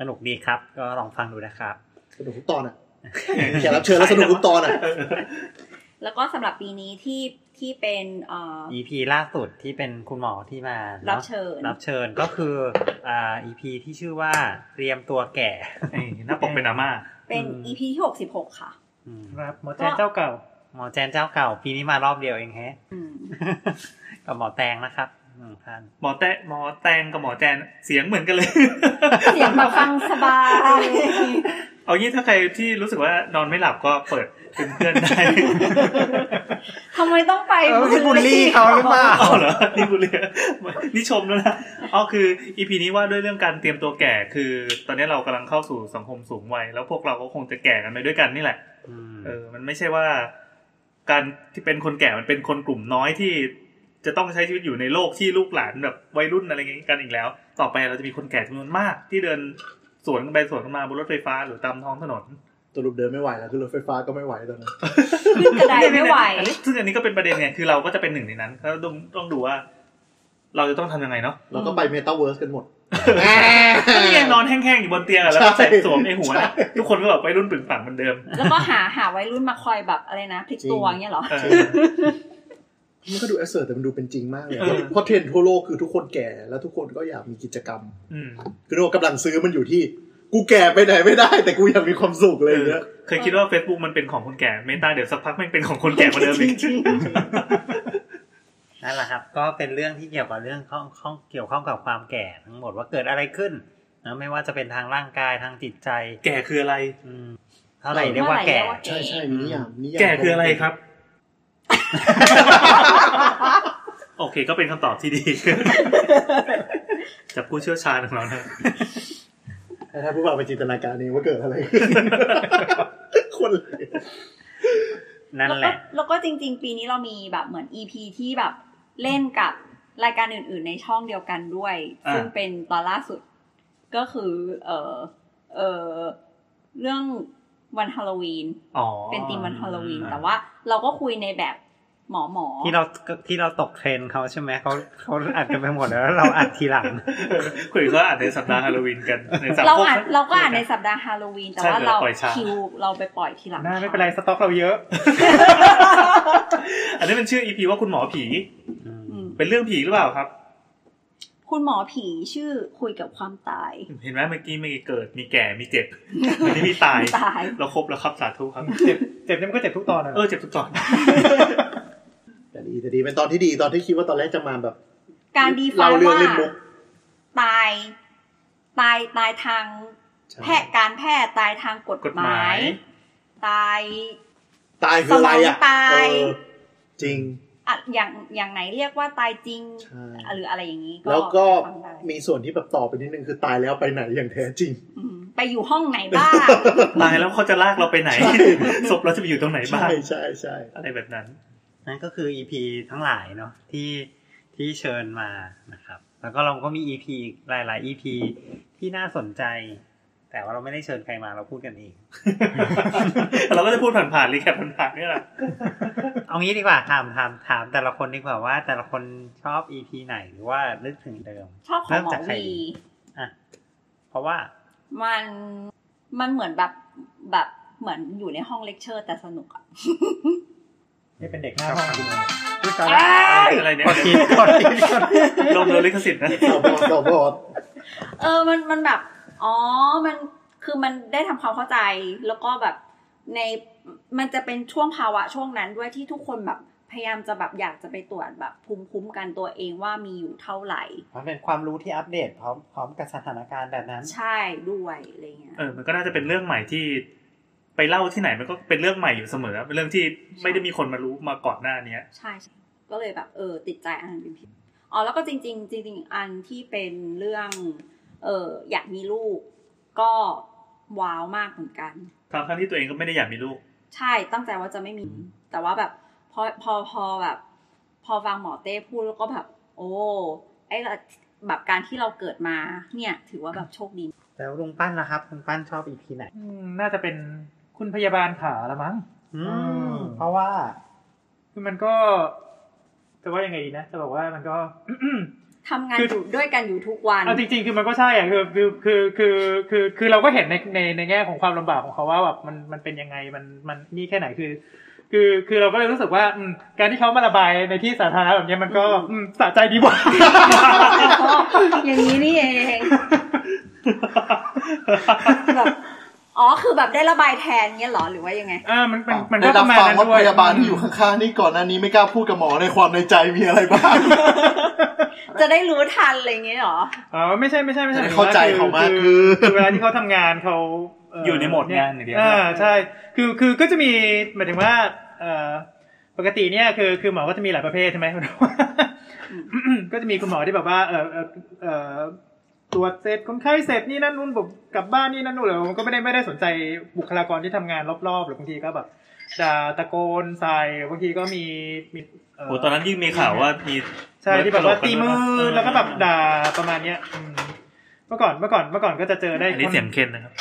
S2: สนุกดีครับ ก็ลองฟังดูนะครับ
S5: สนุกทุกตอน อ่ะแขกรับเชิญแล้วสนุกทุกตอนอ่ะ
S6: แล้วก็สำหรับปีนี้ที่ที่เป็นเอ่อ
S2: EP ล่าสุดที่เป็นคุณหมอที่มา
S6: รั
S2: นาะ
S6: บเชิญ
S2: รับเชิญก็คืออ่า EP ที่ชื่อว่าเตรียมตัวแก่
S3: นี่หน้าปกเป็นอาม่า
S6: เป็น
S2: อืม
S6: EP ที่ 66 ค่ะ
S2: อืม
S4: ครับหมอแจนเจ้าเก่า
S2: หมอแจนเจ้าเก่า ปีนี้มารอบเดียวเองแฮะ
S6: อืม
S2: กับหมอแตงนะครับอืมท่าน
S3: หมอแตะหมอแตงกับหมอแจนเสียงเหมือนกันเลย
S6: เสียงแบบฟังสบาย
S3: เอางี้ถ้าใครที่รู้สึกว่านอนไม่หลับก็เปิดเป็นเพื่อนได้
S6: ทำไมต้องไป
S2: เออไม่บุลลี่เขาหรือเปล่า
S3: เอาเหรอ นี่บุเรียนี่ชมแล้วนะเอาคืออีพีนี้ว่าด้วยเรื่องการเตรียมตัวแก่ คือ ตอนนี้เรากำลังเข้าสู่สังคมสูงวัย แล้วพวกเราก็คงจะแก่กันไปด้วยกันนี่แหละ
S2: อืม
S3: เออ มันไม่ใช่ว่า การที่เป็นคนแก่มันเป็นคนกลุ่มน้อยที่ จะต้องใช้ชีวิตอยู่ในโลกที่ลูกหลานแบบวัยรุ่นอะไรอย่างงี้กันอีกแล้ว ต่อไปเราจะมีคนแก่จำนวนมาก ที่เดินสวนกันไปสวนกันมาบนรถไฟฟ้าหรือตามท้องถนน
S5: สรุปเดินไม่ไหวแล้วคือรถไฟฟ้าก็ไม่ไหวตอนนั้น
S6: ขึ้นกระไดไม่ไหว
S3: อันนี้ซึ่งอันนี้ก็เป็นประเด็นไง คือเราก็จะเป็นหนึ่งในนั้นก็ต้องต้องดูว่า เราจะต้องทำยังไงเนาะ
S5: เราก็ไปเมตาเวิร์สกันหมด
S3: ก็นี่ไงนอนแห้งๆอยู่บนเตียงอะแล้วก็
S5: ใช่
S3: ใส่สวมไอ้หัวนะทุกคนก็แบบไปรุ่นปึงปังเหมือนเดิม
S6: แล้วก็หาหาวัยรุ่นมาคอยแบบอะไรนะพลิกตัวเงี้ยเหรอ
S3: เออ
S5: มันก็ดูแอสเซอร์แต่มันดูเป็นจริงมากเลย
S3: เออ
S5: เพราะเทรนด์ทั่วโลกคือทุกคนแก่แล้วทุกคนก็อยากมีกิจกรรม
S3: อืม
S5: คือโนกำลังซื้อมันอยู่ที่ กูแก่ไปไหนไม่ได้ แต่กูอยากมีความสุขเลยางเนี้ย
S3: เคยคิดว่า Facebook มันเป็นของคนแก่เมตาเดี๋ยวสักพักแม่งเป็นของคนแก่กว่าเดิมอีก
S2: นั่นแหละครับ ก็เป็นเรื่องที่เกี่ยวกับเรื่องข้องข้องเกี่ยวข้องกับความแก่ทั้งหมดว่าเกิดอะไรขึ้นนะไม่ว่าจะเป็นทางร่างกายทางจิตใจ
S3: แก่คืออะไร
S2: อืมเท่าไหร่เรียกว่าแก่
S5: ใช่ใช่มีนิยามนิยาม
S3: แก่คืออะไรครับ โอเค ก็เป็นคำตอบที่ดี จากผู้เชี่ยวชาญของเรานะ
S5: ถ้าผู้ฟังไปจินตนาการเองว่าเกิดอะไรขึ้น คนเลย
S2: นั่นแหละ
S6: วก็แล้วก็จริง ๆ ปีนี้เรามีแบบเหมือน EP ที่แบบเล่นกับรายการอื่น ๆ ในช่องเดียวกันด้วย
S3: อ่า
S6: ซึ่งเป็นตอนล่าสุด ก็คือ เออเออเรื่องวันฮาโลวีน
S3: อ๋อ
S6: เป็นธีมวันฮาโลวีน
S2: อ่า
S6: แต่ว่าเราก็คุยในแบบหมอหมอๆ
S2: ที่เราที่เราตกเทรนด์เขาใช่ไหมเขาเขาอัดกันไปหมดแล้วแล้วเราอัดทีหลั ง
S3: คุยก็อ่านในสัปดาห์ฮาโลวีนกันในสัปดา
S6: เรา
S3: ห์
S6: อ่านเราก็อ่านในสัปดาห์ฮาโลวีน แต่ว่า
S3: ใช่เดี๋ยว
S6: เรา
S3: ปล่อยช้า
S6: คิวเราไปปล่อยทีหลัง
S4: น่าไม่เป็นไรสต็อกเราเยอะ
S3: อันนี้เป็นชื่ออีพีว่าคุณหมอผี
S6: อืม
S3: เป็นเรื่องผีหรือเปล่าครับ
S6: คุณหมอผีชื่อคุยกับความตาย
S3: เห็นไหมเมื่อกี้มีเกิดมีแก่มีเจ็บไม่ได้มีตาย
S6: ตาย
S3: เราครบแล้วครับสาธุครับ
S4: เจ็บเจ็บนี่มันก็เจ็บทุกตอนนะ
S3: เออเจ็บทุกตอน
S5: แต่ดีแต่ดีเป็นตอนที่ดีตอนที่คิดว่าตอนแรกจะมาแบบ
S6: การดีไฟ
S5: เราเรื่อง
S6: ว่า
S5: เล่นมุก
S6: ตายตายตายทาง
S5: ใช่
S6: แพทย์การแพทย์ตายทางกฎ
S3: กฎ
S6: ห
S3: หมาม
S6: าย ย ตาย
S5: ตายคืออะไรอ่ะ
S6: ตาย
S5: เออจริง
S6: อะอย่างอย่างไหนเรียกว่าตายจริง
S5: ใช่
S6: หรืออะไรอย่างนี้
S5: แล้วก็
S6: ฟังได้
S5: มีส่วนที่แบบต่อไปนิดนึงคือตายแล้วไปไหนอย่างแท้จริง
S6: อืมไปอยู่ห้องไหนบ้าง
S3: ตายแล้วเขาจะลากเราไปไหน
S5: ใช่
S3: ศพเราจะไปอยู่ตรงไหนบ้า
S5: ใช่
S3: ง
S5: ใช่ใช่
S3: อะไรแบบนั้น
S2: นั่นก็คืออีพีทั้งหลายเนาะที่ ที่เชิญมานะครับ แล้วก็เราก็มี EP อีกหลาย ๆ EP ที่น่าสนใจ แต่ว่าเราไม่ได้เชิญใครมาเราพูดกันเอง
S3: เราก็จะพูดผ่านๆรีแคปผ่านๆเนี่ยแหละ
S2: เอางี้ดีกว่าถามถามถามแต่ละคนดีกว่าว่า แต่ละคนชอบ EP ไหนหรือว่าลึกถึงเดิม
S6: ชอบขอ
S2: เริ่
S6: ง
S2: ม
S6: หมอ
S2: จากใคร
S6: วี
S2: อ่ะเพราะว่า
S6: มันมันเหมือนแบบแบบเหมือนอยู่ในห้องเลคเชอร์แต่สนุกอะ
S4: นี่เป็นเด็กหน้าห้องจริง
S2: อุ๊ยตาย
S6: อ้าย
S3: อะไรเนี่ย
S2: กดผิดกดผิดกดผิด
S3: ลงโดนลิขสิทธิ์นะ
S5: เราบอดเราบอด
S6: เออ มัน มันแบบ อ๋อ มัน คือมันได้ทำความเข้าใจ แล้วก็แบบ ใน มันจะเป็นช่วงภาวะช่วงนั้นด้วยที่ทุกคนแบบ พยายามจะแบบอยากจะไปตรวจแบบภูมิคุ้มกันตัวเองว่ามีอยู่เท่าไหร่
S2: มันเป็นความรู้ที่อัปเดตพร้อมพร้อมกับสถานการณ์แบบนั้น
S6: ใช่ด้วยอะไรเงี้ย
S3: เออมันก็น่าจะเป็นเรื่องใหม่ที่ ไปเล่าที่ไหนมันก็เป็นเรื่องใหม่อยู่เสมอ เป็นเรื่องที่ไม่ได้มีคนมารู้มาก่อนหน้าเนี้ย
S6: ใช่ใช่ก็เลยแบบ เออ ติดใจอันนั้นเป็นพิเศษอ๋อ แล้วก็จริง ๆ จริง ๆ อันที่เป็นเรื่อง เอออยากมีลูก ก็ว้าวมากเหมือนกัน
S3: ทั้งๆที่ตัวเองก็ไม่ได้อยากมีลูก
S6: ใช่ตั้งใจว่าจะไม่มี แต่ว่าแบบพอพอพอแบบ พอฟังหมอเต้พูดแล้วก็แบบ โอ้ไอเราแบบการที่เราเกิดมาเนี่ย ถือว่าแบบโชคดี
S2: แล้วลุงปั้นล่ะครับลุงปั้นชอบ EP ไหน
S4: อืมน่าจะเป็นคุณพยาบาลขาละมั้ง
S2: อื
S4: ม
S2: เพราะว่า
S4: คือมันก็จะว่ายังไงดีนะจะบอกว่ามันก็
S6: ทำงาน
S4: คือ
S6: อ
S4: อ
S6: ยู่ด้วยกันอยู่ทุกวัน
S4: เอาจริงๆ คือมันก็ใช่อะคือคือคือคือคือคือเราก็เห็นในในในแง่ของความลำบากของเขาว่าแบบมันมันเป็นยังไงมันมันนี่แค่ไหนคือ คือคือเราก็เลยรู้สึกว่าอืมการที่เขามาระบายในที่สาธารณะแบบเนี้ยมันก็
S6: อืม
S4: อืมสะใจดีกว่า
S6: อย่างนี้นี่เอง แบบอ๋อคือแบบได้ระบายแทนเงี้ยเหรอหรือว่ายังไง
S4: อ่ามันมันมัน
S5: ได้
S4: ก็ป
S5: รับ
S4: ระมาณ
S5: ฟัง
S4: นั้น
S5: ว่า
S4: ด้วย
S5: พยาบาลที่อยู่ข้างๆนี่ก่อนหน้านี้ไม่กล้าพูดกับหมอในความในใจมีอะไรบ้าง
S6: จะได้รู้ทันอะไรเงี้ยเหรอ
S4: อ๋อไม่ใช่ไม่ใช่ไม่ใช่
S5: จะได้เข้าใจเขามากขึ้น
S4: คือเวลาที่เขาทำงานเขาเ
S3: ยู่ในโหมดงานอย่างเดียว
S4: อ่าใช่ คือคือก็จะมีหมายถึงว่าเอ่อปกติเนี่ยคือคือหมอก็จะมีหลายประเภทใช่ไหม ก็จะมีคุณหมอที่แบบว่าเออเอ่อเออตรวจเสร็จคนไข้เสร็จนี่นั่นนู่นแบบกลับบ้านนี่นั่นนู่นแล้วก็ไม่ได้ไม่ได้สนใจบุคลากรที่ทำงานรอบๆหรือบางทีก็แบบด่าตะโกนใส่หรือบางทีก็มีมีเ
S3: โอ้ตอนนั้นยิ่งมีข่าวว่ามี
S4: ใช่ที่แบบว่าตีมือ
S3: เ
S4: แล้วก็แบบด่าประมาณเนี้ยอืมเมื่อก่อนเมื่อก่อนเมื่อก่อนก็จะเจอได้
S3: อันนี้เสียงเคนนะครับ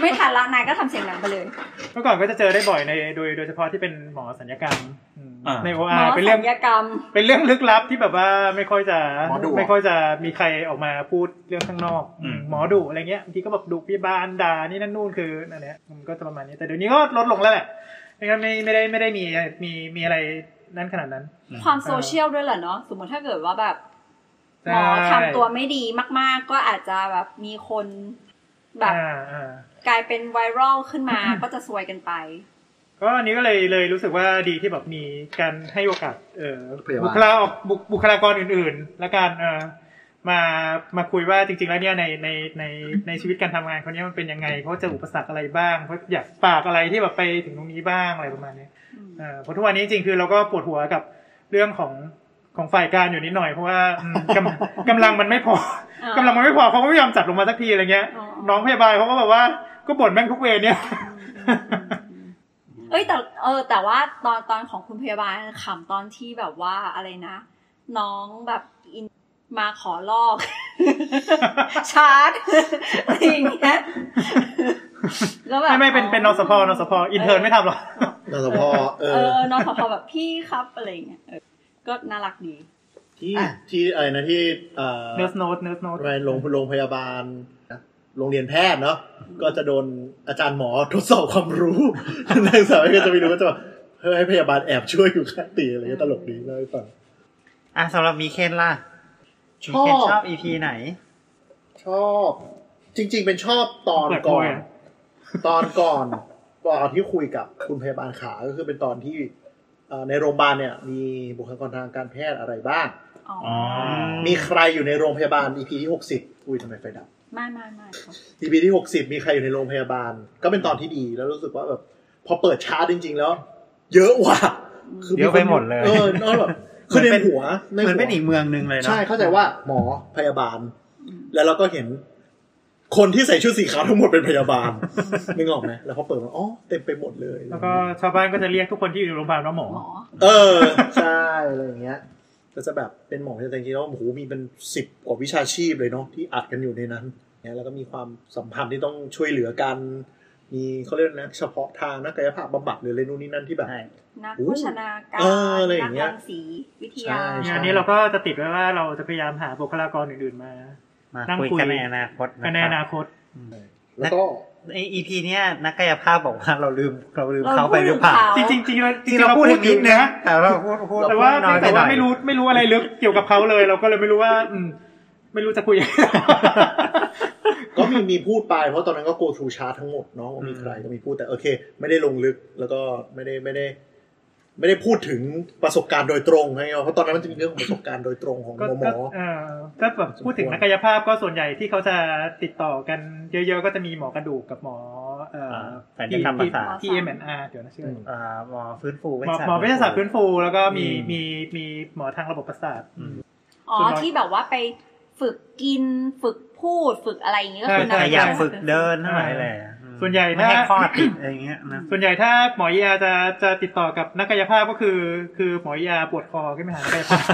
S6: ไม่ทันละนายก็ทำเสียงหนังไปเลย
S4: เมื่อก่อนก็จะเจอได้บ่อยในโดยโดยเฉพาะที่เป็นหมอสัญญกรรมอืม
S3: อ่า
S4: ในโอ
S6: หม
S4: อา
S6: อ
S4: เป็นเรื่
S6: ศั
S4: อง
S6: ลยกรรม
S4: เป็นเรื่องลึกลับที่แบบว่าไม่ค่อยจะ
S5: หมอดุ
S4: ไม่ค่อยจะมีใครออกมาพูดเรื่องข้างนอกอืมหมอดุอะไรเงี้ยบางทีก็แบบดุพยาบาลด่านี่นั่นนู่นคืออันเนี้ยมันก็จะประมาณนี้แต่เดี๋ยวนี้ก็ลดลงแล้วแหละนะครับไม่ไม่ได้ไม่ได้มีมีมีอะไรนั่นขนาดนั้น
S6: ความโซเชียลด้วยเหรอเนาะสมมติถ้าเกิดว่าแบบห
S4: ใช่
S6: มอทำตัวไม่ดีมาก ๆ ก็อาจจะแบบมีคนแบบ
S4: อ่าอ่า
S6: กลายเป็นไวรัลขึ้นมา ก็จะซวยกันไป
S4: ก็อันนี้ก็เลยเลยรู้สึกว่าดีที่แบบมีการให้โอกาสเอ่อ
S5: พยาบาล
S4: บุคลาบุคบุคลากรอื่นๆ และการเอ่อมามาคุยว่าจริงๆแล้วเนี่ยในในในในชีวิตการทำงานคนเนี้ยมันเป็นยังไงเพราะเจออุปสรรคอะไรบ้างเพราะอยากฝากอะไรที่แบบไปถึงตรงนี้บ้างอะไรประมาณเนี้ย
S6: อืม
S4: เอ่อเพราะทุกวันนี้จริงๆคือเราก็ปวดหัวกับเรื่องของของฝ่ายการอยู่นิดหน่อยเพราะว่าอืมกำ กำลังมันไม่พอ
S6: อ่า
S4: กำลังมันไม่พอเขาก็ไม่ยอมจัดลงมาสักทีอะไรเงี้ย
S6: อ๋อ
S4: น้องพยาบาลเขาก็แบบว่าก็บ่นแม่งทุกเวรเนี่ย
S6: เอ้ยแต่เออ แต่ว่าตอนตอนของคุณพยาบาลขำตอนที่แบบว่าอะไรนะ น้องแบบอินมาขอลอก ชาร์จ อะไรอย่างเงี้ยแล้วแบบ
S4: ไม่ไม่เป็นเป็นนสพนสพอินเทอร์ไม่ทำหรอก
S5: แต่พอเอ
S6: เอ
S5: อ
S6: อนอนสพแบบพี่ครับอะไรอย่างเงี้ยเออก็น่ารักดี
S5: ที่ที่อะไรนะที่เอ่อ
S4: เนิร์สโนดเนิร์สโนด
S5: ในโรงโรงพยาบาลนะโรงเรียนแพทย์เนาะก็จะโดนอาจารย์หมอทดสอบความรู้ นางสาวก็จะไม่รู้ก็จะแบบเฮ้ยให้พยาบาลแอบช่วยอยู่ข้างเตียงอะไรก็ตลกดีเล่าให้ฟัง
S2: อ่ะสำหรับมีเคนล่ะ
S5: ช
S2: มี
S5: อบ
S2: เคนชอบ EP ไหน
S5: ชอบ จริง ๆ เป็นชอบตอน
S4: เปิดโพ
S5: ก่อย น
S4: อะ
S5: ตอนก่อน ตอนที่คุยกับคุณพยาบาลขาก็คือเป็นตอนที่เอ่อในโรงพยาบาลเนี่ย มีบุคลากรทางการแพทย์อะไรบ้าง
S6: อ๋อ
S2: ม
S5: มีใครอยู่ในโรงพยาบาล EP ที่หกสิบอุ้ยทำไมไฟดับ
S6: ไม่ไม่ไม่ครับ
S5: EP ที่หกสิบมีใครอยู่ในโรงพยาบาล ก็เป็นตอนที่ดีแล้วรู้สึกว่าแบบพอเปิดชาร์จจริง ๆ แล้ว เยอะว่ะคื
S2: เยอะไปหมดเลย
S5: เออเออแบบคือในหัวใน
S2: เหมือน
S5: หั
S2: เป็น
S5: ว
S2: อีกเมืองหนึ่งเลยเนาะ
S5: ใช่เข้าใจว่าหมอพยาบาล แล้วเราก็เห็น คนที่ใส่ชุดสีขาวทั้งหมดเป็นพยา บาลนึกออกไหมแล้วพอเปิดมาอ๋อเต็มไปหมดเลย
S4: แล้วก็ชาวบ้านก็จะเรียกทุกคนที่อยู่โรงพยาบาลว่าหมอ
S6: หมอ
S5: เออ ใช่อะไรอย่างเงี้ย ก็จะแบบเป็นหมอแต่จริงๆแล้วโอ้โหมีเป็นสิบกว่าวิชาชีพเลยเนาะที่อัดกันอยู่ในนั้นเนี่ยแล้วก็มีความสัมพันธ์ที่ต้องช่วยเหลือกัน มีเขาเรียกนะเฉพาะทางนักกายภาพบำบัดหรืออะไรนู่นนี่นั่นที่แบบ
S2: ใช่
S6: นัก
S5: โอ้
S6: โภชนาการ
S5: เอออะไรอย่างเงี้ย
S6: นักรังสีวิทยา
S5: ใช่
S4: งานนี้เราก็จะติดไว้ว่าเราจะพยายามหาบุคลากรอื่นๆมา
S2: มา
S4: นั่ง
S2: คุย
S4: คุย
S2: กันในอนาคต
S4: กันในอนาคต
S5: แล้วก็
S2: ใน EP เนี้ยนักกายภาพบอกว่าเราลืมเราลืม
S6: เรา
S2: เขาไปหรือเปล่า
S6: พูดถึงเขา
S4: จริงๆจริงๆเราจริ
S2: ที่
S4: งๆ
S2: เรา
S4: เรา
S2: พู
S4: พู
S2: ด
S4: ด
S2: ถึงนิดนะแต่เราพูดพูด
S4: ถึงนะแต่ว่า
S2: พูดน้อยไป
S4: แต่
S2: หน่
S4: ว่า
S2: อย
S4: ไม่รู้ไม่รู้อะไรลึกเกี่ยวกับเขาเลย เราก็เลยไม่รู้ว่า อืม ไม่รู้จะ คุยยังไง
S5: ก็มีมีพูดไปเพราะตอนนั้นก็ go through chart ทั้งหมดเนาะว่ามีใครก็มีพูดแต่โอเค ไม่ได้ลงลึกแล้วก็ไม่ได้ไม่ได้ ไม่ได้พูดถึงประสบการณ์โดยตรงไงเพราะตอนนั้นมันจะมีเรื่องของประสบการณ์โดยตรงของห
S4: ก็
S5: มอหม
S4: ก็
S5: อ
S4: เออก็แบบพูดถึงนักกายภาพก็ส่วนใหญ่ที่เขาจะติดต่อกันเยอะๆ ก็จะมีหมอกระดูกกับหมอเอ่อ
S2: แต่จะทำภาษาสตร์
S4: ที่ MNR เดี๋ยวนะชื่อ
S5: ม
S2: อ่าหมอฟื้นฟู
S4: หมอหมอเวชศาสตร์ฟื้นฟูแล้วก็มีมีมีหมอทางระบบประสาท
S6: อ๋อ
S4: ส่วนน้อย
S6: ที่แบบว่าไปฝึกกินฝึกพูดฝึกอะไรอย่างเงี้ยก็คือ
S4: ใช่
S6: นั
S2: แต่
S6: ก
S2: อยากฝึก
S6: วิทยศสตร์
S2: เดินเท่าไหร่แหละอืม
S4: ส่วนใหญ่
S2: ไม่ให้
S4: นะ
S2: ข้อติดอะไรอย่างเงี้ยนะ
S4: ส่วนใหญ่ถ้าหมอเอียจะจะติดต่อกับนักกายภาพก็คือ คือหมอเอียปวดคอขึ้นมาหานักกายภาพ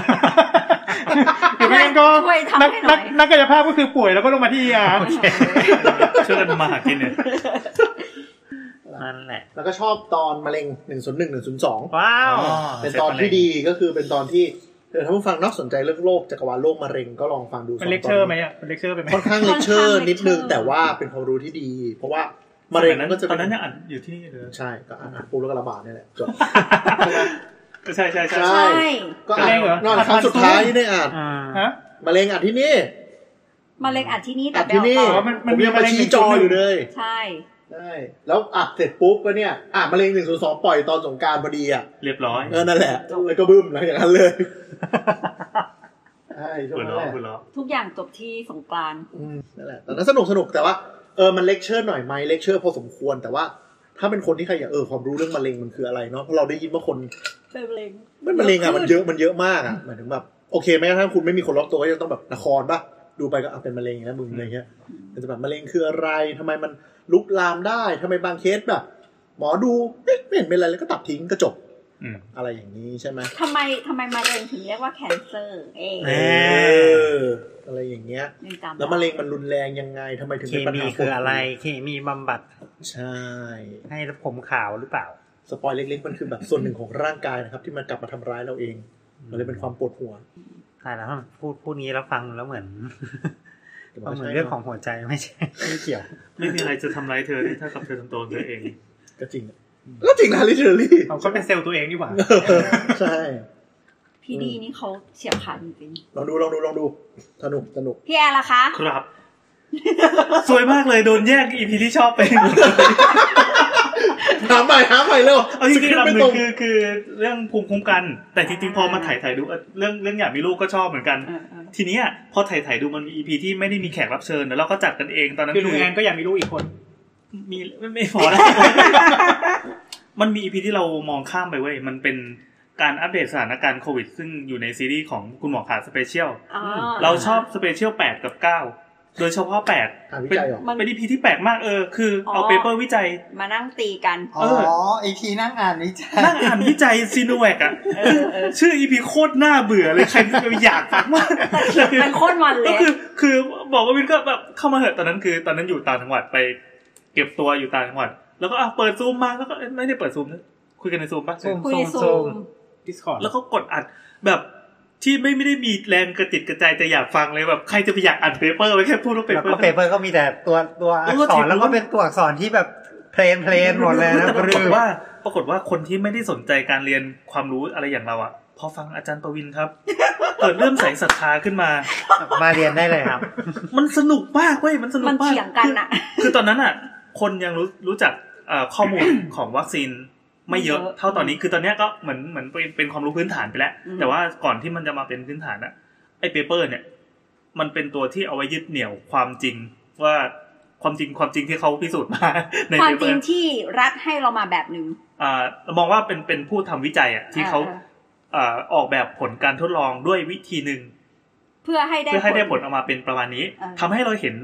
S4: หรือไม่งั้นก็
S6: ช่วยทำ
S4: นัก
S6: ให้หน่
S4: นั
S6: อก ย
S4: นักกายภาพก็คือป่วยแล้วก็ลงมาที่เอีย
S3: ช่วยกันมาหากินเนี่ย
S2: นั่นแหละ
S5: แล้วก็ชอบตอนมะเร็งหนึ่งศูนย์หนึ่งหนึ่งศูนย์สอง
S2: ว้าว
S5: เป็นตอนที่ดีก็คือเป็นตอนที่เออถ้าผู้ฟังนอกสนใจเรื่องโรคจักรวาลโรคมะเร็งก็ลองฟังดู
S4: เป็น
S5: สง
S4: เลค
S5: ต
S4: เชอร์ไหมอ่ะเป็นเลคเชอร์ไปไหม
S5: ค่อนข้างเลคเชอร์นิดนึงแต่ว่าเป็นความรู้ที่ดี เพราะว่า
S3: ส
S5: มะ
S3: มั
S5: เร็ง
S3: ยนั้น
S5: ก็จะ
S3: ตอนนั้น
S5: เป็
S3: เนี่ยอ่านอยู่ที่นี่เลย
S5: ใช่ก็อ่านอ่านปุ๊บแล้วก็ระบาดเนี่ยแหละจบ
S3: ใช่ใช่ใช่
S5: ใช่
S6: ใช่
S5: ก็อ่าน
S4: มะเร็งเหรอ
S5: นอนครั้งสุดท้ายที่ได้อ่าน
S2: อ่า
S4: ฮะ
S5: มะเร็งอ่านที่นี่
S6: มะเร็งอัดที่นี่แต่
S5: อ่าน
S6: ไป
S5: ที่
S6: เอา
S5: นี่
S6: ต่
S4: อ๋
S6: อ
S4: อมัน
S5: ผ
S4: มัน
S5: มยังมาม
S4: มีะเร็ง
S5: ชี้จอ
S4: 101
S5: อยู่เลย
S6: ใช่
S5: ใช่แล้วอัดเสร็จปุ๊บก็เนี่ยอ่านมะเร็งหนึ่งศูนย์สองปล่อยตอนสงกรารพอดีอ่ะ
S3: เรียบร้อย
S5: เออนั่นแหละแล้วก็บึ้มแล้วอย่างนั้นเลยใช่ช่วง
S3: หัว
S5: นั้นแห
S3: เราะ
S5: ละ
S3: หัวเราะ
S6: ทุกอย่างจบที่สงกรานต์
S5: อืมนั่นแหละแต่นั้นสนุกสนุกแต่ว่าเออมันเลคเชอร์หน่อยไหมเลคเชอร์พอสมควร แต่ว่าถ้าเป็นคนที่ใครอยากเออความรู้เรื่องมะเร็งมันคืออะไรเนาะเพราะเราได้ยินว่าคน
S6: เป็นมะเร็ง
S5: มันมะเร็งอะมันเยอะมันเยอะมากอะหมายถึงแบบโอเคแม้กระทั่งคุณไม่มีคนรอบตัวก็ยังต้องแบบละครปะดูไปก็อ่ะเป็นมะเร็งแล้วมึงอะไรเงี้ยมันจะแบบมะเร็งคืออะไรทำไมมันลุกลามได้ทำไมบางเคสแบบ หมอดูเอ๊ะไม่เห็นเป็นไรแล้วก็ตัดทิ้งก็จบ
S3: อืม
S5: อะไรอย่างนี้ใช่ไหม
S6: ทำไมทำไมมะเร็งถึงเรียกว่าแคนเซอร์เอง
S2: เอ๊ะ
S5: เอออะไรอย่างเงี้ย
S6: ยังจำ
S5: แล้วมะเร็งมันรุนแรงยังไงทำไมถึง
S2: เค
S5: เป็นปัญ
S2: มี
S5: หา
S2: คืออะไร เคมีบำบัด
S5: ใช่
S2: ให้ผมขาวหรือเปล่า
S5: สปอยเล็กๆ มันคือแบบส่วนหนึ่งของร่างกายนะครับ ที่มันกลับมาทำร้ายเราเอง มันเลยเป็นความปวดหัว
S2: ตายแล้วพูดพูดนี้แล้วฟังแล้วเหมือน
S5: แต่
S2: มันเหมือน
S5: ใช่
S2: เรื่องของหัวใจไม่ใช่ไม่เกี่ยว
S3: ไม่มีอะไรจะทำร้ายเธอได้เท่ากับเธอทำตัวเธอเอง
S5: ก็จริงอะก็จริงนะลิเทอ รี่
S4: เขาก็เป็นเซลล์ตัวเองดีกว่า
S5: ใช่
S6: พี่ดีนี่เขาเฉียบขาดจริง
S5: ลองดูลองดูลองดูสนุกสนุก
S6: ๆพี่แอร์ล่ะคะ
S3: ครับ สวยมากเลยโดนแยกอีพีที่ชอบไปหมด
S5: หาใหม่หาใหม่เร็ว
S3: เอาจริงๆ
S5: สค
S3: ลำ
S5: ปต์ไม่
S3: หนึ่
S5: ตรง ง
S3: คือคือเรื่องภูมิคุ้มกัน แต่จริงๆพอมาถ่ายถ่ายๆดูเอ่อเรื่องเรื่องอยากมีลูกก็ชอบเหมือนกัน
S6: เออเออ
S3: ทีเนี้ยพอถ่ายถ่ายๆดูมันมีอีพีที่ไม่ได้มีแขกรับเชิญแล้วเราก็จัดกันเองตอนนั้น
S4: คือลุงแอนก็อยากมีลูกอีกคน
S3: มีไม่ไม่พอ แล้ว มันมีอีพีที่เรามองข้ามไปเว้ย มันเป็นการอัปเดตสถานการณ์โควิด ซึ่งอยู่ในซีรีส์ของคุณหมอขาสเปเชียล
S6: อ๋อ
S3: เราชอบสเปเชียล8 กับ 9 โดยเฉพาะ8
S5: หาวิ
S3: เป็น
S5: จัยเหรอ
S6: มัน
S3: เป็นอีพีที่แปลกมากเออ คือเอา
S6: อ๋อ
S3: เปเปอร์วิจัย
S6: มานั่งตีกัน
S7: อ๋อไอพีนั่งอ่านวิจัย
S3: นั่งอ่านวิจัยซีโนแวคอะ
S6: เออเออ
S3: ชื่ออีพีโคตรน่าเบื่อเลย ใครจะไปอยากฟังมาก
S6: มันโคตรมันเล
S3: ก็
S6: ย
S3: คือคือบอกว่าวินก็แบบเข้ามาเถอะตอนนั้นคือ ตอนนั้นอยู่ต่างจังหวัดไป เก็บตัวอยู่ต่างจังหวัด แล้วก็อ่ะเปิดซูมมาแล้วก็เอ้ยไม่ได้เปิดซูมนะคุยกันในซูมปะ
S4: ซูม
S6: คุย
S4: โซ
S6: ซู
S4: ม
S6: ม
S4: Discord
S3: แล้วก็กดอัดแบบที่ไม่ไม่ได้มีแรงกระติดกระจายจะอยากฟังเลยแบบใครจะไปอยากอ่านเปเปอร์ไว้แค่พูดว่าเป
S2: แล้ว
S3: เปอ
S2: ก็
S3: ร์
S2: เปเปอร์ก็มีแต่ตัวตัวอัก
S3: แล้วก็
S2: ษ
S3: เท
S2: ร
S3: ป
S2: แล้วก็เป็นตัวอักษรที่แบบเพลนเพลนหมดเลยนะ
S3: แต่ปราก
S2: รื
S3: ฏ
S2: อ
S3: ว่าปรากฏว่าคนที่ไม่ได้สนใจการเรียนความรู้อะไรอย่างเราอ่ะ พอฟังอาจารย์ประวิน ครับ เกิดเริ่มใส่ศรัทธาขึ้นมา
S2: มาเรียนได้เลยครับ
S3: มันสนุกมากเว้ยมันสนุก
S6: มัน
S3: มาก
S6: เถียงกันอะ
S3: คือคือตอนนั้นอ่ะ คนยังรู้รู้จักเอ่อข้อมูล ของวัคซีนไม่เยอะ
S6: ไม่เยอะ
S3: เท่าตอนนี้คือตอนเนี้ยก็เหมือนเหมือนเป็นเป็นความรู้พื้นฐานไปแล้ว
S6: อืม
S3: แต่ว่าก่อนที่มันจะมาเป็นพื้นฐานอ่ะไอ้เปเปอร์เนี่ย มันเป็นตัวที่เอาไว้ยึดเหนี่ยวความจริงว่าความจริงความจริงที่เขาพิสูจน์มาใน
S6: ความ
S3: เปเป
S6: จริ
S3: อ
S6: ง
S3: ร์
S6: ที่รัฐให้เรามาแบบหนึ่ง
S3: อ่ามองว่าเป็นเป็นผู้ทำวิจัยอ่ะที่เขา
S6: ออ
S3: เอ่อออกแบบผลการทดลองด้วยวิธีหนึ่ง
S6: เพื่อให้ได้
S3: เพื่อให้ได้ผลออกมาเป็นประมาณนี้
S6: เออ
S3: ทำให้เราเห็น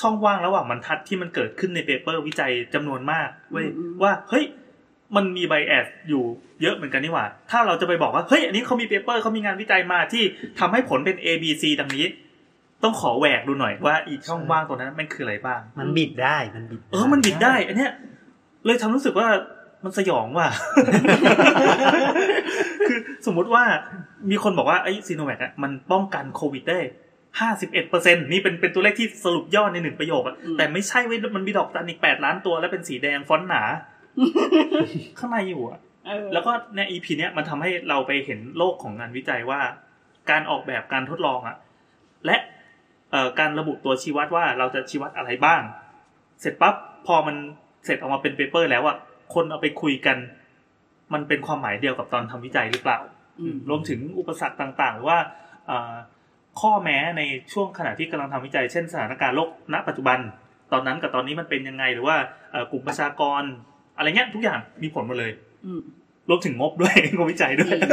S3: ช่องว่างระหว่างบรรทัดที่มันเกิดขึ้นในเปเปอร์วิจัยจำนวนมากเว้ยว่าเฮ้ย มันมีไบแอสอยู่เยอะเหมือนกันนี่หว่า ถ้าเราจะไปบอกว่า เฮ้ย อันนี้เขามีเปเปอร์เขามีงานวิจัยมาที่ทำให้ผลเป็น A B C ดังนี้ ต้องขอแหวกดูหน่อยว่าอีช่องว่างตรงนั้นมันคืออะไรบ้าง
S2: มันบิดได้มันบิด
S3: เออ มันบิดได้ อันเนี้ย เลยทำรู้สึกว่ามันสยองว่ะ คือสมมุติว่ามีคนบอกว่าไอ้ซีโนแวคอะมันป้องกันโควิดได้ห้าสิบเอ็ดเปอร์เซ็นนี่เป็นเป็นตัวเลขที่สรุปย่อในหนึ่งประโยคอะแต่ไม่ใช่เว้ยมันมีดอกจันอีกแปดล้านตัวแล้วเป็นสีแดงฟอนต์หนา ข้างในอยู่อะ
S6: เออ
S3: แล้วก็ใน EP เนี้ยมันทำให้เราไปเห็นโลกของงานวิจัยว่า การออกแบบการทดลองอะและเอ่อการระบุตัวชี้วัดว่าเราจะชี้วัดอะไรบ้าง เสร็จปั๊บพอมันเสร็จออกมาเป็นเปเปอร์ แล้วอะคนเอาไปคุยกัน มันเป็นความหมายเดียวกับตอนทำวิจัยหรือเปล่า
S6: อืม
S3: รวมถึงอุปสรรคต่างๆหรือว่าเอ่อข้อแม้ในช่วงขณะที่กำลังทำวิจัย เช่นสถานการณ์โลกณ ปัจจุบัน ตอนนั้นกับตอนนี้มันเป็นยังไงหรือว่าเอ่อกลุ่มประชากร อะไรเงี้ยทุกอย่างมีผลหมดเลย
S6: อืม
S3: รวมถึงงบด้วย งบวิจัยด้ว
S6: จ
S3: ย
S6: ริง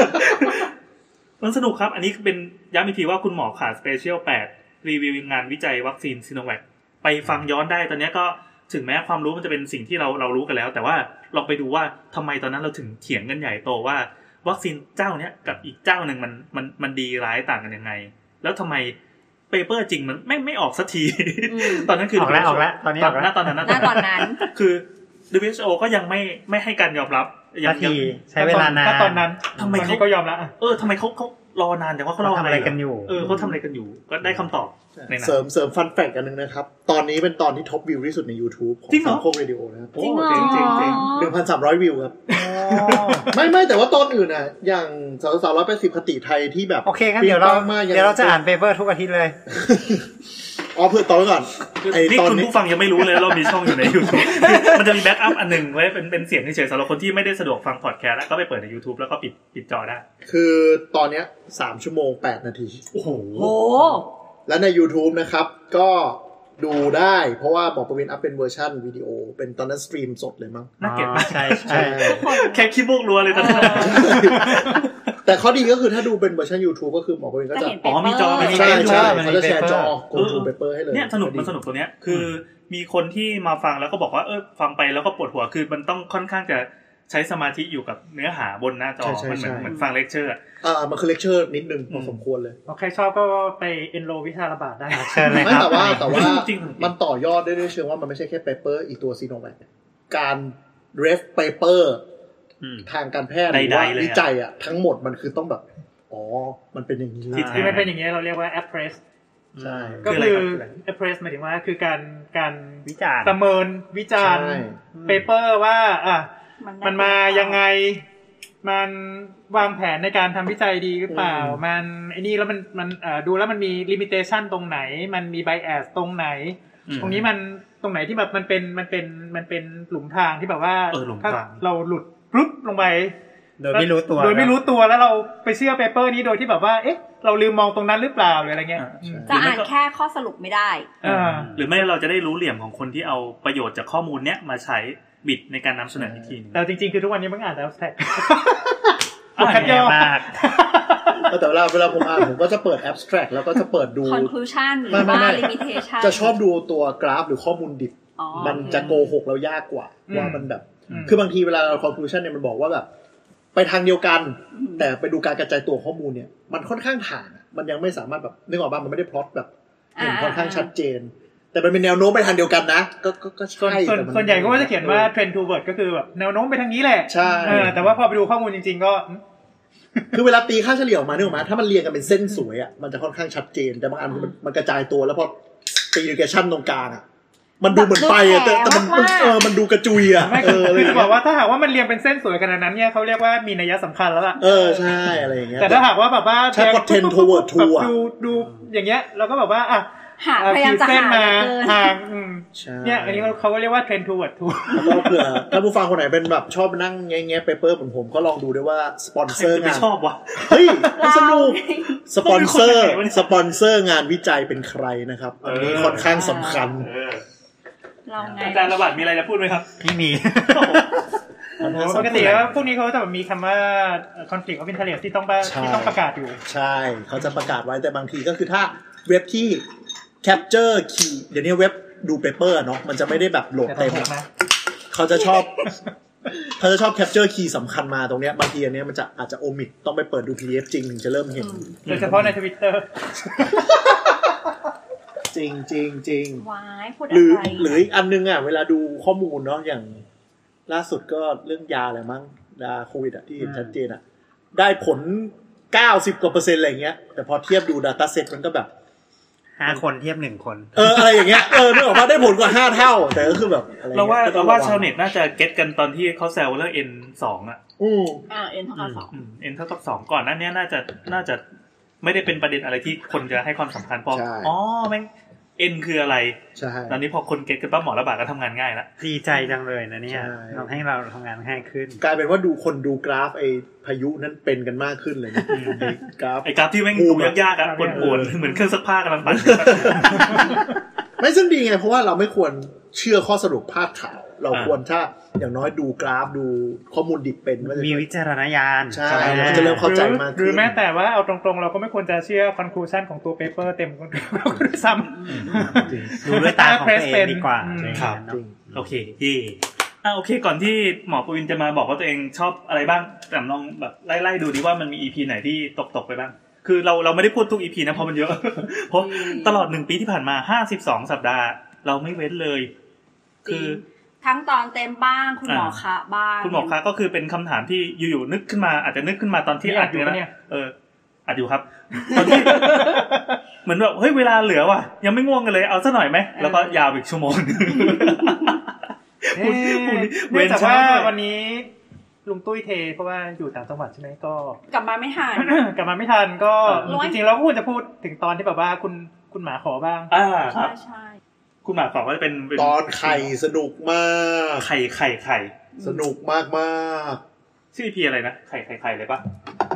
S3: มันสนุกครับ อันนี้เป็นย้ำอีกทีว่าคุณหมอขาสเปเชียล8รีวิวงานวิจัยวัคซีนซิโนแวคไปฟังย้อนได้ตอนนี้ก็ถึงแม้ความรู้มันจะเป็นสิ่งที่เราเรารู้กันแล้ว แต่ว่าลองไปดูว่าทำไมตอนนั้นเราถึงเถียงกันใหญ่โตว่า วัคซีนเจ้าเนี้ยกับอีกเจ้าหนึ่งมันมันมันดีร้ายต่างกันยังไง แล้วทำไมเปเปอร์จริงมันไม่ไม่ออกสักที
S6: อืม
S3: ตอนนั้นคือ
S2: อ
S3: อ
S2: อกแล้วออกแล้วตอนนี้
S3: ต
S2: อ
S3: อน
S2: อก
S3: ห
S2: แล้
S3: น้าว ตอนนั้นนะ
S6: หน้าตอนนั้น
S3: คือ WHO ก็ยังไม่ไม่ให้การยอมรับยั
S2: สั
S3: ง
S2: ก
S3: ยัง
S2: ทีใช้เวลานาน
S4: ก็ตอนนั้น
S3: ทำไม
S4: ตอน
S3: เขา
S4: นี้ก็ยอมละ
S3: เออทำไมเขาเขารอนานจังว่าเขาร
S2: เรา
S3: อ
S2: ทำ
S3: อะ
S2: อะไร ไร
S3: กั
S2: กัน นอยู่
S3: เออเขาทำอะไรกันอยู่ ก็ได้คำตอบในนั้น
S5: เสริมเสริมฟันแฟกกันหนึ่งนะครับ ตอนนี้เป็นตอนที่ท็อปวิวที่สุดใน YouTube ของ
S3: จริงเหรอ
S5: สามโคกเรดิโอนะครับ
S3: โอ้เจ๋งเจ๋งเจ๋ง
S5: หนึ่งพันสามร้อยวิวครับ ไม่ไม่แต่ว่าตอนอื่นอ่ะ อย่างสาวสาวร้อยแปดสิบคติไทยที่แบบ
S2: โอเคงั้นเดี๋ยวเรา
S5: ปิ๊งปังมกง
S2: เดี๋ยวเราจะอ่านเปเปอร์ทุกอาทิตย์เลย
S5: อ๋อเพื่อตอนไว้ก่อนไอ
S3: นี่
S5: ตอน
S3: คุณ
S5: นี้
S3: ผู้ฟังยังไม่รู้เลยเรามีช่องอยู่ใน YouTube มันจะมีแบ็กอัพอันหนึ่งไว้เป็นเป็นเสียงเฉยๆสำหรับคนที่ไม่ได้สะดวกฟังพอดแคสต์แล้วก็ไปเปิดใน YouTube แล้วก็ปิดปิดจอได้
S5: คือตอนเนี้ยสามชั่วโมงแปดนาที
S3: โอ้โห
S6: โห
S5: และใน YouTube นะครับ ก็ดูได้เพราะว่าบอกประวินอัพเป็นเวอร์ชันวิดีโอ เป็นตอนนั้นสตรีมสดเลยมั้ง
S3: น่าเกลียดมาก
S2: อ๋อใช่ใช่
S3: แค่ขี้มูกรัวเลยตอนนั้น
S6: เออ
S5: แต่ข้อดีก็คือถ้าดูเป็นเวอร์ชัน YouTube ก็คือหมอประวินก็
S6: จะ
S5: จะ
S6: เห็น
S3: อ๋อมีจอมี
S5: ใช่ใช่
S2: มันมี
S5: เขาจะแชร์จอ
S2: paper
S5: กดทูเปเปอร์ให้เลย
S3: เนี่ยสนุกมันสนุกตัวเนี้ยคืออมีคนที่มาฟังแล้วก็บอกว่าเออฟังไปแล้วก็ปวดหัวคือมันต้องค่อนข้างจะใช้สมาธิอยู่กับเนื้อหาบนหน้าจอมันเหมือนเหมือนฟังเลคเชอร์อะ
S5: อ่ามันคือเลคเชอร์นิดนึงพอสมควรเลย
S4: โอเคชอบก็ไปเอ็นโรวิชาระบาดได้
S2: เชิญเลย
S5: ไม่
S2: ครับ
S5: แต่ว่าแต่ว่า
S3: จริงๆ
S5: มันต่อยอดได้ด้วยเชิงว่ามันไม่ใช่แค่เปเปอร์อีกตัวซีโนแวคการเรฟเปเปอร์
S3: อืม
S5: ทางการแพทย์ห
S3: ใดๆ
S5: รือว่า
S3: เลยอะ
S5: วิจัยอ่ะทั้งหมดมันคือต้องแบบ อ๋อ มันเป็นอย่างนี้
S3: ที่
S5: นะ
S3: แท้
S4: ที่มันเป็นอย่างเงี้ยเราเรียกว่า appraise
S5: ใช่
S4: ก็
S3: คื
S4: คืออ
S3: อะไรครับ
S4: appraise หมายถึงว่าคือการการ
S2: วิจารณ์
S4: ประเมินวิจารณ์
S5: ใช่
S4: เปเปอร์ว่าอ่ะ
S6: ได้
S4: มันมายังไง มันวางแผนในการทำวิจัยดีหรือเปล่า
S5: อืม
S4: มันไอ้นี่แล้วมันมันเอ่อดูแล้วมันมีลิมิเตชันตรงไหน มันมีไบแอสตรงไหน
S3: อืม
S4: ตรงนี้มันตรงไหนที่แบบมันเป็นมันเป็นมันเป็นหลุมทางที่แบบว่า
S3: เออหลุมทาง
S4: ถ้าเราหลุดปุ๊บลงไป
S2: โดยไม่รู้ตัว
S4: โดยไม่รู้ตัวแล้วเราไปเชื่อเปเปอร์นี้โดยที่แบบว่า เอ๊ะ เราลืมมองตรงนั้นหรือเปล่าหรืออะไรเงี้ย
S3: อ่าใช่
S6: จะอ่านแค่ข้อสรุปไม่ได้
S4: อ่า
S3: หรือไม่เราจะได้รู้เหลี่ยมของคนที่เอาประโยชน์จากข้อมูลเนี้ยมาใช้บิดในการนำเสนออีกทีหนึง
S4: แต่จริงๆคือทุกวันนี้มันก็อ่านแล้ว แท็ก
S3: อ่ะ
S4: คัดย่
S2: แย่
S4: อ
S2: มาก
S5: แต่เวลาเวลาผมอ่านผมก็จะเปิดแอบสแตรกแล้วก็จะเปิดดู
S6: conclusion หรือ
S5: ไม่
S6: ว่า
S5: ไม่ไม่
S6: limitation
S5: จะชอบดูตัวกราฟหรือข้อมูลดิบ
S6: อ๋อ
S5: มันจะโกหกเรายากกว่า
S4: อืม
S5: ว่ามันแบบ คือบางทีเวลาเราคอนคลูชันเนี่ยมันบอกว่าแบบ ไปทางเดียวกัน
S6: อืม
S5: แต่ไปดูการกระจายตัวข้อมูลเนี่ยมันค่อนข้างถ่างอะมันยังไม่สามารถแบบนึกออกป่ะมันไม่ได้พลอตแบบเห็นค่อนข้างชัดเจน แต่มันเป็นแนวโน้มไปทางเดียวกันนะ ก็ก็ก็
S4: ส่วน
S5: ใช่
S4: ส่วน
S5: แต่มั
S4: ส่วนใหญ่ก็จะเขียนว่า trend toward ก็คือแบบแนวโน้มไปทางนี้แหละ
S5: ใช่
S4: เออแต่ว่าพอไปดูข้อมูลจริง ๆ ก็อืม
S5: คือเวลาตีค่าเฉลี่ยออกมาเนี่ยออกมาถ้ามันเรียงกันเป็นเส้นสวยอ่ะมันจะค่อนข้างชัดเจน แต่บางอันมันมันกระจายตัวแล้วพอตีเรชันตรงกลางอ่ะมันดูเหมือนไปอะแต่แต่มันเออมันดูกระจุยอ่ะ
S4: ไม่
S5: เอ
S4: คือ
S5: ออะไร
S4: คือ
S5: อย่าง
S4: จะบ
S5: เงี้
S4: อก
S5: ย
S4: ว่าถ้าหากว่ามันเรียงเป็นเส้นสวยขนาดนั้นเนี่ยเขาเรียกว่ามีนัยสำคัญแล้วล่ะ
S5: เออใช่อะไรอย่างเงี้ย
S4: แต่ถ้าหากว่าแบบว่า
S5: ใช่ content
S4: แยงปุ๊บ
S5: toward
S4: ปุ๊
S5: two
S4: บ
S5: อะ
S4: ดูดูอย่างเงี้ยเราก็แบบว่าอ่ะ
S6: หา
S4: เอ่อ
S6: พยายามจะ
S4: ขีดเส้น
S6: หา
S4: มา
S6: เกิน
S4: ทางอืม
S5: ใช่
S4: เนี่ยอันนี้เขาเขาก็เรียกว่า trend toward two
S5: แล้วก็เผื่อถ้าผู้ฟังคนไหนเป็นแบบชอบนั่งแง่ๆเปเปอร์เหมือนผมก็ลองดูด้วยว่าสปอนเซ
S3: ใคร
S5: อร์
S3: จะไป
S5: งาน
S3: ชอบวะ
S5: เฮ้ยมันสนุกสปอนเซอร์
S3: ไม่รู้คนไหนวะเนี่ย
S5: สปอนเซอร์งานวิจัยเป็นใครนะครับ อันนี้
S3: เออ
S5: ค่อนข้างสำคัญ
S6: เราไง
S3: อาจารย์ระบาดมีอะไรจะพูดไหมครับ
S2: ไม่มี
S5: ค่อนข้าง
S4: ปก
S5: สำ
S4: ติ
S5: คั
S4: แล้ว
S5: ญ
S4: พวกนี้เขาจะแบบมีคำว่า conflict of interest ที่ต้องประ
S5: ใช่
S4: ที่ต้องประกาศอยู่
S5: ใช่เขาจะประกาศไว้แต่บางทีก็คือถ้าเว็บที่ capture key เดี๋ยวนี้เว็บดูเปเปอร์เนาะมันจะไม่ได้แบบโหลด
S4: แต่ต้อ
S5: เต็ม
S4: งหก
S5: อะ
S4: นะ
S5: เขาจะชอบ เขาจะชอบแคปเจอร์คีย์สำคัญมาตรงเนี้ยบางทีอันเนี้ยมันจะอาจจะโอมิตต้องไปเปิดดู PDF จริงถึงจะเริ่มเห็น
S4: โดยเฉพาะในทวิตเตอร์
S5: จริงจริงจริง
S6: วายพูด
S5: หรือ
S6: อะไร
S5: หรืออีกอันนึงอ่ะ เวลาดูข้อมูลเนาะอย่าง ล่าสุดก็เรื่องยาอะไรมั้งยาโควิดอ่ะที่เห็นชัดเจนอ่ะ ได้ผล 90 กว่าเปอร์เซ็นต์อะไรอย่างเงี้ย แต่พอเทียบดู Data Set มันก็แบบ
S2: ห้าคนเทียบหนึ่งคน
S5: เอออะไรอย่างเงี้ยเออนึกออกมาได้ผลกว่าห้าเท่า แต่ก็คือแบบอะไรอย่ง
S3: เรา
S5: งี้ย
S3: ว่า
S5: ก็ต้
S3: เรา
S5: อง
S3: ว่า
S5: ระง
S3: ชาวเน็ตน่าจะเก็ตกันตอนที่เขาแซวเรื่อง N สองอ่ะ
S5: อืม
S6: อ่าเอ็นเท่ากับสอง
S3: เอ็นเท่ากับสองก่อนหนั้นเนี้ยน่าจะน่าจะไม่ได้เป็นประเด็นอะไรที่คนจะให้ความสำคัญเพราะ
S5: ใช่
S3: อ๋อแม่ง N คืออะไร
S5: ใช่
S3: ตอนนี้พอคนเก็ตกันป้าหมอระบาดก็ทำงานง่ายละ
S2: ดีใจจังเลยนะเนี่ย
S5: ใช่
S2: ทำให้เราทำงานง่ายขึ้น
S5: กลายเป็นว่าดูคนดูกราฟไอ้พายุนั้นเป็นกันมากขึ้นเลยนะไอ้กราฟ
S3: ไอ้กราฟที่แม่งดูยากๆอ่ะปวดๆเหมือนเครื่องซักผ้ากำลัง ปั่น
S5: ไม่ซึ่งดีไง เพราะว่าเราไม่ควรเชื่อข้อสรุปพาดข่าว เรา
S3: อ่า
S5: ควรถ้าอย่างน้อยดูกราฟดูข้อมูลดิบเป็นว่าจะ
S2: มีวิจารณญาณ
S5: ใช่
S2: ใช่ไหม
S5: มันจะเริ่มเข้าใจมาก
S4: หรื
S5: ขึ้
S4: อน แม้แต่ว่าเอาตรงๆ เราก็ไม่ควรจะเชื่อคอนคลูชันของตัวเปเปอร์เต็ม ด้วยซ้ำ
S2: ดูด้วยตาของตัวเองดีกว่า
S4: อืม
S2: อะไรอย่าง
S3: ครับ
S2: เงี้ยเน
S5: จ
S2: อะ
S5: ริง
S3: โอเคพี่อ่ะโอเค ก่อนที่หมอปวินจะมาบอกว่าตัวเองชอบอะไรบ้าง แต่ลองแบบไล่ๆดูดิว่ามันมีอีพีไหนที่ตกตกๆไปบ้าง คือเราเราไม่ได้พูดทุกอีพีนะเพราะมันเย อะ เพราะตลอดหนึ่งปีที่ผ่านมาห้าสิบสองสัปดาห์ เราไม่เว้นเลย
S6: จริ
S3: คื
S6: ง
S3: อ
S6: ทั้งตอนเต็มบ้างคุณหมอคะบ้าง
S3: คุณหมอคะก็คือเป็นคำถามที่อยู่ๆนึกขึ้นมาอาจจะนึกขึ้นมาตอนที่
S4: นี่
S3: อัด
S4: อัด
S3: อ
S4: อยู่ ยู่ปะเนี่
S3: นะ
S4: ย
S3: เอออัดอยู่ครับ ตอนที่ เหมือนแบบเฮ้ยเวลาเหลือว่ะ ยังไม่ง่วงกันเลยเอาซะหน่อยไหมแล้วก็ยาวอีกชั่วโมงหนึ่ง
S4: เอ๊ะ
S3: เว้
S4: เนื่อน งจาก
S3: ช้า
S4: ว่า
S3: ด้วย
S4: วันนี้ลุงตุ้ยเทเพราะว่าอยู่ต่างจังหวัดใช่ไหมก็
S6: กลับมาไม่ทัน
S4: กลับมาไม่ทันก็
S6: เออ
S4: จริงๆเราก็ควรจะพูดถึงตอนที่แบบว่าคุณคุณหมาขอบ้าง
S3: อ่าค
S6: ใช่
S3: รับ
S6: ใช่
S3: คุณหมากบอกว่าเป็นเป็
S5: ตอนไข่สนุกมาก
S3: ไข่ไข่ไข่
S5: สนุกมากมาก
S3: ชื่อพีอะไรนะไข่ไข่ไข่เลยปะ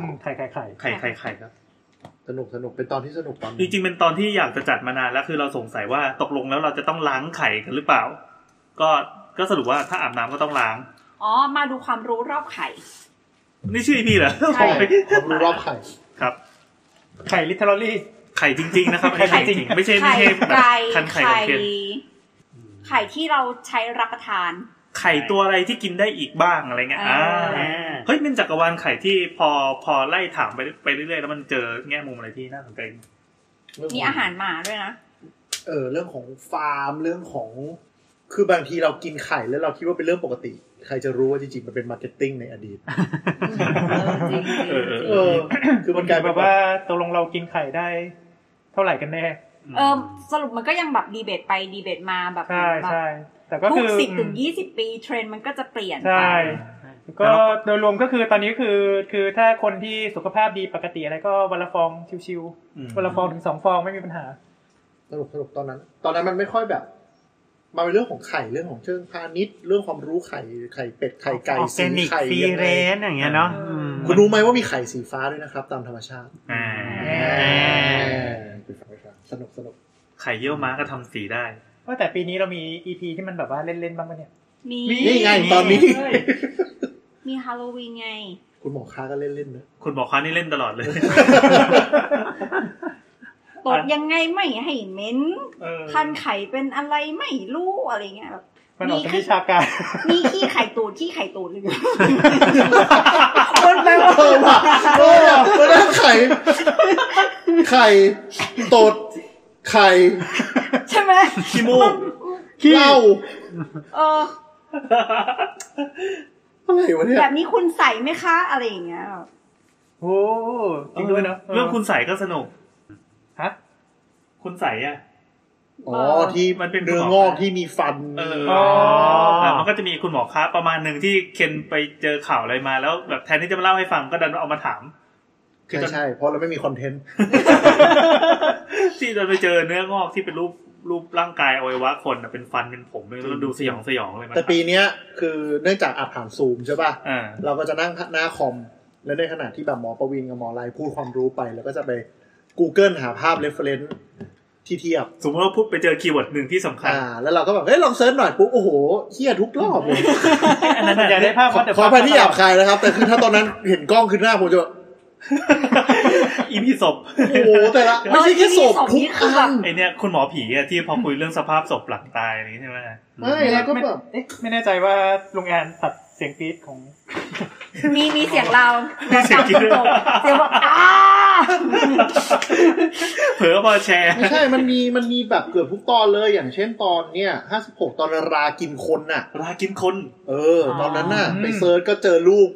S4: อืมไข่ไข่ไข่
S3: ไข่ไข่ไข่ครับ
S5: ๆสนุกสนุกเป็นตอนที่สนุกตอน
S3: จริงๆเป็นตอนที่อยากจะจัดมานานแล้วคือเราสงสัยว่าตกลงแล้วเราจะต้องล้างไข่กันหรือเปล่า ก็ก็สรุปว่าถ้าอาบน้ำก็ต้องล้าง
S6: อ๋อมาดูความรู้รอบไข่
S3: นี่ชื่อพีเหรอ
S6: ใช่
S5: ใช่ความรู้รอบไข่
S3: ครับ
S4: ไข่ลิเทอรัลี่
S3: ไข่จริง ๆ นะครับ
S4: ไข่จริง
S3: ไม่ใช่ไม่
S6: ไข่
S3: ใช่แบบ
S6: ไก่
S3: คันไข่
S6: ไข่
S3: ของเคน
S6: ไข่ที่เราใช้รับประทาน
S3: ไข่ตัวอะไรที่กินได้อีกบ้างอะไรเงี้ยอ่า
S6: อ่
S2: อ่า
S3: เฮ้ยเป็นจักรวาลไข่ที่พอพอไล่ถามไปไปเรื่อยๆแล้วมันเจอแง่มุมอะไรที่น่าสนใจ
S5: เงขง
S6: มีอาหารหมาด้วยนะ
S5: เออเรื่องของฟาร์มเรื่องของ คือบางทีเรากินไข่แล้วเราคิดว่าเป็นเรื่องปกติ ใครจะรู้ว่าจริงๆมันเป็นมาร์เก็ตติ้งในอดีต
S6: เออจริง
S3: เออเออ
S5: เออ คือมันกลาย
S4: แบ
S5: เป็น
S4: บว่าตกลงเรากินไข่ได้ เท่าไหร่กันแน่
S6: ๆเออสรุปมันก็ยังแบบดีเบตไปดีเบตมาแบบ
S4: ใช่
S6: แบบ
S4: ใช่แต่ก็
S6: ทุ
S4: คื
S6: ก
S4: อ
S6: สิบถึงยี่สิบปีเทรนด์มันก็จะเปลี่ยนไป
S4: ใช่ก็โดยรวมก็คือตอนนี้คือ คือถ้าคนที่สุขภาพดีปกติอะไรก็วันละฟองชิว
S3: อืม
S4: ๆวันละฟองถึงสองฟองไม่มีปัญหา
S5: สนุกสนุกตอนนั้น ตอนนั้นมันไม่ค่อยแบบมาเป็นเรื่องของไข่เรื่องของเชิงพาณิชย์เรื่องความรู้ไข่ไข่เป็ดไข่ไก่
S2: ออร์แก
S5: สี
S2: นิก
S5: ไข่
S2: ฟรี
S5: ยัง
S2: เร
S5: ไง
S2: นอย่างเงี้ยเนาะอืม
S5: คุณรู้ไหมว่ามีไข่สีฟ้าด้วยนะครับ ตามธรรมชาติ
S3: อ่า
S5: สนุกสนุก
S3: ไข่เยี่ยวม้าก็ทำสีได้
S4: ว่าแต่ปีนี้เรามี EP ที่มันแบบว่าเล่นๆบ้างปะเนี่ย
S6: มี
S5: นี่ไงตอนนี้
S6: มีฮาโลวีนไง
S5: คุณหมอค้าก็เล่นเล่นๆนะ
S3: คุณบอกค้านี่เล่นตลอดเลย
S6: ตดยังไงไม่ให้เหม็น
S3: เออ
S6: คันไข่เป็นอะไรไม่รู้อะไรเงี้ยแบบ
S4: มันออก
S6: มี
S4: จากวิชาการ
S6: มีขี้ไข่ตูดขี้ไข่ตูดเลย
S5: มันแปลว่าเออว่ะเออว่ะมันแปลว่าไข่ ไข่ตด ไข่
S6: ใช่ไหม
S3: ขี้มูก
S5: เหล้า
S6: เออ
S5: อะไรวะเนี่ย
S6: แบบนี้คุณใส่ไหมคะอะไรอย่างเงี้ย
S4: โอ้จริงด้วยเนาะ
S3: เรื่องคุณใสก็สนุก
S4: ฮะ
S3: คุณใสอ่ะ
S5: อ๋อที่
S3: มันเป็น
S5: เนื้องอกที่มีฟัน
S3: เออ
S4: อ๋อ
S3: อ่ะมันก็จะมีคุณหมอค้าประมาณหนึ่งที่เคนไปเจอข่าวอะไรมาแล้วแบบแทนที่จะมาเล่าให้ฟังก็ดันเอามาถ าม คือตอน
S5: ใช่ใช่เพราะเราไม่มีคอนเทนต์
S3: ที่ดันไปเจอเนื้องอกที่เป็นรูปรูปร่างกายอวัยวะคนอ่ะเป็นฟันเป็นผมเลยแล้วดูสยองสยองเลยมา
S5: แต่ปีเนี้ยคือเนื่องจากอัดผ่านซูมใช่ป่ะ
S3: อ่า
S5: เราก็จะนั่งหน้าคอม แล้วในขณะที่แบบหมอประวินกับหมอลายพูดความรู้ไป แล้วก็จะไป Google หาภาพ reference ที่เทียบ
S3: สมมติว่าพูดไปเจอคีย์เวิร์ดหนึ่งที่สำคัญ
S5: อ่า แล้วเราก็แบบเฮ้ยลองเซิร์ชหน่อยปุ๊บโอ้โหเฮียทุกรอบเลย
S3: อันนั้น
S4: ส่วนใหญ่
S3: น่ะ
S4: ได้ภาพ
S5: ขอ
S4: ว่าแต่
S5: ขออภัยที่หยาบคายนะครับ แต่คือถ้าตอนนั้น เห็นกล้องขึ้นหน้าผมจะแบบ
S3: อีพีศพ
S5: โอ้โหแต่ ละไม่ใช่แค่ศพทุกอัน
S3: ไอเนี่ยคุณหมอผีอะที่พอคุยเรื่องสภาพศพหลังตายอะไรอย่างงี้ใช่ไหม
S5: ไม่แล้วก็แบบ
S4: เอ๊ะไม่แน่ใจว่าลุงแอนตัด สียงกรี๊ดของ
S6: มีมีเสียงเรา
S3: มีเสียงกรี๊ดด้วย
S6: เสียงว่าอ้า
S3: เผลอพอแชร์
S5: ไม่ใช่ มันมี มันมีแบบเกือบทุกตอนเลย อย่างเช่นตอนเนี้ยห้าสิบหกตอนรากินคนน่ะ
S3: รากินคน
S5: เออ ตอนนั้นน่ะ
S4: อ๋อ
S5: ไปเซิร์ชก็เจอรูป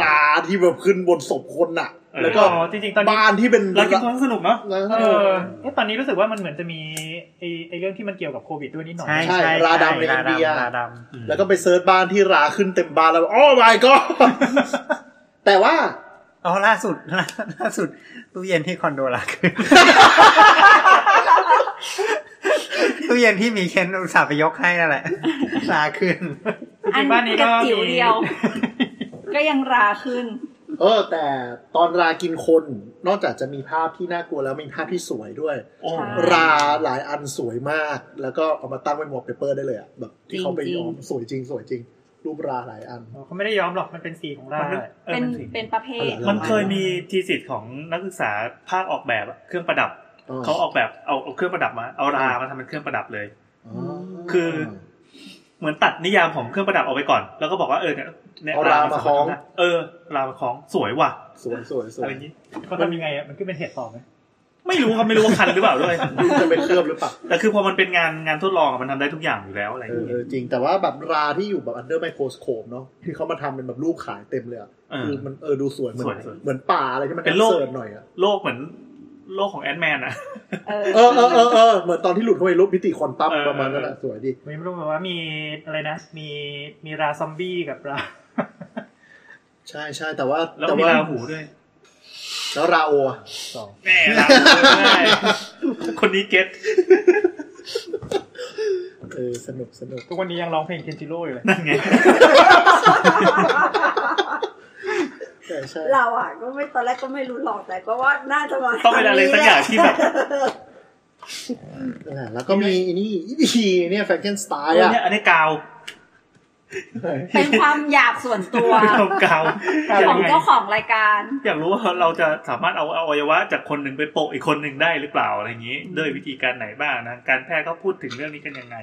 S5: ราที่แบบขึ้นบนศพคนน่ะ
S3: เออ
S5: แล้ว
S4: ก็
S5: ก็
S4: จริงๆตอนนี้
S5: บ้านที่เป็น
S3: รากินคนสนุกเนาะ
S5: แล้ว
S4: เออเอ๊ะตอนนี้รู้สึกว่ามันเหมือนจะมีไอ้ไอ้เรื่องที่มันเกี่ยวกับโควิดด้วยนิดหน่อย
S2: ใช่ใช่ใช่
S5: ราดำในอินเดีย
S2: ราดำ
S5: แล้วก็ไปเซิร์ชบ้านที่ราขึ้นเต็มบ้านแล้วโอ้ my god แต่ว่า
S2: อ๋อล่าสุด ล่าล่าสุดตู้เย็นที่คอนโดรา ขึ้นตู้เย็นที่มีเคนอุตส่าห์ไปยกให้นั่นแหละราขึ้น
S4: จริงๆบ้านนี้ก็
S6: ระจิ๋ว
S4: มี
S6: เดียว ก็ยังราขึ้น
S5: เออ แต่ตอนรากินคน นอกจากจะมีภาพที่น่ากลัวแล้วมีภาพที่สวยด้วย
S3: โอ้
S6: ใช่
S5: ราหลายอันสวยมาก แล้วก็เอามาตั้งเป็นวอลเปเปอร์ได้เลยอะแบบที่เขาไปย้อมสวยจริงสวยจริง รูปราหลายอัน
S4: อ๋อเขาไม่ได้ยอมหรอกมันเป็นสีของเรา
S6: เป็
S3: มันเป็นเออ
S6: น
S3: มันสิ
S6: เป็นประเภท
S5: เอาเหรอ
S3: มันเคยมีทีสิทธิ์ของนักศึกษาภาคออกแบบอะเครื่องประดับ
S5: อ๋อ
S3: เขาออกแบบเอาเอาเครื่องประดับมา เอารามาทำเป็นเครื่องประดับเลย
S5: อ๋อ
S3: คือ เหมือนตัดนิยามของเครื่องประดับออกไปก่อน แล้วก็บอกว่าเออเนี่ยเนี่ย
S5: เอาราม
S3: น
S5: มา
S3: สรถ
S5: คล้อง
S3: ทำได้เออ รามาคล้องสวยว่ะ
S5: สวยสวยสว
S3: อะไร
S5: ย
S3: อย่างนี้
S4: เขาทำยังไงอ่ะมันขึ้นเป็นเห็ดต่อไหม
S3: ไม่รู้ครับไม่รู้ว่าคันหรือเปล่าด้วย
S5: จะเป็นเคลือบหรือเปล่า
S3: แต่คือพอมันเป็นงานงานทดลองอะมันทำได้ทุกอย่างอยู่แล้วอะไรอ
S5: เอย่าง อ
S3: นี้
S5: เออจริงแต่ว่าแบบราที่อยู่แบบอันเดอร์ไมโครสโคปเนาะที่เขามาทำเป็นแบบรูปขายเต็มเลยอะ
S3: เออ
S5: คือมันเออดูสวยเหมือ
S3: สวย
S5: น
S3: สวย
S5: เหมือนป่าอะไรที่มัน
S3: เป็นโลก
S5: เสิร์ชหน่อยอะ
S3: โลกเหมือนโลกของแอนด์แมนอะ
S6: เอ
S5: เอ
S6: อ
S5: อเออเออเออเหมือนตอนที่หลุดเข้าไปรูปมิติควอนตัม
S3: เออ
S5: ประมาณนั้นแหละสวยดี
S4: ไม่รู้แบบว่ามีอะไรนะ มีมีราซอมบี้กับรา
S5: ใช่ใช่แต่ว่า
S3: แล้ว
S5: แต่
S3: มี
S5: ว่า
S3: ราหูด้วย
S5: แล้วราโออะ
S3: แน่ราหูด้วยคนนี้เก็ต
S5: เออสนุกสนุก
S4: ทุกวันนี้ยังร้องเพลงเคนจิโร่อยู่เลย
S3: นั่นไง
S5: ใช่ใช่
S6: เราอ่ะ ก็ไม่ตอนแรกก็ไม่รู้หรอกแต่ก็ว่าน่าจะมา
S3: ต้องเป็นอะไรสักอย่างที่แบบ
S5: นั่นแหละแล้วก็มีนี่อีเนี่ยแฟรงเกนสไตล์
S3: เออ
S5: อ่ะ
S3: เนี่ยอันนี้กาว
S6: เป็นความอยากส่วนตัว
S3: เอากาว
S4: เอา
S3: อ
S6: ขอ
S3: ยาก
S6: ง
S4: ไ
S6: เจ้าของรายการ
S3: อยากรู้ว่าเราจะสามารถเอาอวัยวะจากคนหนึ่งไปโปะอีกคนหนึ่งได้หรือเปล่าอะไรอย่างนี้ ด้วยวิธีการไหนบ้างนะการแพทย์เขาพูดถึงเรื่องนี้กันยังไง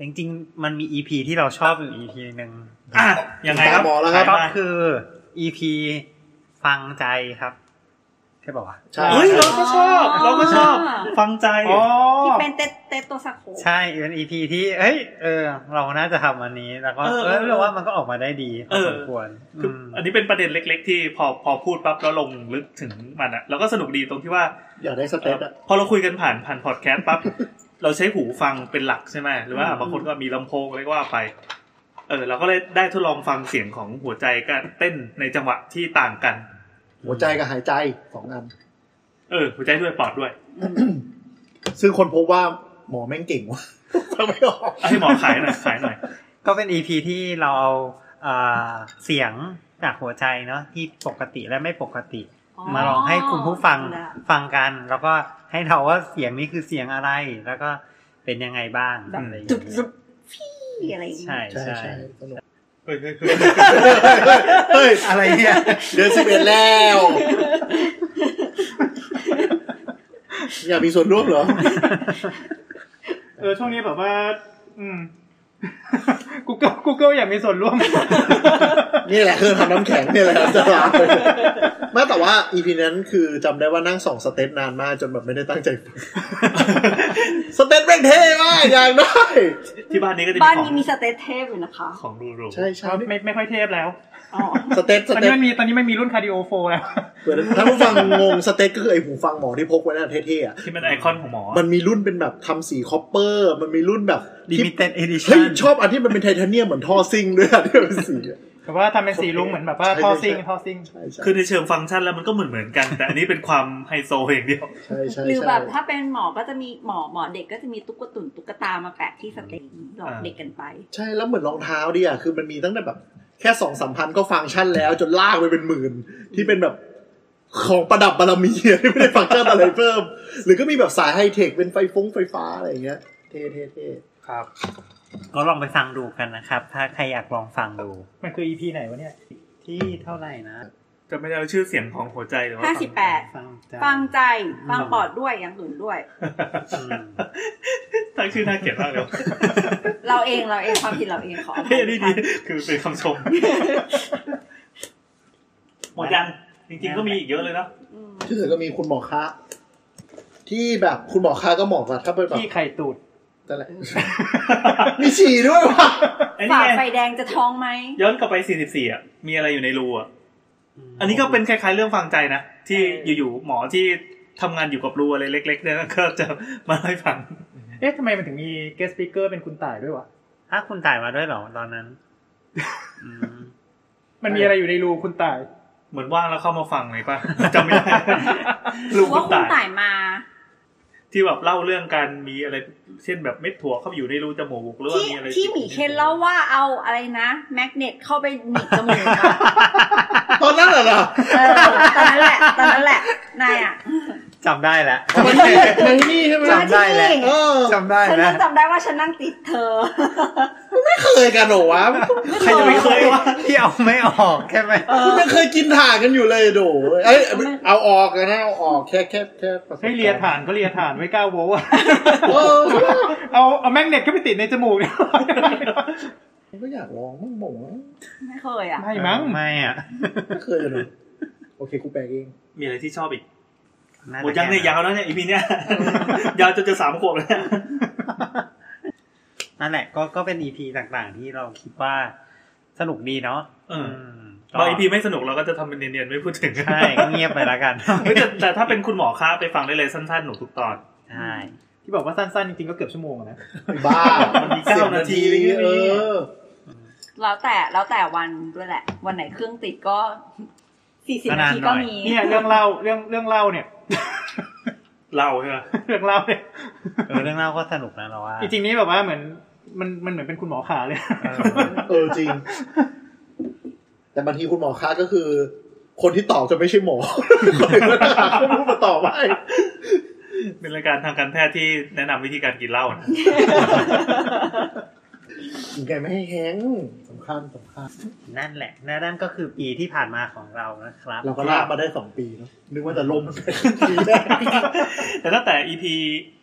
S2: จริงๆ มันมี EP ที่เราชอบอยู่ EP หนึ่ง
S3: อ่ะยังไงครับ
S5: หมอแล้วครับ
S3: ไป
S2: ก็
S3: มา
S2: คือ EP ฟังใจครับใช่ป่าวะ
S5: ใช่
S3: เฮ้ยเราก็ชอบ
S6: อ๋อ
S3: เราก็ชอบ ฟังใจ
S4: อ๋อ
S6: ที่เป็นเตเตโตสโค
S2: ใช่เป็น EP ที่ เอ้ยเออ เราน่าจะทำอันนี้ แล้วก็
S3: เออ
S2: เอ
S3: เอ
S2: อ
S3: อ
S2: เราว่ามันก็ออกมาได้ดีพ
S3: เอ
S2: อ
S3: อ
S2: สมควร
S3: คือ
S2: ม
S3: อันนี้เป็นประเด็นเล็ก ๆ ที่พอพอพูดปั๊บแล้วลงลึกถึงมันอะเราก็สนุกดีตรงที่ว่า
S5: อยากได้สเตตอ่ะ
S3: พอเราคุยกันผ่านผ่านพอดแคสต์ปั๊บ เราใช้หูฟังเป็นหลักใช่ไหมหรือว่าบางคนก็มีลำโพงอะไรก็ว่าไป เออ เราก็เลยได้ทดลองฟังเสียงของหัวใจกันเต้นในจังหวะที่ต่างกัน
S5: หัวใจกับหายใจสองอัน
S3: เออ หัวใจด้วยปอดด้วย
S5: ซึ่งคนพบว่าหมอแม่งเก่งว่ะฟังไม่ออก
S3: ให้หมอขายหน่อยขายหน่อย
S2: ก็เป็น EP ที่เราเอาอ่าเสียงจากหัวใจเนาะที่ปกติและไม่ปกติ มาลองให้คุณผู้ฟังฟังกัน แล้วก็ให้เราว่าเสียงนี้คือเสียงอะไร แล้วก็เป็นยังไงบ้าง
S6: แบบ
S2: อะไรอย่าง
S6: จุบจุ
S2: เงี้
S6: บ
S2: ย
S6: ฟี่อะไรอย่างเงี้ย
S2: ใช่
S5: ใช่
S2: ใช่
S5: ใช่สนุก
S3: เฮ้ยเฮ้ยเฮ้ย
S5: เฮ้ย
S2: อะไรเนี่ย
S5: เดือนสิบเอ็ดแล้ว อยากมีส่วนร่วมเหรอ
S4: เออช่วงนี้แบบว่า อืม Google Google อยากมีส่วน ร่วม
S5: นี่แหละคือทำน้ำแข็งเนี่ยแหละ จะลาไปแม้แต่ว่าอีพีนั้นคือจำได้ว่านั่งส่องสเตตนานมากจนแบบไม่ได้ตั้งใจฟัง สเตตแม่งเท่มากอยากได้
S3: ที่บ้านนี้ก็จะมี
S6: บ้าน
S3: ขอ
S6: นี้
S3: ง
S6: มีสเตทเทปอยู่นะคะ
S3: ของรูรู
S5: ใช่ใช่
S4: ไม่ไม่ค่อยเทพแล้ว
S6: อ๋อ
S5: สเตตส
S4: ตอน
S5: เต
S4: นี้
S5: ต
S4: มันมีตอนนี้มันมีรุ่นคาร์ดิโอโฟ แล้ว
S5: ถ้าผู้ฟังงงสเตตก็คือไอ้หูฟังหมอที่พกไว้นั่นเท่ๆอ่ะ
S3: ที่เป็นไอคอนของหมอ
S5: มันมีรุ่นเป็นแบบทำสีคอปเปอร์ มันมีรุ่นแบบที่
S2: limited
S5: เฮ้ย
S2: edition
S5: ชอบอันที่มันเป็นไทเทเนียมเหมือนท่อซิ่งด้วยอะที่มันเป็นสีอะ
S4: แต่ว่าทำเป็นสีลุงเหมือนแบบว่า
S5: ใช่
S4: ทอ
S5: ใช่
S4: ซิงทอซิง
S5: ใช่ใช่
S3: คือในเชิงฟังก์ชันแล้วมันก็เหมือนเหมือนๆกัน แต่อันนี้เป็นความไฮโซอย่างเดียว
S5: ใช่ใช่
S6: หรือ
S5: ใช่
S6: แบบถ้าเป็นหมอก็จะมีหมอหมอเด็กก็จะมีตุ๊กตุ่นตุ๊กตามาแปะที่สเตทหลอกเด็กกันไป
S5: ใช่แล้วเหมือนรองเท้าดิอ่ะคือมันมีตั้งแต่แบบ แค่สองสามพันก็ฟังก์ชันแล้วจนลากไปเป็นหมื่น ที่เป็นแบบของประดับบารมีอะที่ไม่ได้ฟังก์ชันอะไรเพิ่ม หรือก็มีแบบสายไฮเทคเป็นไฟฟงไฟฟ้าอะไรอย่างเงี้ยเท่เท่เท่
S4: ครับ
S2: ก็ลองไปฟังดูกันนะครับ ถ้าใครอยากลองฟังดู
S4: มันคือ EP ไหนวะเนี่ย
S2: ที่เท่าไหร่นะ
S3: จะไม่ได้เอาชื่อเสียงของหัวใจหรือว่า
S6: ห้าสิบแปด
S2: ฟังใจ
S6: ฟังใจฟังปอดด้วยอย่างอื่นด้วย
S2: อืม
S3: ตั้งชื่อน่าเกลียดมากเลยว่ะ
S6: เราเองเราเองความผิดเราเองขออภั
S3: เฮ้ย
S6: ย
S3: อันนี่ดีคือเป็นคำชมหมดยังจริงๆก็มีอีกเยอะเลยเนอะ
S6: อืม
S5: ที่เหลือก็มีคุณหมอคะที่แบบคุณหมอคะก็เหมาะกับถ้าเป็นแบบ
S4: ที่ไข่ตูด
S5: นั่นแหละ มีฉี่ด้วยวะ
S3: ไอ้นี่
S6: ฝ่าไฟ
S3: ไง
S6: แดงจะท้องไหม
S3: ย้อนกลับไป 44 อ่ะ มีอะไรอยู่ในรูอ่ะ อันนี้ก็เป็นคล้ายๆเรื่องฟังใจนะ ที่อยู่ๆหมอที่ทำงานอยู่กับรูอะไรเล็ก ๆ เนี่ยก็จะมาเล่าให้ฟัง
S4: เอ๊ะทำไมมันถึงมี guest speaker เป็นคุณต่ายด้วยวะ
S2: ถ้าคุณถ่ายมาด้วยเหรอตอนนั้นอืม
S4: มันมีอะไรอยู่ในรูคุณต่าย
S3: เหมือนว่างแล้วเข้ามาฟังเลยป่ะ จำไม่ ได้
S6: ห
S3: รู
S6: รือ
S3: คุ
S6: ว่า
S3: ณ
S6: คุณ
S3: ตาย
S6: ต่ายมา
S3: ที่แบบเล่าเรื่องการมีอะไร เช่นแบบเม็ดถั่วเข้าไปอยู่ในรูจมูกหรือว่า
S6: ที่
S3: มีอะไร
S6: ที่หมีเคนเล่าว่าเอาอะไรนะแมกเนตเข้าไปหนีบจมูกอะ
S5: ตอนนั้นเหรอ ล่ะ
S6: เออตอนนั้นแหละตอนนั้นแหละนายอ่ะ
S2: จำได้แล้ว
S5: ในนี่ใช่ไหม
S6: ฉันที่นี่
S5: เออ
S2: จำได้
S6: ฉัน
S2: แล้
S6: ยั
S2: ว
S6: งจำได้ว่าฉันนั่งติดเธอ
S5: ไม่เคยกันเหรอวะ
S2: ใครจะไม่เคยวะที่เอาไม่ออกใช่ไหม
S5: มันยังเคยกินถ่านกันอยู่เลยโดเอ้ยเอาออกกันนะเอาออกแค่แค่แค่ประสบ
S4: เฮ้ยเลียฐานก็เลียฐานไว้ก้าวโวลต์อะ
S5: เออ
S4: เอาเอาแมกเนตก็ไปติดในจมูกเนี่ย
S5: ก็อยากลองมั่งหมงวะ
S6: ไม่เคยอ่ะ
S4: ไม่มั้ง
S2: ไม่อ่ะ
S5: ไม่เคยเลยโอเคกูแปลเอง
S3: มีอะไรที่ชอบอีก
S2: น่า
S3: หม
S2: จะ
S3: ดยังเนี่ย
S2: แค่
S3: ยาวแล้วเนี่ยอีพีเนี้ย ยาวจนจะสามขวบแล้วเนี่ย
S2: นั่นแหละก็ก็เป็นอีพีต่างๆ ที่เราคิดว่าสนุกดีเนาะ
S3: เออ
S2: ม
S3: บางอีพีไม่สนุกเราก็จะทำเป็นเนียนๆไม่พูดถึง
S2: ใช่ก็เงียบไปแล้วกัน
S3: เฮ้ยแต่แต่ถ้าเป็นคุณหมอค้าไปฟังได้เลยสั้นๆหนูทุกตอน
S2: ใช่
S4: ที่บอกว่าสั้นๆ จริงๆ ก็เกือบชั่วโมงอะนะ
S5: บ้ามัน
S3: มีเก้านาที
S5: เออ
S6: แล้วแต่แล้วแต่วันด้วยแหละ วันไหนเครื่องติดก็ สี่สิบนาทีก็มี
S4: เนี่ยเรื่องเล่าเรื่องเรื่องเล่าเนี่ย
S3: เล่าใช่ไหม
S4: เรื่องเล่าเนี่ย
S2: เออเรื่องเล่าก็สนุกนะเราว่า
S4: จริงๆนี่แบบว่าเหมือนมันมันเหมือนเป็นคุณหมอขาเลย
S2: เออ
S5: เออจริง แต่บางทีคุณหมอคะก็คือ คนที่ตอบจะไม่ใช่หมอ คนพูดมาตอบให้
S3: เป็นรายการทางการแพทย์ที่แนะนำวิธีการกินเหล้านะ
S5: ถึงแกไม่ให้แห้งสำคัญสำคัญ
S2: นั่นแหละนั่นนั่นก็คือปีที่ผ่านมาของเรานะครับ
S5: เราก็ลากมาได้สองปีเนาะนึกว่าจะล้ม ปีแรก
S3: แต่ตั้งแต่ EP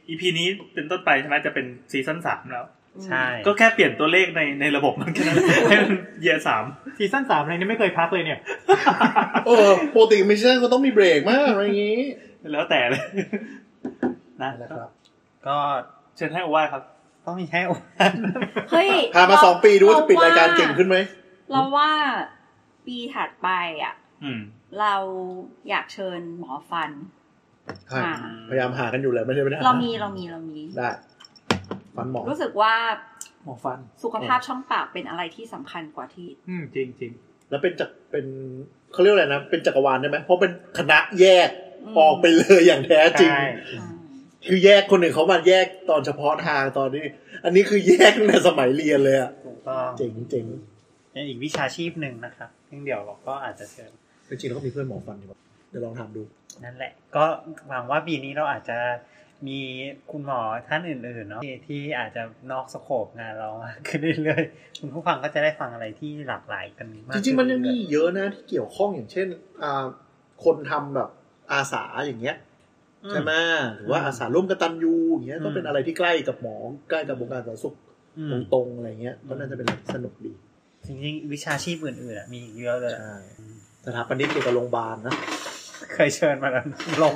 S3: EP นี้เป็นต้นไปใช่ไหมจะเป็นซีซั่นสามแล้ว
S2: ใช่
S3: ก็แค่เปลี่ยนตัวเลขในในระบบมันแค่นั้น ให้มันเยียสาม
S4: ซีซั่นสามอะไรนี่ไม่เคยพักเลยเนี่ย
S5: เออปกติไม่ใช่ก็ต้องมีเบรกมากอะไรอย่างนี้
S3: แล้วแต่เลยนะ
S5: นั่นแหละครับ
S2: ก็
S3: เชิญให้อว่าครับ
S2: ต้องมีให้โอ
S6: เฮ้ย
S5: ผ่านมาสองปีดูว่าจะปิดรายการเก่งขึ้นไหม
S6: เราว่าปีถัดไปอ่ะ
S3: อืม
S6: เราอยากเชิญหมอฟัน
S5: ใช่
S6: อ่า
S5: พยายามหากันอยู่แหละไม่ใช่ไม่ได้
S6: เรามีเรามีเรามี
S5: ได้ฟันหมอ
S6: รู้สึกว่า
S3: หมอฟัน
S6: สุขภาพช่องปากเป็นอะไรที่สำคัญกว่าที่
S4: อืมจริงจริง
S5: แล้วเป็นจักรเป็นเขาเรียกอะไรนะเป็นจักรวาลได้ไหมเพราะเป็นคณะแยก
S6: อืม
S5: ออกไปเลยอย่างแท้ จริง
S2: ใช่
S6: อืม
S5: คือแยกคนหนึ่งเขามาแยกตอนเฉพาะทางตอนนี้ อันนี้คือแยกตั้งแต่สมัยเรียนเลยอะ
S2: ถูกต้อง
S5: เจ๋งเจ๋ง
S2: เป็นอีกวิชาชีพหนึ่งนะครับซึ่งเดี๋ยวเราก็อาจจะเชิญ
S5: จริงๆแล้วก็มีเพื่อนหมอฟันอยู่ปะเดี๋ยวลองทำดู
S2: นั่นแหละ ก็หวังว่าปีนี้เราอาจจะมีคุณหมอท่านอื่นๆเนาะที่ที่อาจจะนอกสโคปงานเรามากขึ้นเรื่อยๆคุณผู้ฟังก็จะได้ฟังอะไรที่หลากหลายกันมาก
S5: จ
S2: ขึ้
S5: ริงๆมันยังมีเยอะนะที่เกี่ยวข้องอย่างเช่นอ่าคนทำแบบอาสาอย่างเงี้ย
S2: อื
S5: ใช่ไหมหรือว่าอาสาร่วมกตันยูอย่างเงี้ย
S2: อืม
S5: ก็เป็นอะไรที่ใกล้กับหมอใกล้กับวงการสาธารณสุข
S2: อืม
S5: ตรงๆอะไรเงี้ยก็น่าจะเป็นอะไรที่สนุกดี
S2: จริงๆวิชาชีพอื่นๆอะมีอีกเยอะเลยอะ
S5: ใช่สถาปนิกเกี่ยวกับโรงพยาบาลนะ
S2: เคยเชิญมาแล้วลง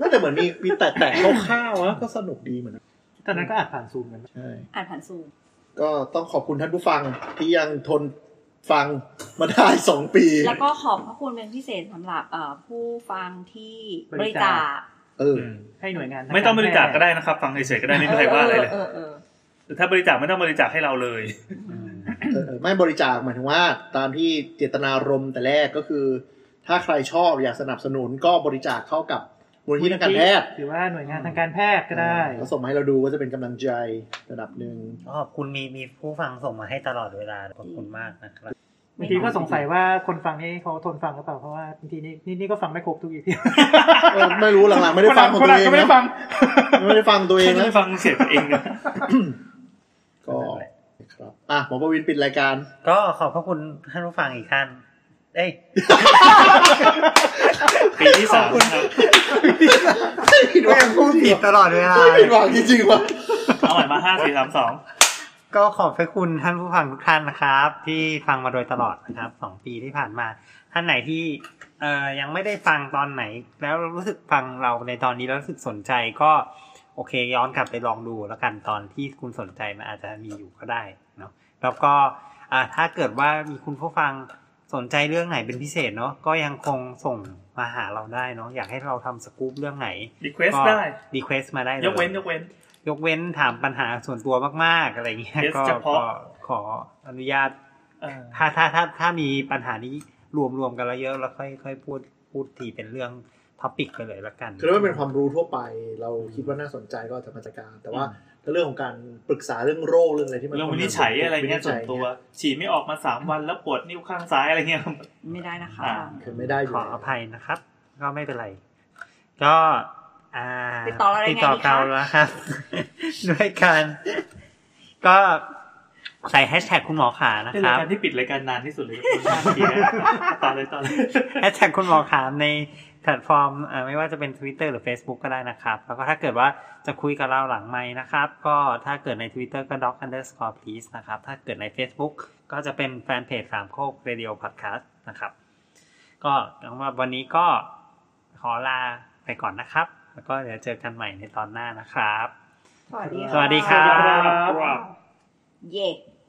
S5: น่าจะเหมือนมีมีแตะๆคร่าวๆนะก็สนุกดีเหมือนกัน
S4: ๆตอนนั้นก็อาจผ่านซูมกัน
S5: ใช่
S6: อ่านผ่านซูม
S5: ก็ต้องขอบคุณท่านผู้ฟังที่ยังทนฟังมาได้สองปี
S6: แล้วก็ขอบพระคุณเป็นพิเศษสำหรับเอ่อผู้ฟังที่บบ
S4: ริ
S6: ริจา
S4: จาค
S6: ค
S5: เออ
S4: ให้หน่วยงานท
S3: ไม่ต้องบริจาคก็
S4: แพทย์
S3: ได้นะครับ ฟังเฉยๆก็ได้ไม่มีใครว่าอะไรเลย
S6: เออเออ
S3: แต่ถ้าบริจาคไม่ต้องบริจาคให้เราเลย
S5: เออเออไม่บริจาคหมายถึงว่า ตามที่เจตนารมณ์แต่แรกก็คือ ถ้าใครชอบอยากสนับสนุนก็บริจาคเข้ากับมูลนิธิทางการแพทย์
S4: หรือว่าหน่วยงานทางการแพทย์ก็ได้
S5: แล้วส่งมาให้เราดูก็จะเป็นกำลังใจระดับหนึ่ง
S2: ขอบคุณมีมีผู้ฟังส่งมาให้ตลอดเวลาขอบคุณมากนะครับ
S4: บางทีก็สงสัยว่าคนฟังนี่เขาทนฟังหรือเปล่าเพราะว่าบางทีนี่นี่นี่ก็ฟังไม่ครบทุกอีพี
S5: เออไม่รู้หลังๆไม่ได้ฟังของตัวเอง
S4: คนหลัก็ไม่ได้
S5: นะ
S4: ฟัง
S5: ไม่ได้ฟังตัวเอง
S3: ไม่
S5: นะ
S3: ได้ฟังเสียงตัวเองนะ
S5: ก็
S2: นั่นแหละ
S5: ค ครับอ่ะหมอประวินปิดรายการ
S2: ก็ขอบพระคุณท่านผู้ฟังอีกท่านเอ้ย
S3: ปีที่สามนะครับ
S5: ผิดห
S2: ก็
S5: วั
S2: ยังงพูดผิดตลอดเวลา
S5: ไม่ผิดหวังจริงๆว่ะ
S3: เอาใหม่มาห้าสี่สามสอง
S2: ก็ขอบพระคุณท่านผู้ฟังทุกท่านนะครับ ที่ฟังมาโดยตลอดนะครับสองปีที่ผ่านมา ท่านไหนที่เอ่อยังไม่ได้ฟังตอนไหน แล้วรู้สึกฟังเราในตอนนี้แล้วรู้สึกสนใจก็โอเคย้อนกลับไปลองดูแล้วกันตอนที่คุณสนใจมันอาจจะมีอยู่ก็ได้เนาะแล้วก็อ่าถ้าเกิดว่ามีคุณผู้ฟังสนใจเรื่องไหนเป็นพิเศษเนาะก็ยังคงส่งมาหาเราได้เนาะอยากให้เราทำสกู๊ปเรื่องไหน
S3: รีเควส
S2: ก็
S3: ได้
S2: รีเควสต์มาได้ล
S3: ยกเว้นยกเว้น
S2: ยกเว้นถามปัญหาส่วนตัวมาก ๆ อะไรเงี้ย
S3: Yes,
S2: ก็
S3: เฉพาะ
S2: ก็ขออนุญาต
S3: เออ
S2: ถ้าถ้าถ้าถ้ามีปัญหานี้รวมรวมกันแล้วเยอะแล้วค่อยค่อยพูดพูดทีเป็นเรื่องท็อปิกไปเลยละกัน
S5: คือถ้ามันเป็นความรู้ทั่วไป เราคิดว่าน่าสนใจก็จะมาจัดการ แต่ว่าถ้าเรื่องของการปรึกษาเรื่องโรคเรื่องอะไรที่มัน
S3: เรื่องวินิจฉัยอะไรเงี้ยส่วนตัว ฉี่ไม่ออกมาสามวันแล้วปวดนิ้วข้างซ้ายอะไรเงี้ย
S6: ไม่ได้นะคะ
S3: อ่า
S5: คือไม่ได้อยู่
S2: ขออภัยนะครับ ก็ไม่เป็นไร ก็อ่า
S6: ติดต่อเราได้ไง
S2: ติดต่อ
S6: ดีคะ
S2: เราแล้วครับ ด้วยการก็ใส่แฮชแท็กคุณหมอขานะ
S3: เป็น
S2: ค
S3: ราย
S2: รับ
S3: การที่ปิดรายการนานที่สุดเลย ห้านาทีนะต่อเลยต่อเลย
S2: แฮชแท็กคุณหมอขามในแพลตฟอร์มเอ่อไม่ว่าจะเป็น Twitter หรือ Facebook ก็ได้นะครับ แล้วก็ถ้าเกิดว่าจะคุยกับเราหลังไม้นะครับ ก็ถ้าเกิดใน Twitter ก็ doc underscore please นะครับ ถ้าเกิดใน Facebook ก็จะเป็นแฟนเพจสามโคก radio podcast นะครับ ก็สำหรับวันนี้ก็ขอลาไปก่อนนะครับ แล้วก็เดี๋ยวเจอกันใหม่ในตอนหน้านะครับ
S6: สวัสดี
S2: สวัสดีครับ
S3: ครับ
S6: เย่